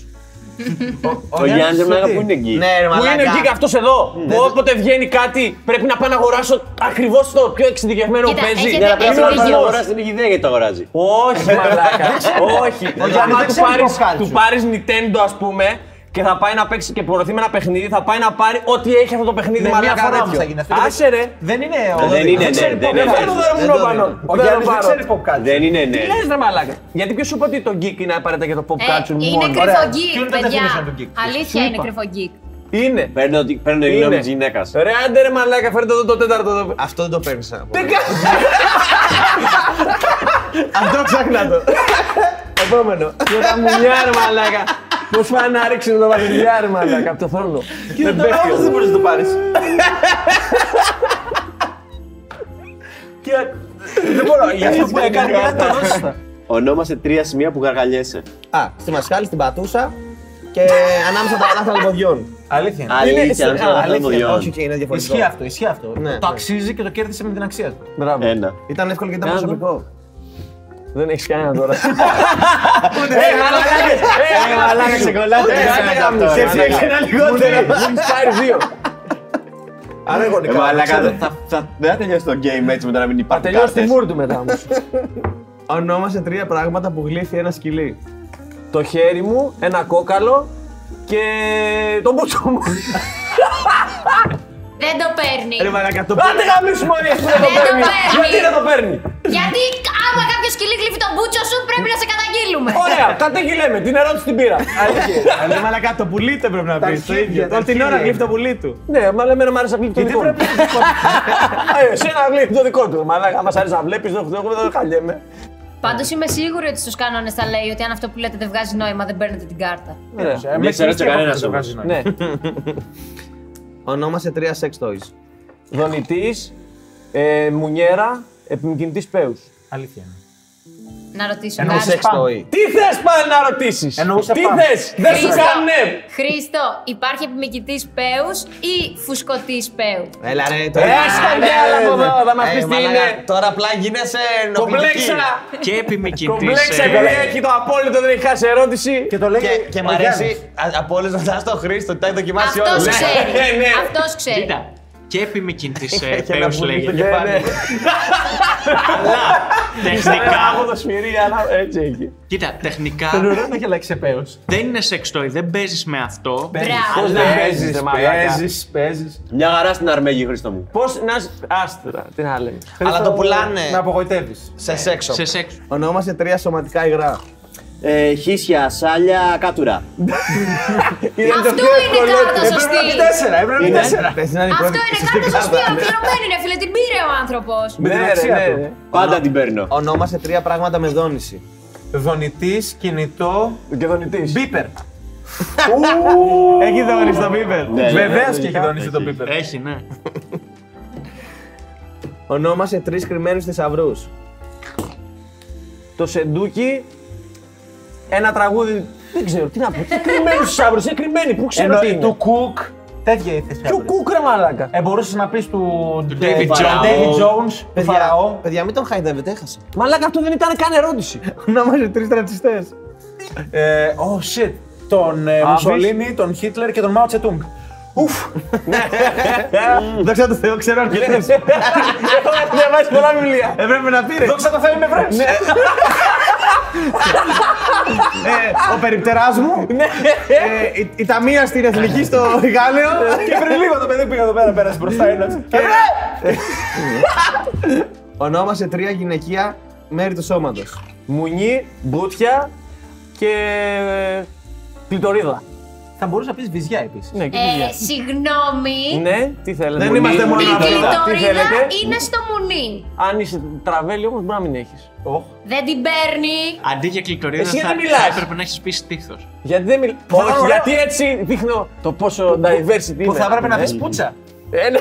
[SPEAKER 3] Ο Γιάννης ρε μαλάκα που είναι εκεί.
[SPEAKER 1] Ναι, ρε
[SPEAKER 4] Που είναι
[SPEAKER 1] μαλάκα.
[SPEAKER 4] εκεί και αυτός εδώ.
[SPEAKER 1] Ναι,
[SPEAKER 4] Που όποτε βγαίνει κάτι πρέπει να πάω να αγοράσω ακριβώς το πιο εξειδικευμένο που
[SPEAKER 5] Κοίτα,
[SPEAKER 4] παίζει.
[SPEAKER 5] έχετε-
[SPEAKER 3] Αλλά πρέπει
[SPEAKER 5] Έτσι
[SPEAKER 3] να
[SPEAKER 5] είναι
[SPEAKER 3] πάει να
[SPEAKER 5] γιος.
[SPEAKER 3] αγοράσει την ηγιδέα γιατί το αγοράζει.
[SPEAKER 4] Όχι, μαλάκα. Όχι.
[SPEAKER 1] Γιάννης
[SPEAKER 4] Άμα
[SPEAKER 1] δεν
[SPEAKER 4] του
[SPEAKER 1] ξέρει
[SPEAKER 4] πάρεις-
[SPEAKER 1] το κάλτσο.
[SPEAKER 4] του πάρεις Nintendo, ας πούμε, και θα πάει να παίξει και προωθεί με ένα παιχνίδι, θα πάει να πάρει ό,τι έχει αυτό το παιχνίδι.
[SPEAKER 2] Με μία
[SPEAKER 4] μαλάκα
[SPEAKER 2] φορά
[SPEAKER 4] τέτοιο.
[SPEAKER 2] όμως θα γίνει αυτό.
[SPEAKER 4] Άσε ρε.
[SPEAKER 2] Δεν είναι ο
[SPEAKER 3] Δεν είναι, ναι, δεν
[SPEAKER 4] Δεν θέλω
[SPEAKER 3] είναι.
[SPEAKER 4] δώρο μου νόπανο.
[SPEAKER 2] Ο Γιάννης δεν ξέρει pop culture.
[SPEAKER 3] Δεν είναι,
[SPEAKER 4] Τι
[SPEAKER 3] ναι.
[SPEAKER 4] λες ρε μαλάκα. Γιατί ποιος σου είπε ότι το geek είναι απαραίτητα για το pop
[SPEAKER 5] Ε,
[SPEAKER 4] culture
[SPEAKER 5] είναι
[SPEAKER 4] μόνο.
[SPEAKER 2] Ωραία.
[SPEAKER 5] κρυφό
[SPEAKER 2] Ποιο
[SPEAKER 5] γκικ,
[SPEAKER 2] είναι το definition
[SPEAKER 5] παιδιά.
[SPEAKER 2] του geek?
[SPEAKER 5] Αλήθεια
[SPEAKER 4] Σου
[SPEAKER 5] είναι
[SPEAKER 4] είπα.
[SPEAKER 5] κρυφό γκικ.
[SPEAKER 4] Είναι.
[SPEAKER 3] Παίρνω τη- παίρνω τη γνώμη
[SPEAKER 4] Είναι.
[SPEAKER 3] της γυναίκας.
[SPEAKER 4] Ρε άντε ρε μαλάκα, φέρτε εδώ το τέταρτο. εδώ.
[SPEAKER 1] Αυτό δεν το παίρνεις. Αυτό ψάχνα το.
[SPEAKER 4] Επόμενο. Και τα μουνιά ρε μαλάκα. Πώς πάει να ρίξει το μαγειριά ρε μαλάκα από το θρόνο. Δεν πέφτει όμως.
[SPEAKER 2] μπορεί να το πάρεις. Δεν μπορώ. Για αυτό που έκανε, πρέπει να το δώσεις.
[SPEAKER 3] Ονόμασε τρία σημεία που γαργαλιέσαι.
[SPEAKER 1] Α, στη μασχάλη, στην πατούσα και ανάμεσα τα λάθη λιβοδιών.
[SPEAKER 2] Αλήθεια. είναι.
[SPEAKER 3] Αλήθεια, να
[SPEAKER 4] σε-
[SPEAKER 3] σε ρωτάω
[SPEAKER 1] Αλήθεια,
[SPEAKER 3] το δυο.
[SPEAKER 1] Όχι, και είναι διαφορετικό.
[SPEAKER 2] Ισχύει αυτό, ισχύει αυτό.
[SPEAKER 1] Ναι.
[SPEAKER 2] Το αξίζει και το κέρδισε με την αξία του.
[SPEAKER 3] Ένα.
[SPEAKER 1] Ήταν εύκολο και ήταν
[SPEAKER 4] Κάνω.
[SPEAKER 1] προσωπικό.
[SPEAKER 4] Δεν έχεις κανένα τώρα.
[SPEAKER 2] Ε,
[SPEAKER 3] Μαλάκα ξεκολλάτε. ναι.
[SPEAKER 1] Λοιπόν, λιγότερο.
[SPEAKER 4] Μου έχεις πάρει δύο.
[SPEAKER 1] Άρα εγώ
[SPEAKER 3] Ε, μαλάκα, θα- θα- θα- δεν θα τελειώσει το game έτσι μετά να μην
[SPEAKER 4] Θα
[SPEAKER 3] υπάρχουν
[SPEAKER 4] τελειώσει τη
[SPEAKER 3] κάρτες.
[SPEAKER 4] μούρ του μετά όμως.
[SPEAKER 1] Ονόμασε τρία πράγματα που γλύφει ένα σκυλί.
[SPEAKER 4] Το χέρι μου, ένα κόκαλο και το μπούτσο μου.
[SPEAKER 5] Δεν το παίρνει.
[SPEAKER 1] μαλάκα, το
[SPEAKER 4] Άντε γαμίσουμε όλοι αυτό δεν το
[SPEAKER 5] Δεν το
[SPEAKER 4] παίρνει.
[SPEAKER 5] παίρνει.
[SPEAKER 4] Γιατί δεν το παίρνει.
[SPEAKER 5] Γιατί άμα κάποιο σκυλί γλύφει τον μπούτσο σου, πρέπει να σε καταγγείλουμε.
[SPEAKER 4] Ωραία, τα τι λέμε, την ερώτηση την πήρα.
[SPEAKER 1] Αλλά μαλακά το πουλί του πρέπει να πεις. Το ίδιο. Όλη την ώρα γλύφει το πουλί του.
[SPEAKER 4] Ναι, μα λέμε να μ' άρεσε να γλύφει το δικό μου. Ε, Εσένα γλύφει το δικό του. Μαλάκα, άμα σ' άρεσε να βλέπεις, δεν εγώ δεν χαλιέμαι.
[SPEAKER 5] Πάντως είμαι σίγουρη ότι στους κανόνες θα λέει ότι αν αυτό που λέτε δεν βγάζει νόημα, δεν παίρνετε την κάρτα.
[SPEAKER 4] Ναι.
[SPEAKER 3] Μην ξερώτησε κανένας όμως.
[SPEAKER 4] Ναι,
[SPEAKER 1] Ονόμασε τρία sex toys.
[SPEAKER 4] δονητής, ε, μουνιέρα, επιμηκυνητής πέους.
[SPEAKER 2] Αλήθεια. είναι.
[SPEAKER 5] Να ρωτήσω
[SPEAKER 1] Το
[SPEAKER 5] κάτι.
[SPEAKER 1] sex toy.
[SPEAKER 4] Τι θες πάλι να ρωτήσεις,
[SPEAKER 2] Εννοούσα
[SPEAKER 4] τι
[SPEAKER 2] παν.
[SPEAKER 4] θες, δεν σου κάνε.
[SPEAKER 5] Χρήστο, υπάρχει επιμηκητής Πέους ή φουσκωτής Πέου.
[SPEAKER 1] Έλα ρε, το
[SPEAKER 3] Ε!
[SPEAKER 4] Έστα κι άλλα από εδώ, θα μας πεις τι είναι.
[SPEAKER 1] Ε, Τώρα απλά γίνεσαι ενοχλητική.
[SPEAKER 4] Κομπλέξα,
[SPEAKER 7] Και ε. επιμηκητής.
[SPEAKER 4] κομπλέξα επειδή έχει το απόλυτο, δεν έχει χάσει ερώτηση.
[SPEAKER 2] Και το λέει.
[SPEAKER 1] Και, και μ'
[SPEAKER 2] ο Γιάννης.
[SPEAKER 1] αρέσει α- από όλε να δά το Χρήστο, τα έχει δοκιμάσει
[SPEAKER 5] Αυτός
[SPEAKER 1] όλα.
[SPEAKER 5] ξέρει.
[SPEAKER 4] Ναι, ναι.
[SPEAKER 5] Αυτός ξέρει.
[SPEAKER 7] Κοίτα. Και επιμηκητής ε,
[SPEAKER 1] Και ένα πουλί
[SPEAKER 7] Θεός
[SPEAKER 1] στο
[SPEAKER 7] λέγεται.
[SPEAKER 1] κεφάλι. Ναι.
[SPEAKER 7] Τεχνικά.
[SPEAKER 4] Κάπου το σφυρί, αλλά έτσι έχει.
[SPEAKER 7] Κοίτα, τεχνικά
[SPEAKER 2] Τον ωραίο να έχει αλλάξει σε πέος.
[SPEAKER 7] δεν είναι σεξτόι, δεν παίζεις με αυτό.
[SPEAKER 5] Μπράβο.
[SPEAKER 4] Πώς δεν παίζεις, ρε μαλάκα.
[SPEAKER 2] Παίζεις, παίζεις.
[SPEAKER 3] Μια γαρά στην Αρμέγη, Χρήστο μου.
[SPEAKER 4] Πώς να. σ- Άστερα, τι να λέμε.
[SPEAKER 1] Αλλά το
[SPEAKER 2] Με
[SPEAKER 1] πουλάνε
[SPEAKER 2] απογοητεύεις.
[SPEAKER 1] σε σεξο.
[SPEAKER 7] Σε σεξ.
[SPEAKER 1] Ονόμασε τρία σωματικά υγρά.
[SPEAKER 3] Ε, χίσια, σάλια, κάτουρα.
[SPEAKER 5] Αυτό είναι κάρτα
[SPEAKER 4] Ε,
[SPEAKER 5] σωστή.
[SPEAKER 2] Τέσσερα, έπρεπε να τέσσερα.
[SPEAKER 1] Πες να είναι η
[SPEAKER 5] Αυτό
[SPEAKER 1] πρώτη-
[SPEAKER 5] είναι
[SPEAKER 1] σωστή
[SPEAKER 5] κάρτα σωστή.
[SPEAKER 1] κάρτα.
[SPEAKER 5] Ολοκληρωμένη είναι, φίλε. Την πήρε ο άνθρωπος.
[SPEAKER 4] Ναι,
[SPEAKER 2] την αξία
[SPEAKER 4] ρε, ναι,
[SPEAKER 2] του.
[SPEAKER 4] ναι.
[SPEAKER 3] Πάντα την παίρνω.
[SPEAKER 1] Ονόμασε τρία πράγματα με δόνηση.
[SPEAKER 2] δονητής, κινητό.
[SPEAKER 4] Και δονητής.
[SPEAKER 2] Μπίπερ.
[SPEAKER 10] Έχει δόνει στο Μπίπερ.
[SPEAKER 3] Ναι,
[SPEAKER 2] Βεβαίω και έχει δονήσει τον Μπίπερ.
[SPEAKER 7] Έχει, ναι.
[SPEAKER 4] Ονόμασε τρεις κρυμμένους θησαυρούς. Το σεντούκι. Ένα τραγούδι. Δεν ξέρω τι να πω. Τι κρυμμένου θησαυρού, είναι κρυμμένοι. Πού ξέρω τι
[SPEAKER 2] Ενώ
[SPEAKER 4] είναι.
[SPEAKER 2] του Κουκ. Τέτοια η θέση.
[SPEAKER 4] Του κούκρα μαλάκα.
[SPEAKER 2] Ε, μπορούσες να πεις του.
[SPEAKER 7] Του David Jones.
[SPEAKER 2] David Jones, του Φαραώ.
[SPEAKER 1] Παιδιά, μην τον χαϊδεύετε, έχασε.
[SPEAKER 4] Μαλάκα αυτό δεν ήταν καν ερώτηση.
[SPEAKER 10] Ονόμασε τρει τρατσιστέ.
[SPEAKER 2] Ε, oh shit. Τον ε, Μουσολίνη, τον Χίτλερ και τον Μάο Τσετούγκ.
[SPEAKER 10] Δόξα τω Θεώ, ξέρω αρκετέ.
[SPEAKER 4] Έχω διαβάσει πολλά βιβλία.
[SPEAKER 10] Έπρεπε να πήρες.
[SPEAKER 2] Δόξα τω Θεώ, είμαι βρέφη.
[SPEAKER 10] Ο περιπτεράς μου. ε, η- Η ταμεία στην εθνική στο Γάλλιο.
[SPEAKER 2] Και πριν λίγο το παιδί πήγα εδώ πέρα, πέρασε μπροστά ένα.
[SPEAKER 10] Ονόμασε τρία γυναικεία μέρη του σώματος.
[SPEAKER 4] Μουνί, μπούτια και. ε, κλειτορίδα.
[SPEAKER 2] Θα μπορούσε να πεις βυζιά επίσης.
[SPEAKER 4] Ναι, και
[SPEAKER 5] Ε,
[SPEAKER 4] βιβλία.
[SPEAKER 5] συγγνώμη.
[SPEAKER 4] Ναι, τι θέλετε.
[SPEAKER 10] Δεν
[SPEAKER 4] μουνί,
[SPEAKER 10] είμαστε μόνο
[SPEAKER 5] Η
[SPEAKER 10] αυτά.
[SPEAKER 4] Τι
[SPEAKER 5] κλειτορίδα
[SPEAKER 4] θέλετε.
[SPEAKER 5] είναι στο μουνί.
[SPEAKER 4] Αν είσαι τραβέλι όμως μπορεί να μην έχεις.
[SPEAKER 5] Δεν την παίρνει.
[SPEAKER 7] Αντί για κλειτορίδα
[SPEAKER 4] Εσύ
[SPEAKER 7] θα,
[SPEAKER 4] δεν μιλάς.
[SPEAKER 7] θα έπρεπε να έχεις πει στήθο.
[SPEAKER 4] Γιατί δεν μιλ... Όχι, γιατί έτσι δείχνω το πόσο diversity
[SPEAKER 2] Που
[SPEAKER 4] είμαι.
[SPEAKER 2] θα έπρεπε να
[SPEAKER 4] Ναι.
[SPEAKER 2] πεις πούτσα.
[SPEAKER 4] Ένα.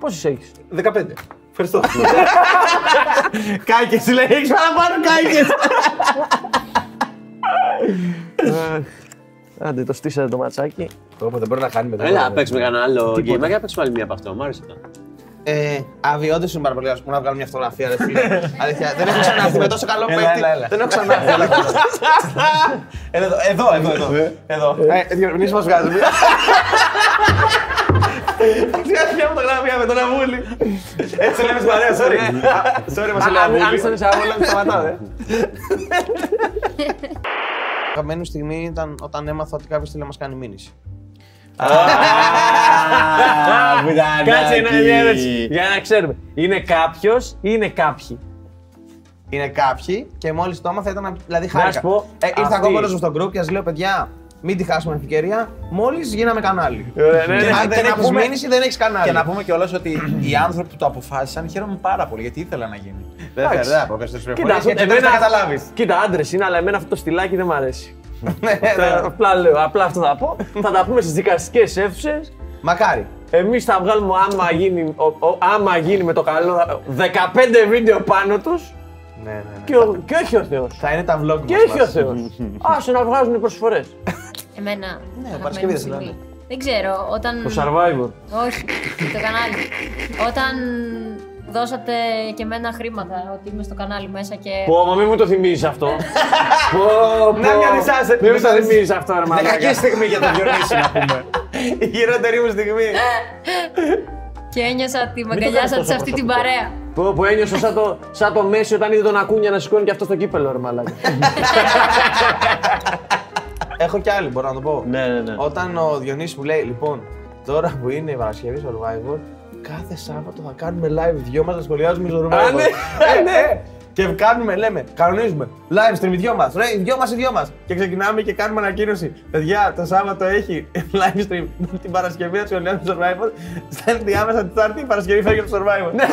[SPEAKER 4] Πόσους έχεις.
[SPEAKER 2] 15. Ευχαριστώ.
[SPEAKER 10] Κάκε, λέει, έχεις παραπάνω κάκε.
[SPEAKER 4] Άντε, το στήσατε το ματσάκι.
[SPEAKER 2] Όπω δεν μπορεί να κάνει μετά.
[SPEAKER 3] ναι, Έλα, παίξουμε κανένα άλλο game. Για να παίξουμε άλλη μία από αυτό. Μ' άρεσε αυτό.
[SPEAKER 1] Ε, Αβιώντε είναι πάρα πολύ. Α πούμε να βγάλω μια φωτογραφία, ρε φίλε. Αλήθεια. Δεν έχω ξαναρθεί με τόσο καλό παίκτη.
[SPEAKER 2] έλα, έλα.
[SPEAKER 1] Δεν έχω ξαναρθεί.
[SPEAKER 2] Έλα εδώ, Εδώ, εδώ,
[SPEAKER 1] Ε.
[SPEAKER 2] εδώ. εδώ.
[SPEAKER 10] Διερμηνή μας βγάζουν.
[SPEAKER 2] Έτσι λέμε στην παρέα, sorry.
[SPEAKER 1] Ναι.
[SPEAKER 10] Sorry, μας
[SPEAKER 4] Αν αν είσαι σε άλλο, σταματάω, ε.
[SPEAKER 1] Αγαπημένη στιγμή ήταν όταν έμαθα ότι κάποιος θέλει να μας κάνει μήνυση.
[SPEAKER 4] Κάτσε
[SPEAKER 3] ναι,
[SPEAKER 4] ένα μια ερώτηση. Για να ξέρουμε. Είναι κάποιος ή είναι κάποιοι.
[SPEAKER 1] Είναι κάποιοι και μόλις το άμαθα ήταν. Δηλαδή
[SPEAKER 4] Να σου
[SPEAKER 1] χάρηκα.
[SPEAKER 4] πω,
[SPEAKER 1] Ε, ήρθα
[SPEAKER 4] αυτή-
[SPEAKER 1] εγώ μόνο μου στον group και α λέω παιδιά, μην τη χάσουμε την ευκαιρία. Μόλις γίναμε κανάλι. Και να- Ε, ναι. Και να πει μήνυση δεν έχεις κανάλι.
[SPEAKER 2] Και να πούμε κιόλας ότι οι άνθρωποι που το αποφάσισαν χαίρομαι πάρα πολύ γιατί ήθελα να γίνει.
[SPEAKER 1] Δεν θέλω, δεν θα πω κάποιες
[SPEAKER 4] Κοίτα,
[SPEAKER 1] πληροφορίες,
[SPEAKER 4] αυτό-
[SPEAKER 1] γιατί δεν θα
[SPEAKER 4] εμένα-
[SPEAKER 1] καταλάβεις.
[SPEAKER 4] Κοίτα, άντρες είναι, αλλά εμένα αυτό το στυλάκι δεν μ' αρέσει.
[SPEAKER 1] Ναι,
[SPEAKER 4] Τα- Απλά λέω, απλά αυτό θα πω. Θα τα πούμε στις δικαστικές αίθουσες.
[SPEAKER 1] Μακάρι.
[SPEAKER 4] Εμείς θα βγάλουμε άμα γίνει, ο- ο- άμα γίνει με το καλό θα- 15 βίντεο πάνω τους.
[SPEAKER 1] Ναι, ναι, ναι.
[SPEAKER 4] Και, ο- και όχι ο Θεός.
[SPEAKER 1] Θα είναι τα vlog μας.
[SPEAKER 4] Και όχι ο Θεό. Άσου να βγάζουν προσφορές.
[SPEAKER 5] Εμένα.
[SPEAKER 4] Ναι,
[SPEAKER 1] Παρασκευή
[SPEAKER 5] αγαπημένη
[SPEAKER 1] δεν
[SPEAKER 5] στιγμή. Δεν ξέρω, όταν.
[SPEAKER 4] Το survivor.
[SPEAKER 5] Όχι, το κανάλι. Όταν δώσατε και εμένα χρήματα, ότι είμαι στο κανάλι μέσα και.
[SPEAKER 4] Πω, μα μην μου το θυμίζεις αυτό. Πω, πω.
[SPEAKER 10] Να μια δυσάσε.
[SPEAKER 4] Μην μου το θυμίζεις αυτό, ρε μαλάκα.
[SPEAKER 10] Κακή στιγμή για τον Διονύση, να πούμε. Η χειρότερη μου στιγμή.
[SPEAKER 5] Και ένιωσα ότι με αγκαλιάσατε σε αυτή την παρέα.
[SPEAKER 4] Πω, πω, ένιωσα σαν το, σαν το Μέση όταν είδε τον Ακούνια να σηκώνει και αυτό στο κύπελο, ρε μαλάκα.
[SPEAKER 1] Έχω κι άλλη, μπορώ να το πω.
[SPEAKER 3] Ναι, ναι, ναι.
[SPEAKER 1] Όταν ο Διονύσης μου λέει, λοιπόν, τώρα που είναι η Παρασκευή Survivor, κάθε Σάββατο θα κάνουμε live δυο μας να σχολιάζουμε Survivor.
[SPEAKER 4] Α, ναι,
[SPEAKER 1] Ε, ε, Και κάνουμε, λέμε, κανονίζουμε. Live stream οι δυο μας. Ρε, οι δυο μας, οι δυο μας. Και ξεκινάμε και κάνουμε ανακοίνωση. Παιδιά, το Σάββατο έχει live stream την Παρασκευή να σχολιάζουμε Survivor. Στέλνει διάμεσα την Τάρτη, η Παρασκευή φεύγει από το Survivor.
[SPEAKER 4] Ναι.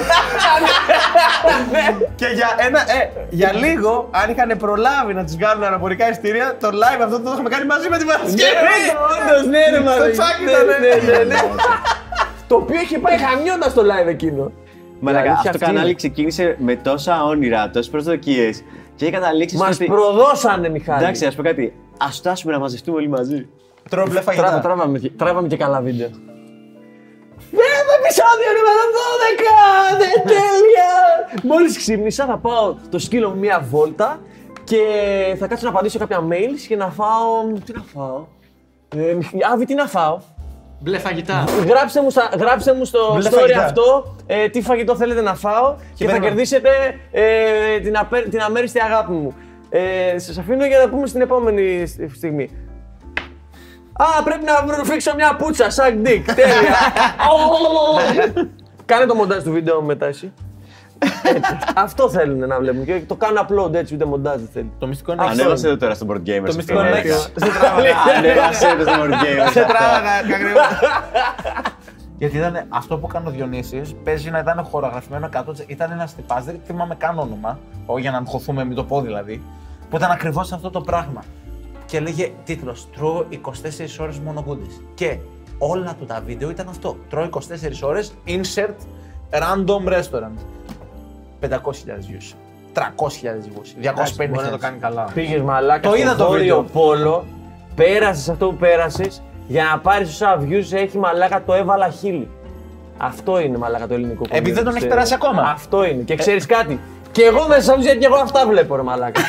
[SPEAKER 1] Και για, ένα, ε, για λίγο, αν είχαν προλάβει να του κάνουν αναπορικά ειστήρια, το live αυτό το είχαμε κάνει μαζί με την Παρασκευή.
[SPEAKER 4] Όντως, ναι, ρε
[SPEAKER 1] Το
[SPEAKER 4] μαλάκα.
[SPEAKER 1] τσάκι ήταν.
[SPEAKER 4] Ναι, ναι, ναι. Το οποίο είχε πάει χαμιώντας το live εκείνο.
[SPEAKER 3] Μαλάκα,
[SPEAKER 1] Δηλαδή,
[SPEAKER 4] αλήθεια
[SPEAKER 3] αυτό το
[SPEAKER 4] αυτή
[SPEAKER 3] κανάλι
[SPEAKER 4] είναι.
[SPEAKER 3] ξεκίνησε με τόσα όνειρα, τόσες προσδοκίες και έχει καταλήξει στο
[SPEAKER 4] Μα
[SPEAKER 3] ότι.
[SPEAKER 4] προδώσανε, Μιχάλη.
[SPEAKER 3] Εντάξει, ας πω κάτι. Ας φτάσουμε να μαζευτούμε όλοι μαζί.
[SPEAKER 2] Τρόμπλε
[SPEAKER 4] Τράβα,
[SPEAKER 2] φαγητά.
[SPEAKER 4] τράβαμε, και- τράβαμε και καλά βίντεο. Ένα επεισόδιο νούμερο 12! Δεν τέλεια! Ναι. Μόλις ξύπνησα θα πάω το σκύλο μου μία βόλτα και θα κάτσω να απαντήσω κάποια mails και να φάω... Τι να φάω... Ε, Μιχ- Άβη, τι να φάω.
[SPEAKER 7] Μπλε φαγητά.
[SPEAKER 4] Γράψτε μου, στα- γράψτε μου στο
[SPEAKER 2] Μπλε
[SPEAKER 4] story
[SPEAKER 2] φαγητά.
[SPEAKER 4] αυτό ε, τι φαγητό θέλετε να φάω και, θα
[SPEAKER 2] περίμενα.
[SPEAKER 4] κερδίσετε ε, την, απέ- την αμέριστη αγάπη μου. Ε, σας αφήνω για να πούμε στην επόμενη σ- στιγμή. Α, πρέπει να βρω- φίξω μια πουτσα, σαν dick, τέλεια. Ω! Κάνε το μοντάζ του βίντεο μου μετά εσύ. Έτσι. αυτό θέλουν να βλέπουν και το κάνω upload έτσι, ούτε μοντάζ δεν θέλει.
[SPEAKER 2] Το μυστικό είναι να ξέρεις-
[SPEAKER 3] Ανέβασε εδώ τώρα στο Board Gamers. Το
[SPEAKER 2] μυστικό είναι
[SPEAKER 3] ναι, Ανέβασε εδώ στο Board Gamers.
[SPEAKER 1] Τράβαγα, κακρύβα.
[SPEAKER 2] Γιατί ήταν αυτό που έκανε ο Διονύσης, παίζει να ήταν χορογραφημένο 100%. Ήταν ένας τυπάς, δεν θυμάμαι καν όνομα, ό, για να αγχωθούμε, μην το πω δηλαδή, που ήταν ακριβώς αυτό το πράγμα. Και λέγε τίτλος Τρώω 24 ώρες μόνο goodies». Και όλα του τα βίντεο ήταν αυτό. Τρώω 24 ώρε, insert random restaurant. 500.000 views. 300.000 views. 250.000.
[SPEAKER 11] Μπορεί να το κάνει καλά.
[SPEAKER 4] Πήγες μαλάκα
[SPEAKER 2] Το
[SPEAKER 4] στο
[SPEAKER 2] είδα το
[SPEAKER 4] βόρειο
[SPEAKER 2] βίντεο.
[SPEAKER 4] πόλο, πέρασες αυτό που πέρασες για να πάρεις όσα views έχει μαλάκα το έβαλα χίλι. Αυτό είναι μαλάκα το ελληνικό κομμάτι.
[SPEAKER 2] Επειδή δεν τον έχει περάσει ακόμα. Ε.
[SPEAKER 4] Αυτό είναι. Και ξέρεις κάτι. Και εγώ μέσα μου γιατί και εγώ αυτά βλέπω ρε μαλάκα.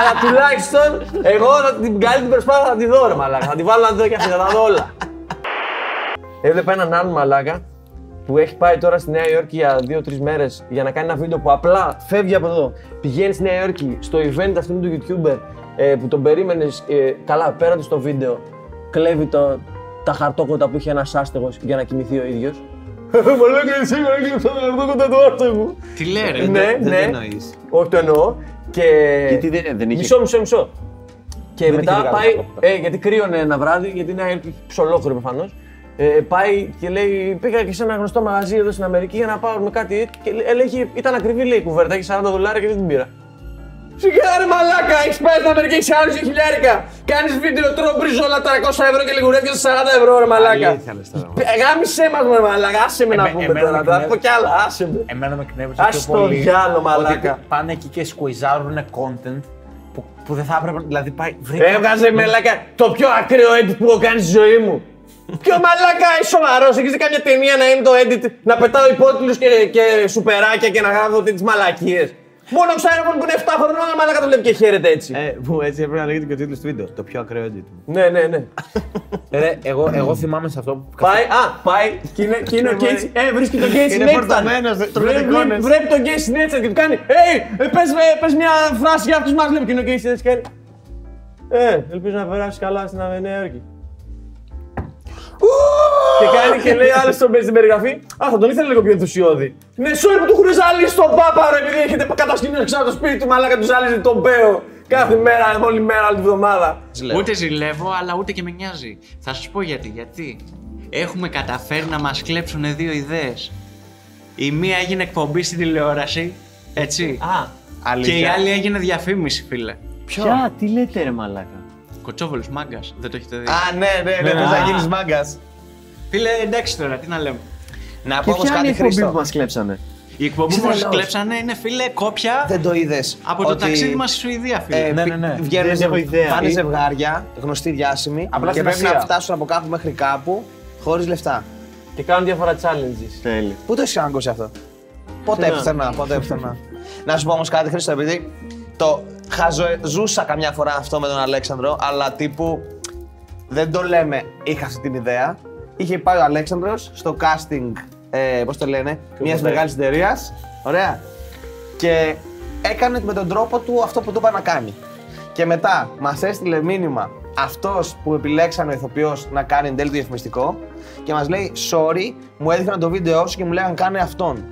[SPEAKER 4] Αλλά τουλάχιστον εγώ θα την καλύτερη προσπάθεια θα τη δω ρε μαλάκα. Θα τη βάλω να τη δω και αυτή, θα τα δω όλα. Έβλεπα έναν άλλον μαλάκα που έχει πάει τώρα στη Νέα Υόρκη για 2-3 μέρες για να κάνει ένα βίντεο που απλά φεύγει από εδώ. Πηγαίνει στη Νέα Υόρκη στο event αυτού του YouTuber ε, που τον περίμενες ε, καλά πέρα του στο βίντεο. Κλέβει το, τα χαρτόκοτα που είχε ένας άστεγος για να κοιμηθεί ο ίδιος. Μαλάκα, σήμερα έκλεψα τα χαρτόκοτα του άστεγου.
[SPEAKER 7] Τι λέει, ρε,
[SPEAKER 4] Ναι,
[SPEAKER 7] δεν,
[SPEAKER 4] ναι.
[SPEAKER 7] δεν εννοείς.
[SPEAKER 4] Όχι, το εννοώ. Και...
[SPEAKER 3] Γιατί δεν- δεν είχε-
[SPEAKER 4] Μισό, μισό, μισό. Και μετά
[SPEAKER 11] είχε
[SPEAKER 4] πάει.
[SPEAKER 11] δικά του
[SPEAKER 4] Ε, γιατί κρύωνε ένα βράδυ, γιατί είναι ψολόχρο προφανώς. Ε, πάει και λέει: Πήγα και σε ένα γνωστό μαγαζί εδώ στην Αμερική για να πάρουμε κάτι. Και λέει, ε, λέει, ήταν ακριβή λέει η κουβέρτα, έχει 40 δολάρια και δεν την πήρα. Σιγά ρε μαλάκα, έχεις πάει στην Αμερική, έχεις άλλους χιλιάρικα. Κάνεις βίντεο, τρώμπριζ όλα τα 300 ευρώ και λιγουρεύεις στα 40 ευρώ, ρε μαλάκα.
[SPEAKER 7] Αλήθεια λες τώρα.
[SPEAKER 4] Ε, Γάμισε μας, ρε μαλάκα, άσε με να πούμε
[SPEAKER 2] εμένα
[SPEAKER 4] τώρα.
[SPEAKER 2] με
[SPEAKER 4] Θα
[SPEAKER 2] κνεύ-
[SPEAKER 4] πω κι άλλα, άσε με.
[SPEAKER 2] Εμένα με κνεύει
[SPEAKER 4] Ας το διάλο, μαλάκα.
[SPEAKER 2] Ότι πάνε εκεί και σκουιζάρουν content που, που δεν θα έπρεπε. Δηλαδή πάει. Βρήκα.
[SPEAKER 4] Έβγαζε μαλάκα το πιο ακραίο edit που έχω κάνει στη ζωή μου. Ποιο μαλάκα, είσαι σοβαρός. Έχεις δει καμιά ταινία να είναι το edit, να πετάω υπότιτλους και, και σουπεράκια και να γράφω ότι τις μαλακίες. Μόνο ξέρω που είναι 7 χρονών, αλλά μαλάκα το βλέπει και χαίρεται έτσι.
[SPEAKER 11] Ε, που έτσι έπρεπε να λέγεται και ο τίτλος του βίντεο. Το πιο ακραίο edit.
[SPEAKER 4] Ναι, ναι, ναι.
[SPEAKER 2] Ρε, εγώ, εγώ θυμάμαι σε αυτό που.
[SPEAKER 4] Πάει, α, πάει και είναι, και είναι ο Gates. Ε, βρίσκει τον Gates
[SPEAKER 11] Είναι φορτωμένος,
[SPEAKER 4] Νέτσταν.
[SPEAKER 11] δεν τρώγεται εικόνες.
[SPEAKER 4] Βρέπει τον Gates Νέτσταν και του κάνει «Hey, ε, πες, ε, πες μια φράση για αυτούς μας» λέει και είναι ο Gates Νέτσταν και κάνει «Ε, ελπίζω να περάσεις καλά στην Νέα Υόρκη». Και κάνει και λέει άλλο στον στην περιγραφή «Α, θα τον ήθελα λίγο πιο ενθουσιώδη». Ναι, sorry που του έχουν ζαλίσει τον πάπα ρε, επειδή έχετε κατασκηνώσει ξανά το σπίτι του μαλάκα του ζαλίζει τον παίο. Κάθε μέρα, όλη μέρα, όλη εβδομάδα.
[SPEAKER 7] Ούτε ζηλεύω, αλλά ούτε και με νοιάζει. Θα σας πω γιατί. Γιατί έχουμε καταφέρει να μας κλέψουν δύο ιδέες. Η μία έγινε εκπομπή στην τηλεόραση, έτσι.
[SPEAKER 3] Α,
[SPEAKER 7] και η άλλη έγινε διαφήμιση, φίλε.
[SPEAKER 3] ποια, τι λέτε ρε μαλάκα.
[SPEAKER 7] Κοτσόβολος μάγκας, δεν το έχετε δει.
[SPEAKER 11] Α, ναι, ναι, ναι, θες να γίνεις μάγκας.
[SPEAKER 7] Φίλε, εντάξει τώρα, τι να λέμε.
[SPEAKER 1] Να
[SPEAKER 3] Και
[SPEAKER 1] πω όμως
[SPEAKER 3] ποια είναι η
[SPEAKER 1] κάτι
[SPEAKER 3] εκπομπή που
[SPEAKER 1] χρήστο.
[SPEAKER 3] μας κλέψανε.
[SPEAKER 7] Η εκπομπή που μας
[SPEAKER 1] τρελός.
[SPEAKER 7] κλέψανε είναι, φίλε, κόπια
[SPEAKER 1] Δεν το είδες.
[SPEAKER 7] από το ταξίδι μας στη Σουηδία, φίλε.
[SPEAKER 1] Ε,
[SPEAKER 2] Ναι,
[SPEAKER 1] πι-
[SPEAKER 2] ναι, ναι.
[SPEAKER 1] βγαίνουν
[SPEAKER 3] Δεν
[SPEAKER 1] ζευ-
[SPEAKER 3] έχω ιδέα.
[SPEAKER 1] Πάνε
[SPEAKER 3] Ε,
[SPEAKER 1] ζευγάρια, γνωστοί διάσημοι,
[SPEAKER 2] Απλά
[SPEAKER 1] και
[SPEAKER 2] στην
[SPEAKER 1] πρέπει
[SPEAKER 2] Ασία.
[SPEAKER 1] να φτάσουν από κάπου μέχρι κάπου χωρίς λεφτά.
[SPEAKER 4] Και κάνουν διάφορα challenges.
[SPEAKER 3] Τέλει.
[SPEAKER 1] Πού το έχεις ακούσει αυτό. Ποτέ
[SPEAKER 4] Πουθενά.
[SPEAKER 1] πουθενά, ποτέ πουθενά. να σου πω όμως κάτι, Χρήστο, επειδή το χαζοζούσα καμιά φορά αυτό με τον Αλέξανδρο, αλλά τύπου δεν το λέμε, είχα αυτή την ιδέα. Είχε πάει ο Αλέξανδρος στο casting, ε, πώς το λένε, μιας μεγάλης εταιρείας. Ωραία. Και έκανε με τον τρόπο του αυτό που του είπα να κάνει. Και μετά μας έστειλε μήνυμα αυτός που επιλέξανε ο ηθοποιός να κάνει εν τέλει το διαφημιστικό και μας λέει: Sorry, μου έδειχναν το βίντεο σου και μου λέγανε κάνε αυτόν.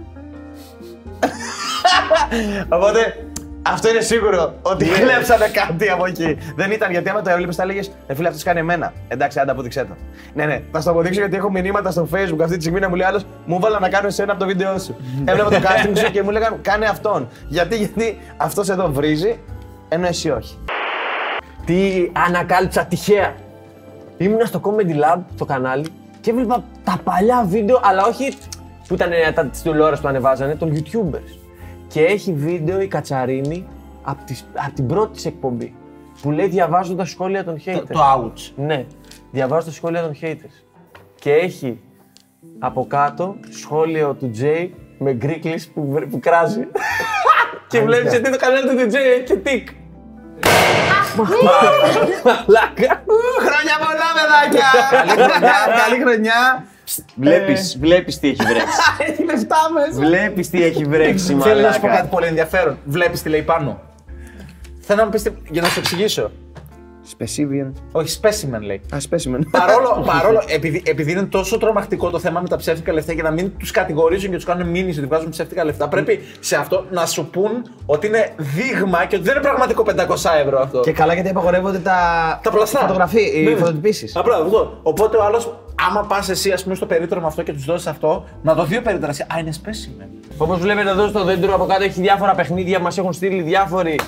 [SPEAKER 1] Οπότε αυτό είναι σίγουρο ότι κλέψανε κάτι από εκεί. Δεν ήταν γιατί άμα το έβλεπες, θα έλεγες Ε, φίλε, αυτός κάνει εμένα. Εντάξει, άντα, αποδείξέ το. Ναι, ναι, θα στο αποδείξω γιατί έχω μηνύματα στο Facebook αυτή τη στιγμή να μου λέει άλλος Μου βάλα να κάνω εσένα από το βίντεο σου. Έβλεπα το casting σου και μου λέγανε Κάνε αυτόν. Γιατί, γιατί αυτός εδώ βρίζει, ενώ εσύ όχι.
[SPEAKER 4] Τι ανακάλυψα τυχαία. Ήμουνα στο Comedy Lab, το κανάλι, και έβλεπα τα παλιά βίντεο, αλλά όχι που ήταν ε, τα της τηλεόρασης που ανεβάζανε, των YouTubers. Και έχει βίντεο η Κατσαρίνη από, τις, απ' την πρώτη της εκπομπή, που λέει διαβάζω τα σχόλια των haters.
[SPEAKER 2] Το ouch.
[SPEAKER 4] Ναι, διαβάζω τα σχόλια των haters. Και έχει από κάτω σχόλιο του Τζέι με γκρίκλεις που, βρε- που κράζει. και βλέπεις γιατί το κανάλι του Τζέι και τικ. Μαλάκα.
[SPEAKER 1] Χρόνια πολλά, παιδάκια! καλή χρονιά, καλή χρονιά.
[SPEAKER 3] Βλέπεις, βλέπεις τι έχει βρέξει.
[SPEAKER 1] Έχει λεφτά μέσα.
[SPEAKER 3] βλέπεις τι έχει βρέξει
[SPEAKER 2] Θέλω να σου πω
[SPEAKER 3] μαλάκα.
[SPEAKER 2] κάτι πολύ ενδιαφέρον. Βλέπεις τι λέει πάνω. Θέλω να μου πεις τι- για να σου εξηγήσω.
[SPEAKER 1] Specific.
[SPEAKER 2] Όχι, specimen λέει.
[SPEAKER 1] Α πέσουμε.
[SPEAKER 2] παρόλο, παρόλο επειδή, επειδή είναι τόσο τρομακτικό το θέμα με τα ψεύτικα λεφτά για να μην τους κατηγορίζουν και τους κάνουν μήνυση ότι βγάζουν ψεύτικα λεφτά, πρέπει σε αυτό να σου πούν ότι είναι δείγμα και ότι δεν είναι πραγματικό 500 ευρώ αυτό.
[SPEAKER 4] Ε,
[SPEAKER 1] Και καλά γιατί Ε, απαγορεύονται τα,
[SPEAKER 2] τα πλαστά.
[SPEAKER 1] φωτογραφί- οι
[SPEAKER 2] Ναι.
[SPEAKER 1] φωτοτυπήσεις.
[SPEAKER 2] Απλά αυτό. Οπότε ο άλλος άμα πας εσύ, ας πούμε, στο περίτρομο αυτό και τους δώσεις αυτό, να το δει ο περίτραση. Α, είναι ναι. σπέσιμε.
[SPEAKER 4] Όπως βλέπετε εδώ στο δέντρο από κάτω έχει διάφορα παιχνίδια που μας έχουν στείλει διάφοροι.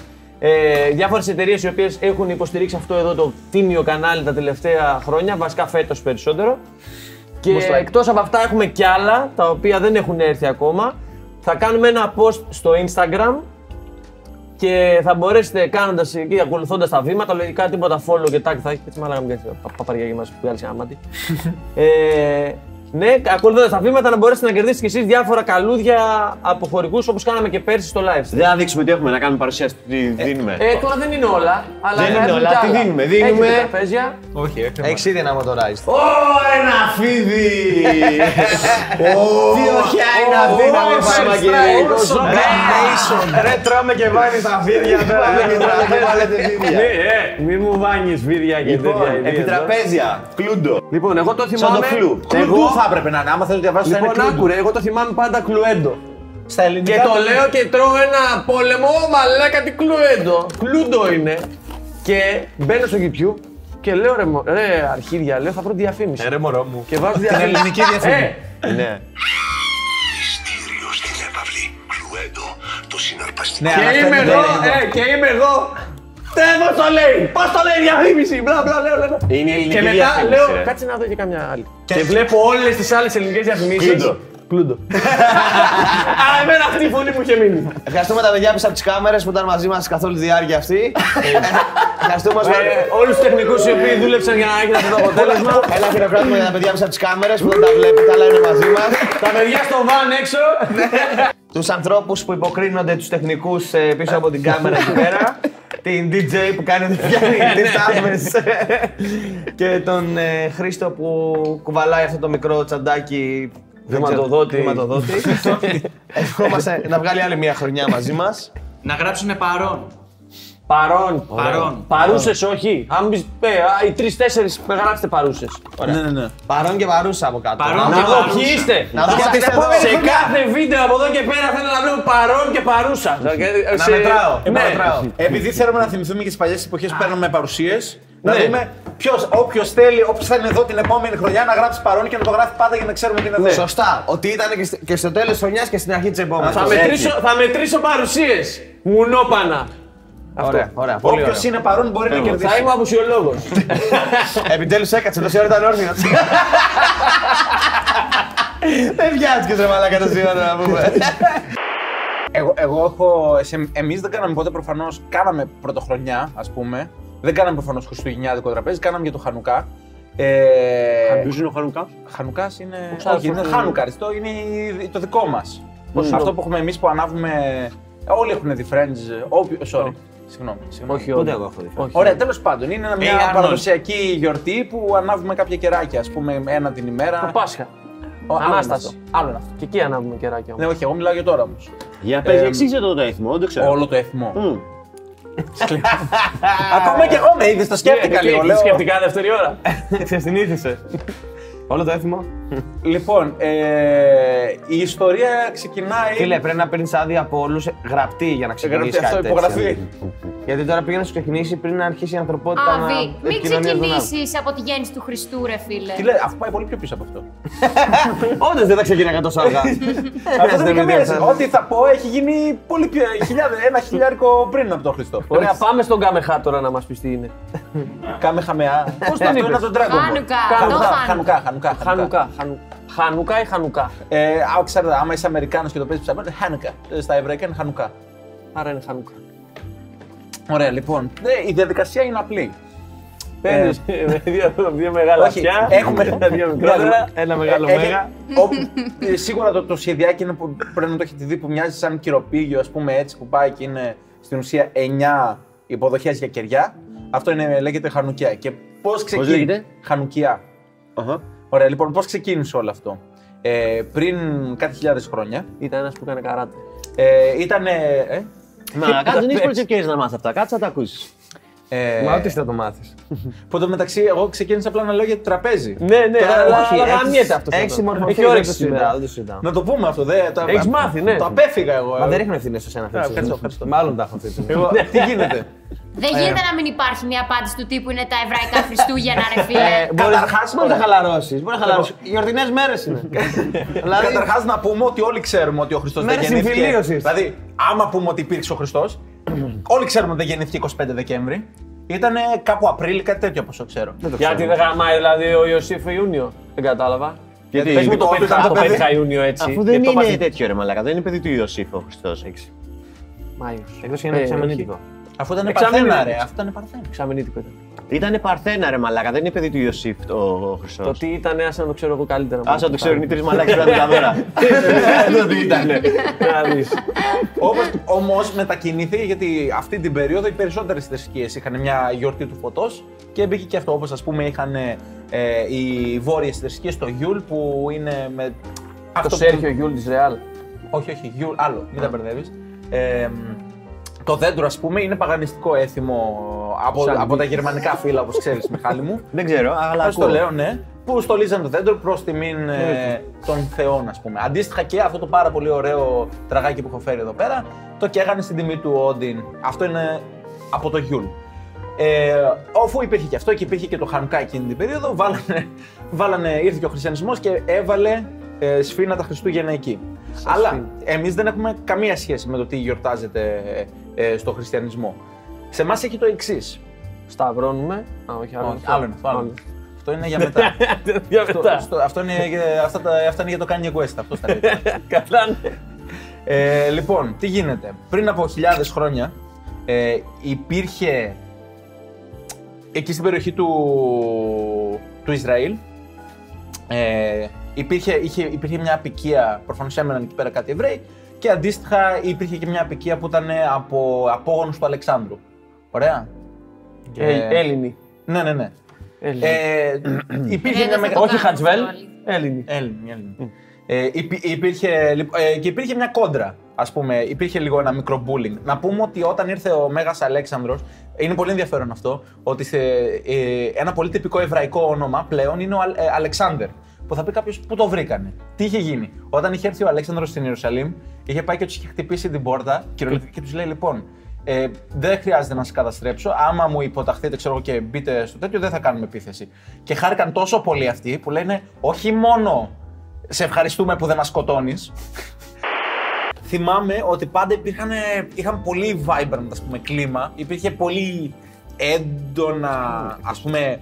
[SPEAKER 4] Ε, διάφορες εταιρείες οι οποίες έχουν υποστηρίξει αυτό εδώ το τίμιο κανάλι τα τελευταία χρόνια, βασικά φέτος περισσότερο. Και εκτός από αυτά έχουμε κι άλλα, τα οποία δεν έχουν έρθει ακόμα. Θα κάνουμε ένα post στο Instagram και θα μπορέσετε κάνοντας εκεί, ακολουθώντας τα βήματα, λογικά τίποτα follow και tag θα έχει. Έτσι μάλλον μου κάνει τα πα- παπαριά για μας που βγάλει ένα μάτι. Ε, ναι, ακολουθώντας τα βήματα να μπορέσετε να κερδίσετε κι εσείς διάφορα καλούδια από χορηγού όπως κάναμε και πέρσι στο live stream.
[SPEAKER 3] Δεν θα δείξουμε τι έχουμε, να κάνουμε παρουσίαση. Τι δίνουμε.
[SPEAKER 4] Ε, τώρα δεν είναι όλα. Αλλά
[SPEAKER 3] Δεν είναι
[SPEAKER 4] έχουμε
[SPEAKER 3] όλα.
[SPEAKER 4] κι
[SPEAKER 3] Τι
[SPEAKER 4] άλλα.
[SPEAKER 3] δίνουμε,
[SPEAKER 4] Έχετε
[SPEAKER 3] δίνουμε-
[SPEAKER 4] τραπέζια.
[SPEAKER 1] Έχει ήδη ένα motorized.
[SPEAKER 3] Ω, ε, ένα φίδι! Τι οχιά είναι αυτή να μην
[SPEAKER 1] Ω,
[SPEAKER 3] πάμε
[SPEAKER 1] extra,
[SPEAKER 3] κύριε.
[SPEAKER 1] ω,
[SPEAKER 4] ναι,
[SPEAKER 2] Ναι,
[SPEAKER 8] Ρε τρώμε και βάνει τα φίδια τώρα. Δεν
[SPEAKER 3] Μην Ναι, ε, μου βάνεις φίδια και
[SPEAKER 8] Λοιπόν,
[SPEAKER 3] Επιτραπέζια, κλούντο.
[SPEAKER 1] Λοιπόν, εγώ το
[SPEAKER 3] Σαν
[SPEAKER 1] θυμάμαι.
[SPEAKER 3] το φλου.
[SPEAKER 2] Κλουντού θα έπρεπε να είναι, άμα θέλω να διαβάσω θα είναι
[SPEAKER 1] Λοιπόν,
[SPEAKER 2] κλουντού.
[SPEAKER 1] άκουρε, εγώ το θυμάμαι πάντα κλουέντο.
[SPEAKER 2] Στα ελληνικά.
[SPEAKER 4] Και το λέω και τρώω ένα πόλεμο, μαλάκα την κλουέντο. Κλούντο είναι. Και μπαίνω στο YouTube και λέω ρε, μω- ρε αρχίδια, λέω θα βρω διαφήμιση.
[SPEAKER 8] Ρε μωρό μου.
[SPEAKER 4] Και βάζω διαφήμιση. Ε, Την ελληνική διαφήμιση.
[SPEAKER 3] Ναι.
[SPEAKER 9] Στήριο στην έπαυλη. Κλουέντο. Το συναρπαστικό.
[SPEAKER 2] Ναι, αλλά
[SPEAKER 4] Και είμαι
[SPEAKER 2] φαίνεται
[SPEAKER 4] εγώ,
[SPEAKER 2] ελληνικό.
[SPEAKER 4] ε, και είμαι εγώ. Τε, πώς το λέει, πώς το λέει η διαφήμιση, μπλα μπλα λέω, λέω, λέω.
[SPEAKER 3] Είναι η ελληνική
[SPEAKER 4] Και μετά
[SPEAKER 3] διαφήμιση,
[SPEAKER 4] λέω,
[SPEAKER 3] ρε.
[SPEAKER 4] κάτσε να δω και καμιά άλλη. Και βλέπω όλες τις άλλες ελληνικές διαφημίσεις.
[SPEAKER 3] Κλούντο.
[SPEAKER 4] Κλούντο. Αλλά εμένα αυτή η φωνή μου είχε μείνει.
[SPEAKER 1] Ευχαριστούμε τα παιδιά πίσω από τις κάμερες που ήταν μαζί μας καθ' όλη τη διάρκεια αυτή. Ε, Ευχαριστούμε που
[SPEAKER 4] Ε, Όλους τους τεχνικούς οι οποίοι δούλεψαν για να έχετε αυτό Ε, το αποτέλεσμα.
[SPEAKER 1] Ένα χειροκρότημα για τα παιδιά πίσω από τις κάμερες που δεν τα βλέπει, τα λένε μαζί μας.
[SPEAKER 4] Τα παιδιά στο βαν έξω.
[SPEAKER 1] Τους ανθρώπους που υποκρίνονται τους τεχνικούς πίσω από την κάμερα εκεί πέρα. Την DJ που κάνει ότι πιάνει τις άμες. Και τον ε, Χρήστο που κουβαλάει αυτό το μικρό τσαντάκι.
[SPEAKER 4] Χρηματοδότη.
[SPEAKER 1] Χρηματοδότη. Ευχόμαστε να βγάλει άλλη μια χρονιά μαζί μας.
[SPEAKER 7] Να γράψουνε παρόν.
[SPEAKER 4] Παρόν.
[SPEAKER 7] Παρόν.
[SPEAKER 4] Παρούσες όχι. Αν μπεις, ε, α, οι τρεις-τέσσερις γράψτε παρούσες.
[SPEAKER 2] Ναι,
[SPEAKER 1] Παρόν και παρούσα από κάτω.
[SPEAKER 7] Παρόν
[SPEAKER 4] Να
[SPEAKER 7] και
[SPEAKER 4] δω ποιοι
[SPEAKER 7] παρούσα.
[SPEAKER 4] είστε.
[SPEAKER 1] Να δω
[SPEAKER 4] Στα-
[SPEAKER 1] ποιοι είστε
[SPEAKER 4] στα-
[SPEAKER 1] εδώ.
[SPEAKER 4] Σε κάθε βίντεο από εδώ και πέρα θέλω να βλέπω παρόν και παρούσα. Ναι. Να μετράω.
[SPEAKER 2] Ε, Επειδή θέλουμε να θυμηθούμε και τις παλιές εποχές που παίρνουμε παρουσίες, να
[SPEAKER 4] Ναι.
[SPEAKER 2] δούμε ποιος, όποιος θέλει, όποιος θα είναι εδώ την επόμενη χρονιά, να γράψει παρόν και να το γράφει πάντα για να ξέρουμε τι είναι εδώ.
[SPEAKER 1] Σωστά. Ότι ήταν και, σ- και στο τέλος της χρονιάς και στην αρχή της επόμενης.
[SPEAKER 4] Θα μετρήσω, θα μετρήσω παρουσίες. Μουνόπανα.
[SPEAKER 1] Ωραία, ωραία. Πολύ
[SPEAKER 2] Όποιος
[SPEAKER 1] ωραία.
[SPEAKER 2] είναι παρόν μπορεί να
[SPEAKER 4] Θα
[SPEAKER 2] κερδίσει.
[SPEAKER 4] είμαι απουσιολόγος.
[SPEAKER 1] Επιτέλους έκατσε, τόση ώρα ήταν όρθιος. Δεν βιάστηκε ρε μαλάκα τόση ώρα να πούμε.
[SPEAKER 2] Εγώ, εγώ έχω. Εμείς δεν κάναμε ποτέ προφανώς. Κάναμε πρωτοχρονιά, ας πούμε. Δεν κάναμε προφανώς Χριστουγεννιάτικο τραπέζι, κάναμε για το Χανουκά. Ε,
[SPEAKER 3] Ποιος είναι ο Χανουκάς?
[SPEAKER 2] Χανουκάς είναι.
[SPEAKER 4] ξέρω, ναι.
[SPEAKER 2] Όχι, είναι
[SPEAKER 4] πώς-
[SPEAKER 2] Χάνουκα. Αυτό είναι η- το δικό μας. Αυτό που έχουμε εμείς που ανάβουμε. Όλοι έχουν δει Friends. Όποιο. Sorry. Συγγνώμη. συγγνώμη.
[SPEAKER 4] Ούτε εγώ έχω δει.
[SPEAKER 2] Ωραία, τέλος πάντων. Είναι
[SPEAKER 4] Ε,
[SPEAKER 2] ένα- μια
[SPEAKER 7] Arnold.
[SPEAKER 2] παραδοσιακή γιορτή που ανάβουμε κάποια κεράκια, ας πούμε, ένα την ημέρα.
[SPEAKER 4] Το Πάσχα.
[SPEAKER 2] Ο- άλλο είναι
[SPEAKER 4] Ανάσταση.
[SPEAKER 2] αυτό, Άλλο είναι αυτό.
[SPEAKER 4] Και εκεί ανάβουμε κεράκια
[SPEAKER 2] Ναι,
[SPEAKER 4] όμως.
[SPEAKER 2] όχι, εγώ μιλάω για τώρα όμως.
[SPEAKER 3] Για πες,
[SPEAKER 2] Ε,
[SPEAKER 3] εξήγησε το το αριθμό, δεν το ξέρω.
[SPEAKER 2] Όλο το εθμό.
[SPEAKER 3] Μμ.
[SPEAKER 2] Ακόμα και εγώ με είδες, το σκέφτηκα
[SPEAKER 4] Τι,
[SPEAKER 2] λίγο.
[SPEAKER 4] τι
[SPEAKER 2] λέω.
[SPEAKER 4] Σκεφτικά δεύτερη ώρα.
[SPEAKER 1] Σε συνήθισε. Όλο το έθιμο.
[SPEAKER 2] Λοιπόν, ε, η ιστορία ξεκινάει. Ε,
[SPEAKER 1] Φίλε, πρέπει να παίρνεις άδεια από όλους γραπτή για να ξεκινήσεις.
[SPEAKER 2] Γράφει Ε, αυτό,
[SPEAKER 1] κάτι
[SPEAKER 2] υπογραφή.
[SPEAKER 1] τέτοιο. Γιατί τώρα πήγαινες να σου ξεκινήσει πριν να αρχίσει η ανθρωπότητα. να
[SPEAKER 5] Άβη, μην
[SPEAKER 1] επικοινωνεί ζωντανά.
[SPEAKER 5] ξεκινήσεις από τη γέννηση του Χριστού, ρε φίλε.
[SPEAKER 2] Τι λέει, αφού πάει πολύ πιο πίσω από αυτό.
[SPEAKER 1] Όντως δεν θα ξεκίναγα τόσο αργά.
[SPEAKER 2] αυτό
[SPEAKER 1] με
[SPEAKER 2] δεν έχει καμία
[SPEAKER 1] ενδιαφέρει.
[SPEAKER 2] σχέση. Ό,τι θα πω έχει γίνει πολύ πιο. χιλιάδε, ένα χιλιάρικο πριν από τον Χριστό.
[SPEAKER 4] Ωραία, πάμε στον Κάμεχά τώρα να μας πεις τι είναι.
[SPEAKER 2] Κάμε χαμεά. Πώς
[SPEAKER 4] τον είπες?
[SPEAKER 2] είναι από τον Dragon Ball.
[SPEAKER 5] Χάνουκα, το Χάνουκα.
[SPEAKER 2] Χανουκά, χανουκά.
[SPEAKER 4] Χανουκά. Χανου- Χανουκά ή Χανουκά.
[SPEAKER 2] Ε, α, ξέρετε, άμα είσαι Αμερικάνος και το παίζεις ψαμένο, Χάνουκα. Ε, Στα Εβραϊκά είναι Χανουκά.
[SPEAKER 4] Άρα είναι Χανουκά.
[SPEAKER 2] Ωραία, λοιπόν. Ε, η διαδικασία είναι απλή.
[SPEAKER 4] Παίρνεις δύο, δύο μεγάλα
[SPEAKER 2] Όχι,
[SPEAKER 4] αυτιά,
[SPEAKER 2] έχουμε-
[SPEAKER 4] τα δύο μικρότερα, ένα μεγάλο
[SPEAKER 2] Ε, έχει-
[SPEAKER 4] μέγα.
[SPEAKER 2] όπου- ε, σίγουρα το, το σχεδιάκι είναι που πρέπει να το έχετε δει που μοιάζει σαν κυροπήγιο, ας πούμε έτσι που πάει και είναι στην ουσία 9 υποδοχές για κεριά. Αυτό είναι, λέγεται χανουκιά. Και πώς ξεκίνησε.
[SPEAKER 3] λέγεται?
[SPEAKER 2] Χανουκιά.
[SPEAKER 3] Αχα.
[SPEAKER 2] Ωραία, λοιπόν, πώς ξεκίνησε όλο αυτό. Ε, πριν κάτι χιλιάδες χρόνια
[SPEAKER 4] Ήταν ένας που έκανε καράτε.
[SPEAKER 2] ε, ήταν. Ε,
[SPEAKER 3] Μα κάτσε, δεν έχεις πολλές ευκαιρίες να μάθεις αυτά. Κάτσε να τα ακούσεις.
[SPEAKER 2] ε,
[SPEAKER 1] Μα ό,τι θα το μάθεις.
[SPEAKER 2] που το μεταξύ, εγώ ξεκίνησα απλά να λέω για το τραπέζι.
[SPEAKER 4] Ναι, ναι, αλλά
[SPEAKER 1] όχι,
[SPEAKER 4] αλλά
[SPEAKER 1] έχεις-
[SPEAKER 4] γαμιέται αυτό.
[SPEAKER 1] έχεις συμμορφωθεί,
[SPEAKER 4] Έχει
[SPEAKER 1] δεν
[SPEAKER 4] όρεξη
[SPEAKER 1] το συζητάω,
[SPEAKER 4] σήμερα.
[SPEAKER 1] δεν το συζητάω.
[SPEAKER 2] Να το πούμε αυτό, δε. το-
[SPEAKER 4] Έχεις μάθει, ναι.
[SPEAKER 2] Το απέφυγα εγώ.
[SPEAKER 1] Μα
[SPEAKER 2] ε.
[SPEAKER 1] δεν ρίχνω ευθύνε σε σένα. Χρήστο.
[SPEAKER 2] ευχαριστώ, ευχαριστώ.
[SPEAKER 1] Μάλλον τα έχω αυτή.
[SPEAKER 2] Εγώ- τι γίνεται.
[SPEAKER 5] Δεν γίνεται να μην υπάρχει μια απάντηση του τύπου είναι τα εβραϊκά Χριστούγεννα, ρε φίλε.
[SPEAKER 1] Καταρχάς. Μπορείς να τα χαλαρώσεις. Μπορείς να χαλαρώσει. Γιορτινές μέρες είναι. δηλαδή,
[SPEAKER 2] Καταρχά, να πούμε ότι όλοι ξέρουμε ότι ο Χριστό δεν
[SPEAKER 1] Μέρες
[SPEAKER 2] γεννήθηκε.
[SPEAKER 1] συμφιλίωσης.
[SPEAKER 2] Δηλαδή, άμα πούμε ότι υπήρξε ο Χριστό, όλοι ξέρουμε ότι δεν γεννήθηκε 25 Δεκέμβρη. Ήταν κάπου Απρίλιο, κάτι τέτοιο όπω ξέρω.
[SPEAKER 4] Γιατί δεν γαμάει δηλαδή ο Ιωσήφ Ιούνιο. Δεν κατάλαβα.
[SPEAKER 3] Γιατί,
[SPEAKER 4] Πες μου το
[SPEAKER 2] όντως
[SPEAKER 4] πέτυχα-
[SPEAKER 2] ήταν
[SPEAKER 4] το
[SPEAKER 2] το παιδί.
[SPEAKER 4] πέτυχα Ιούνιο έτσι.
[SPEAKER 3] αφού δεν
[SPEAKER 4] γιατί το
[SPEAKER 3] είναι
[SPEAKER 4] βάζει-
[SPEAKER 3] τέτοιο ρε μαλάκα, δεν είναι παιδί του Ιωσήφ ο Χριστός, έχεις.
[SPEAKER 1] Εκτό είναι
[SPEAKER 4] Ε,
[SPEAKER 1] εξαμενήτικο.
[SPEAKER 2] Αφού ήταν
[SPEAKER 4] Εξάμηνο
[SPEAKER 2] παρθένα,
[SPEAKER 4] είναι.
[SPEAKER 2] ρε. Αυτό ήταν παρθένα.
[SPEAKER 4] Εξαμηνήτικο ήταν.
[SPEAKER 3] Ήτανε παρθένα ρε μαλάκα, δεν είναι παιδί του Ιωσήφ ο, ο
[SPEAKER 4] Το
[SPEAKER 3] Χριστός.
[SPEAKER 4] τι ήταν, ας να το ξέρω εγώ καλύτερα.
[SPEAKER 3] Ας να το ξέρουν οι τρεις μαλάκες που ήταν τα δώρα. Δεν το ήτανε.
[SPEAKER 4] Να δεις.
[SPEAKER 2] Όμω μετακινήθηκε γιατί αυτή την περίοδο οι περισσότερες θρησκείες είχαν μια γιορτή του φωτός και μπήκε και αυτό. Όπως ας πούμε είχαν ε, οι βόρειες θρησκείες στο Γιούλ που είναι με.
[SPEAKER 4] Το
[SPEAKER 2] αυτό που-
[SPEAKER 4] Σέρχιο Γιούλ της Ρεάλ.
[SPEAKER 2] Όχι, όχι, Γιούλ, άλλο, μην τα μπερδεύει. Ε, μ, το δέντρο, ας πούμε, είναι παγανιστικό έθιμο από,
[SPEAKER 4] Σαν
[SPEAKER 2] από τα γερμανικά φύλλα, όπως ξέρεις, Μιχάλη μου.
[SPEAKER 3] Δεν ξέρω, αλλά
[SPEAKER 2] Ας το
[SPEAKER 3] ακούω.
[SPEAKER 2] λέω, ναι. Που στολίζαν το δέντρο προς τιμήν ε, των Θεών, ας πούμε. Αντίστοιχα και αυτό το πάρα πολύ ωραίο τραγάκι που έχω φέρει εδώ πέρα, το καίγανε στην τιμή του Όντιν. Αυτό είναι από το Γιούλ. Ε, αφού υπήρχε και αυτό και υπήρχε και το Χανουκά εκείνη την περίοδο, βάλανε, βάλανε, ήρθε και ο χριστιανισμός και έβαλε ε, σφήνα τα Χριστούγεννα εκεί. Αλλά εμείς δεν έχουμε καμία σχέση με το τι γιορτάζεται ε, ε, στο χριστιανισμό. Σε εμάς έχει το εξής.
[SPEAKER 4] Σταυρώνουμε. Α, όχι, άλλο.
[SPEAKER 2] Όχι, άλλο είναι αυτό. άλλο. Αυτό είναι για μετά.
[SPEAKER 4] Για
[SPEAKER 2] Αυτό-
[SPEAKER 4] μετά.
[SPEAKER 2] αυτό- αυτό είναι, για- αυτά, τα, αυτά είναι για το Kanye West, αυτό στα λέει.
[SPEAKER 4] Καλά, ναι.
[SPEAKER 2] ε, λοιπόν, τι γίνεται. Πριν από χιλιάδες χρόνια ε, υπήρχε εκεί στην περιοχή του, του Ισραήλ ε, υπήρχε, είχε, υπήρχε μια απικία, προφανώς έμεναν εκεί πέρα κάτι Εβραίοι και αντίστοιχα υπήρχε και μια απικία που ήταν από απόγονους του Αλεξάνδρου. Ωραία.
[SPEAKER 4] Ε, Έλληνη.
[SPEAKER 2] Ναι, ναι, ναι.
[SPEAKER 4] Έλληνη.
[SPEAKER 2] Ε, υπήρχε μια
[SPEAKER 5] Δεν θα
[SPEAKER 2] μεγάλη...
[SPEAKER 5] το
[SPEAKER 4] Όχι
[SPEAKER 5] κάνουμε
[SPEAKER 4] Χατζβέλ,
[SPEAKER 5] όλοι.
[SPEAKER 4] Έλληνη.
[SPEAKER 2] Έλληνη, Έλληνη. Ε, υπή- υπήρχε, λοιπόν, ε, και υπήρχε μια κόντρα, ας πούμε, υπήρχε λίγο ένα μικρό bullying. Να πούμε ότι όταν ήρθε ο Μέγας Αλέξανδρος, είναι πολύ ενδιαφέρον αυτό, ότι σε, ε, ένα πολύ τυπικό εβραϊκό όνομα πλέον είναι ο Αλ, ε, Αλεξάνδερ. Που θα πει κάποιος πού το βρήκανε. Τι είχε γίνει. Όταν είχε έρθει ο Αλέξανδρος στην Ιερουσαλήμ, είχε πάει και τους είχε χτυπήσει την πόρτα κυριολεκτικά και τους λέει: Λοιπόν, ε, δεν χρειάζεται να σας καταστρέψω. Άμα μου υποταχθείτε, ξέρω εγώ, και μπείτε στο τέτοιο, δεν θα κάνουμε επίθεση. Και χάρηκαν τόσο πολύ αυτοί που λένε: Όχι μόνο σε ευχαριστούμε που δεν μας σκοτώνεις. Θυμάμαι ότι πάντα υπήρχαν, είχαν πολύ vibrant ας πούμε, κλίμα. Υπήρχε πολύ έντονα, ας πούμε,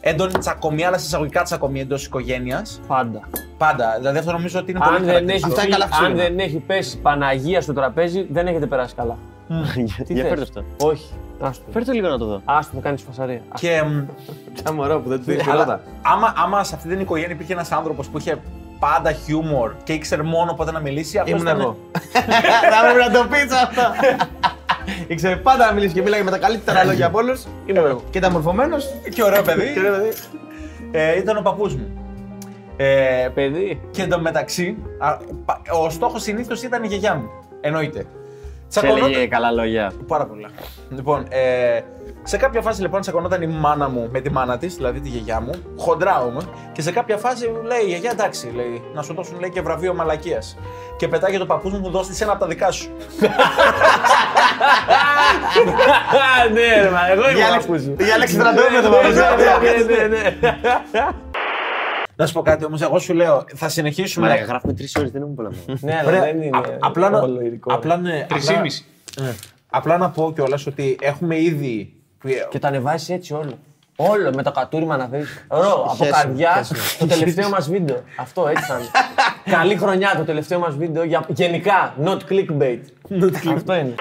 [SPEAKER 2] έντονη τσακωμία, αλλά σε εισαγωγικά τσακωμία εντός οικογένειας.
[SPEAKER 4] Πάντα.
[SPEAKER 2] Πάντα. Δηλαδή αυτό νομίζω ότι είναι
[SPEAKER 4] Αν
[SPEAKER 2] πολύ
[SPEAKER 4] δεν, έχει,
[SPEAKER 2] χαρακτηριστικό.
[SPEAKER 4] πει- αν δεν έχει πέσει Παναγία στο τραπέζι, δεν έχετε περάσει καλά.
[SPEAKER 3] Γιατί- Για
[SPEAKER 4] θες?
[SPEAKER 3] φέρτε αυτό.
[SPEAKER 4] Όχι. Άστο.
[SPEAKER 3] Φέρτε λίγο να το δω.
[SPEAKER 4] Άστο, θα κάνεις φασαρία.
[SPEAKER 2] Και, μ, Ναι,
[SPEAKER 1] Σαν μωρό που δεν του δίνει
[SPEAKER 2] αλλά
[SPEAKER 1] τίποτα.
[SPEAKER 2] άμα, άμα σε αυτή την οικογένεια υπήρχε ένας άνθρωπος που είχε πάντα χιούμορ και ήξερε μόνο πότε να μιλήσει, αυτός
[SPEAKER 1] Ήμουν
[SPEAKER 2] ήταν.
[SPEAKER 1] εγώ. Θα πρέπει να το πεις αυτό. Ήξερε πάντα να μιλήσει και μίλαγε με τα καλύτερα λόγια από όλους.
[SPEAKER 4] Είμαι εγώ.
[SPEAKER 1] Και ήταν μορφωμένος.
[SPEAKER 2] Και ωραίο παιδί. ε, ήταν ο παππούς μου. Ε,
[SPEAKER 4] Παιδί.
[SPEAKER 2] Και εντωμεταξύ, ο στόχος συνήθως ήταν η γιαγιά μου. Εννοείται.
[SPEAKER 3] Σε
[SPEAKER 2] Τσακωνόταν.
[SPEAKER 3] έλεγε Ε, καλά λόγια.
[SPEAKER 2] Πάρα πολλά. Λοιπόν, ε, σε κάποια φάση λοιπόν τσακωνόταν η μάνα μου με τη μάνα της, δηλαδή τη γιαγιά μου. Χοντρά όμως. Και σε κάποια φάση μου λέει: Γιαγιά, εντάξει, λέει, να σου δώσουν λέει, και βραβείο μαλακίας. Και πετάγει το παππούς μου, μου δώσει της ένα από τα δικά σου.
[SPEAKER 4] Α, ναι, ρε, μα, εγώ είμαι ο παππούς μου.
[SPEAKER 1] Η Αλέξη Στρατό με το 네.
[SPEAKER 4] Ναι, ναι, ναι, ναι.
[SPEAKER 2] να σου πω κάτι όμως, εγώ σου λέω: Θα συνεχίσουμε.
[SPEAKER 3] Μαλάκα, γράφουμε τρεις ώρες, δεν έχουμε πολλά.
[SPEAKER 4] Ναι, αλλά
[SPEAKER 2] Ρε,
[SPEAKER 4] δεν είναι.
[SPEAKER 2] α- απλά, να,
[SPEAKER 4] όλο υλικό.
[SPEAKER 2] απλά, ναι, απλά,
[SPEAKER 7] Τρισήμιση.
[SPEAKER 2] απλά να πω κιόλας ότι έχουμε ήδη.
[SPEAKER 4] Και το ανεβάζει έτσι όλο. Όλο με το κατούριμα να φέρει. Ρο, από καρδιά το τελευταίο μας βίντεο. Αυτό έτσι θα είναι. Καλή χρονιά το τελευταίο μας βίντεο. Για... Γενικά, not clickbait. Αυτό είναι.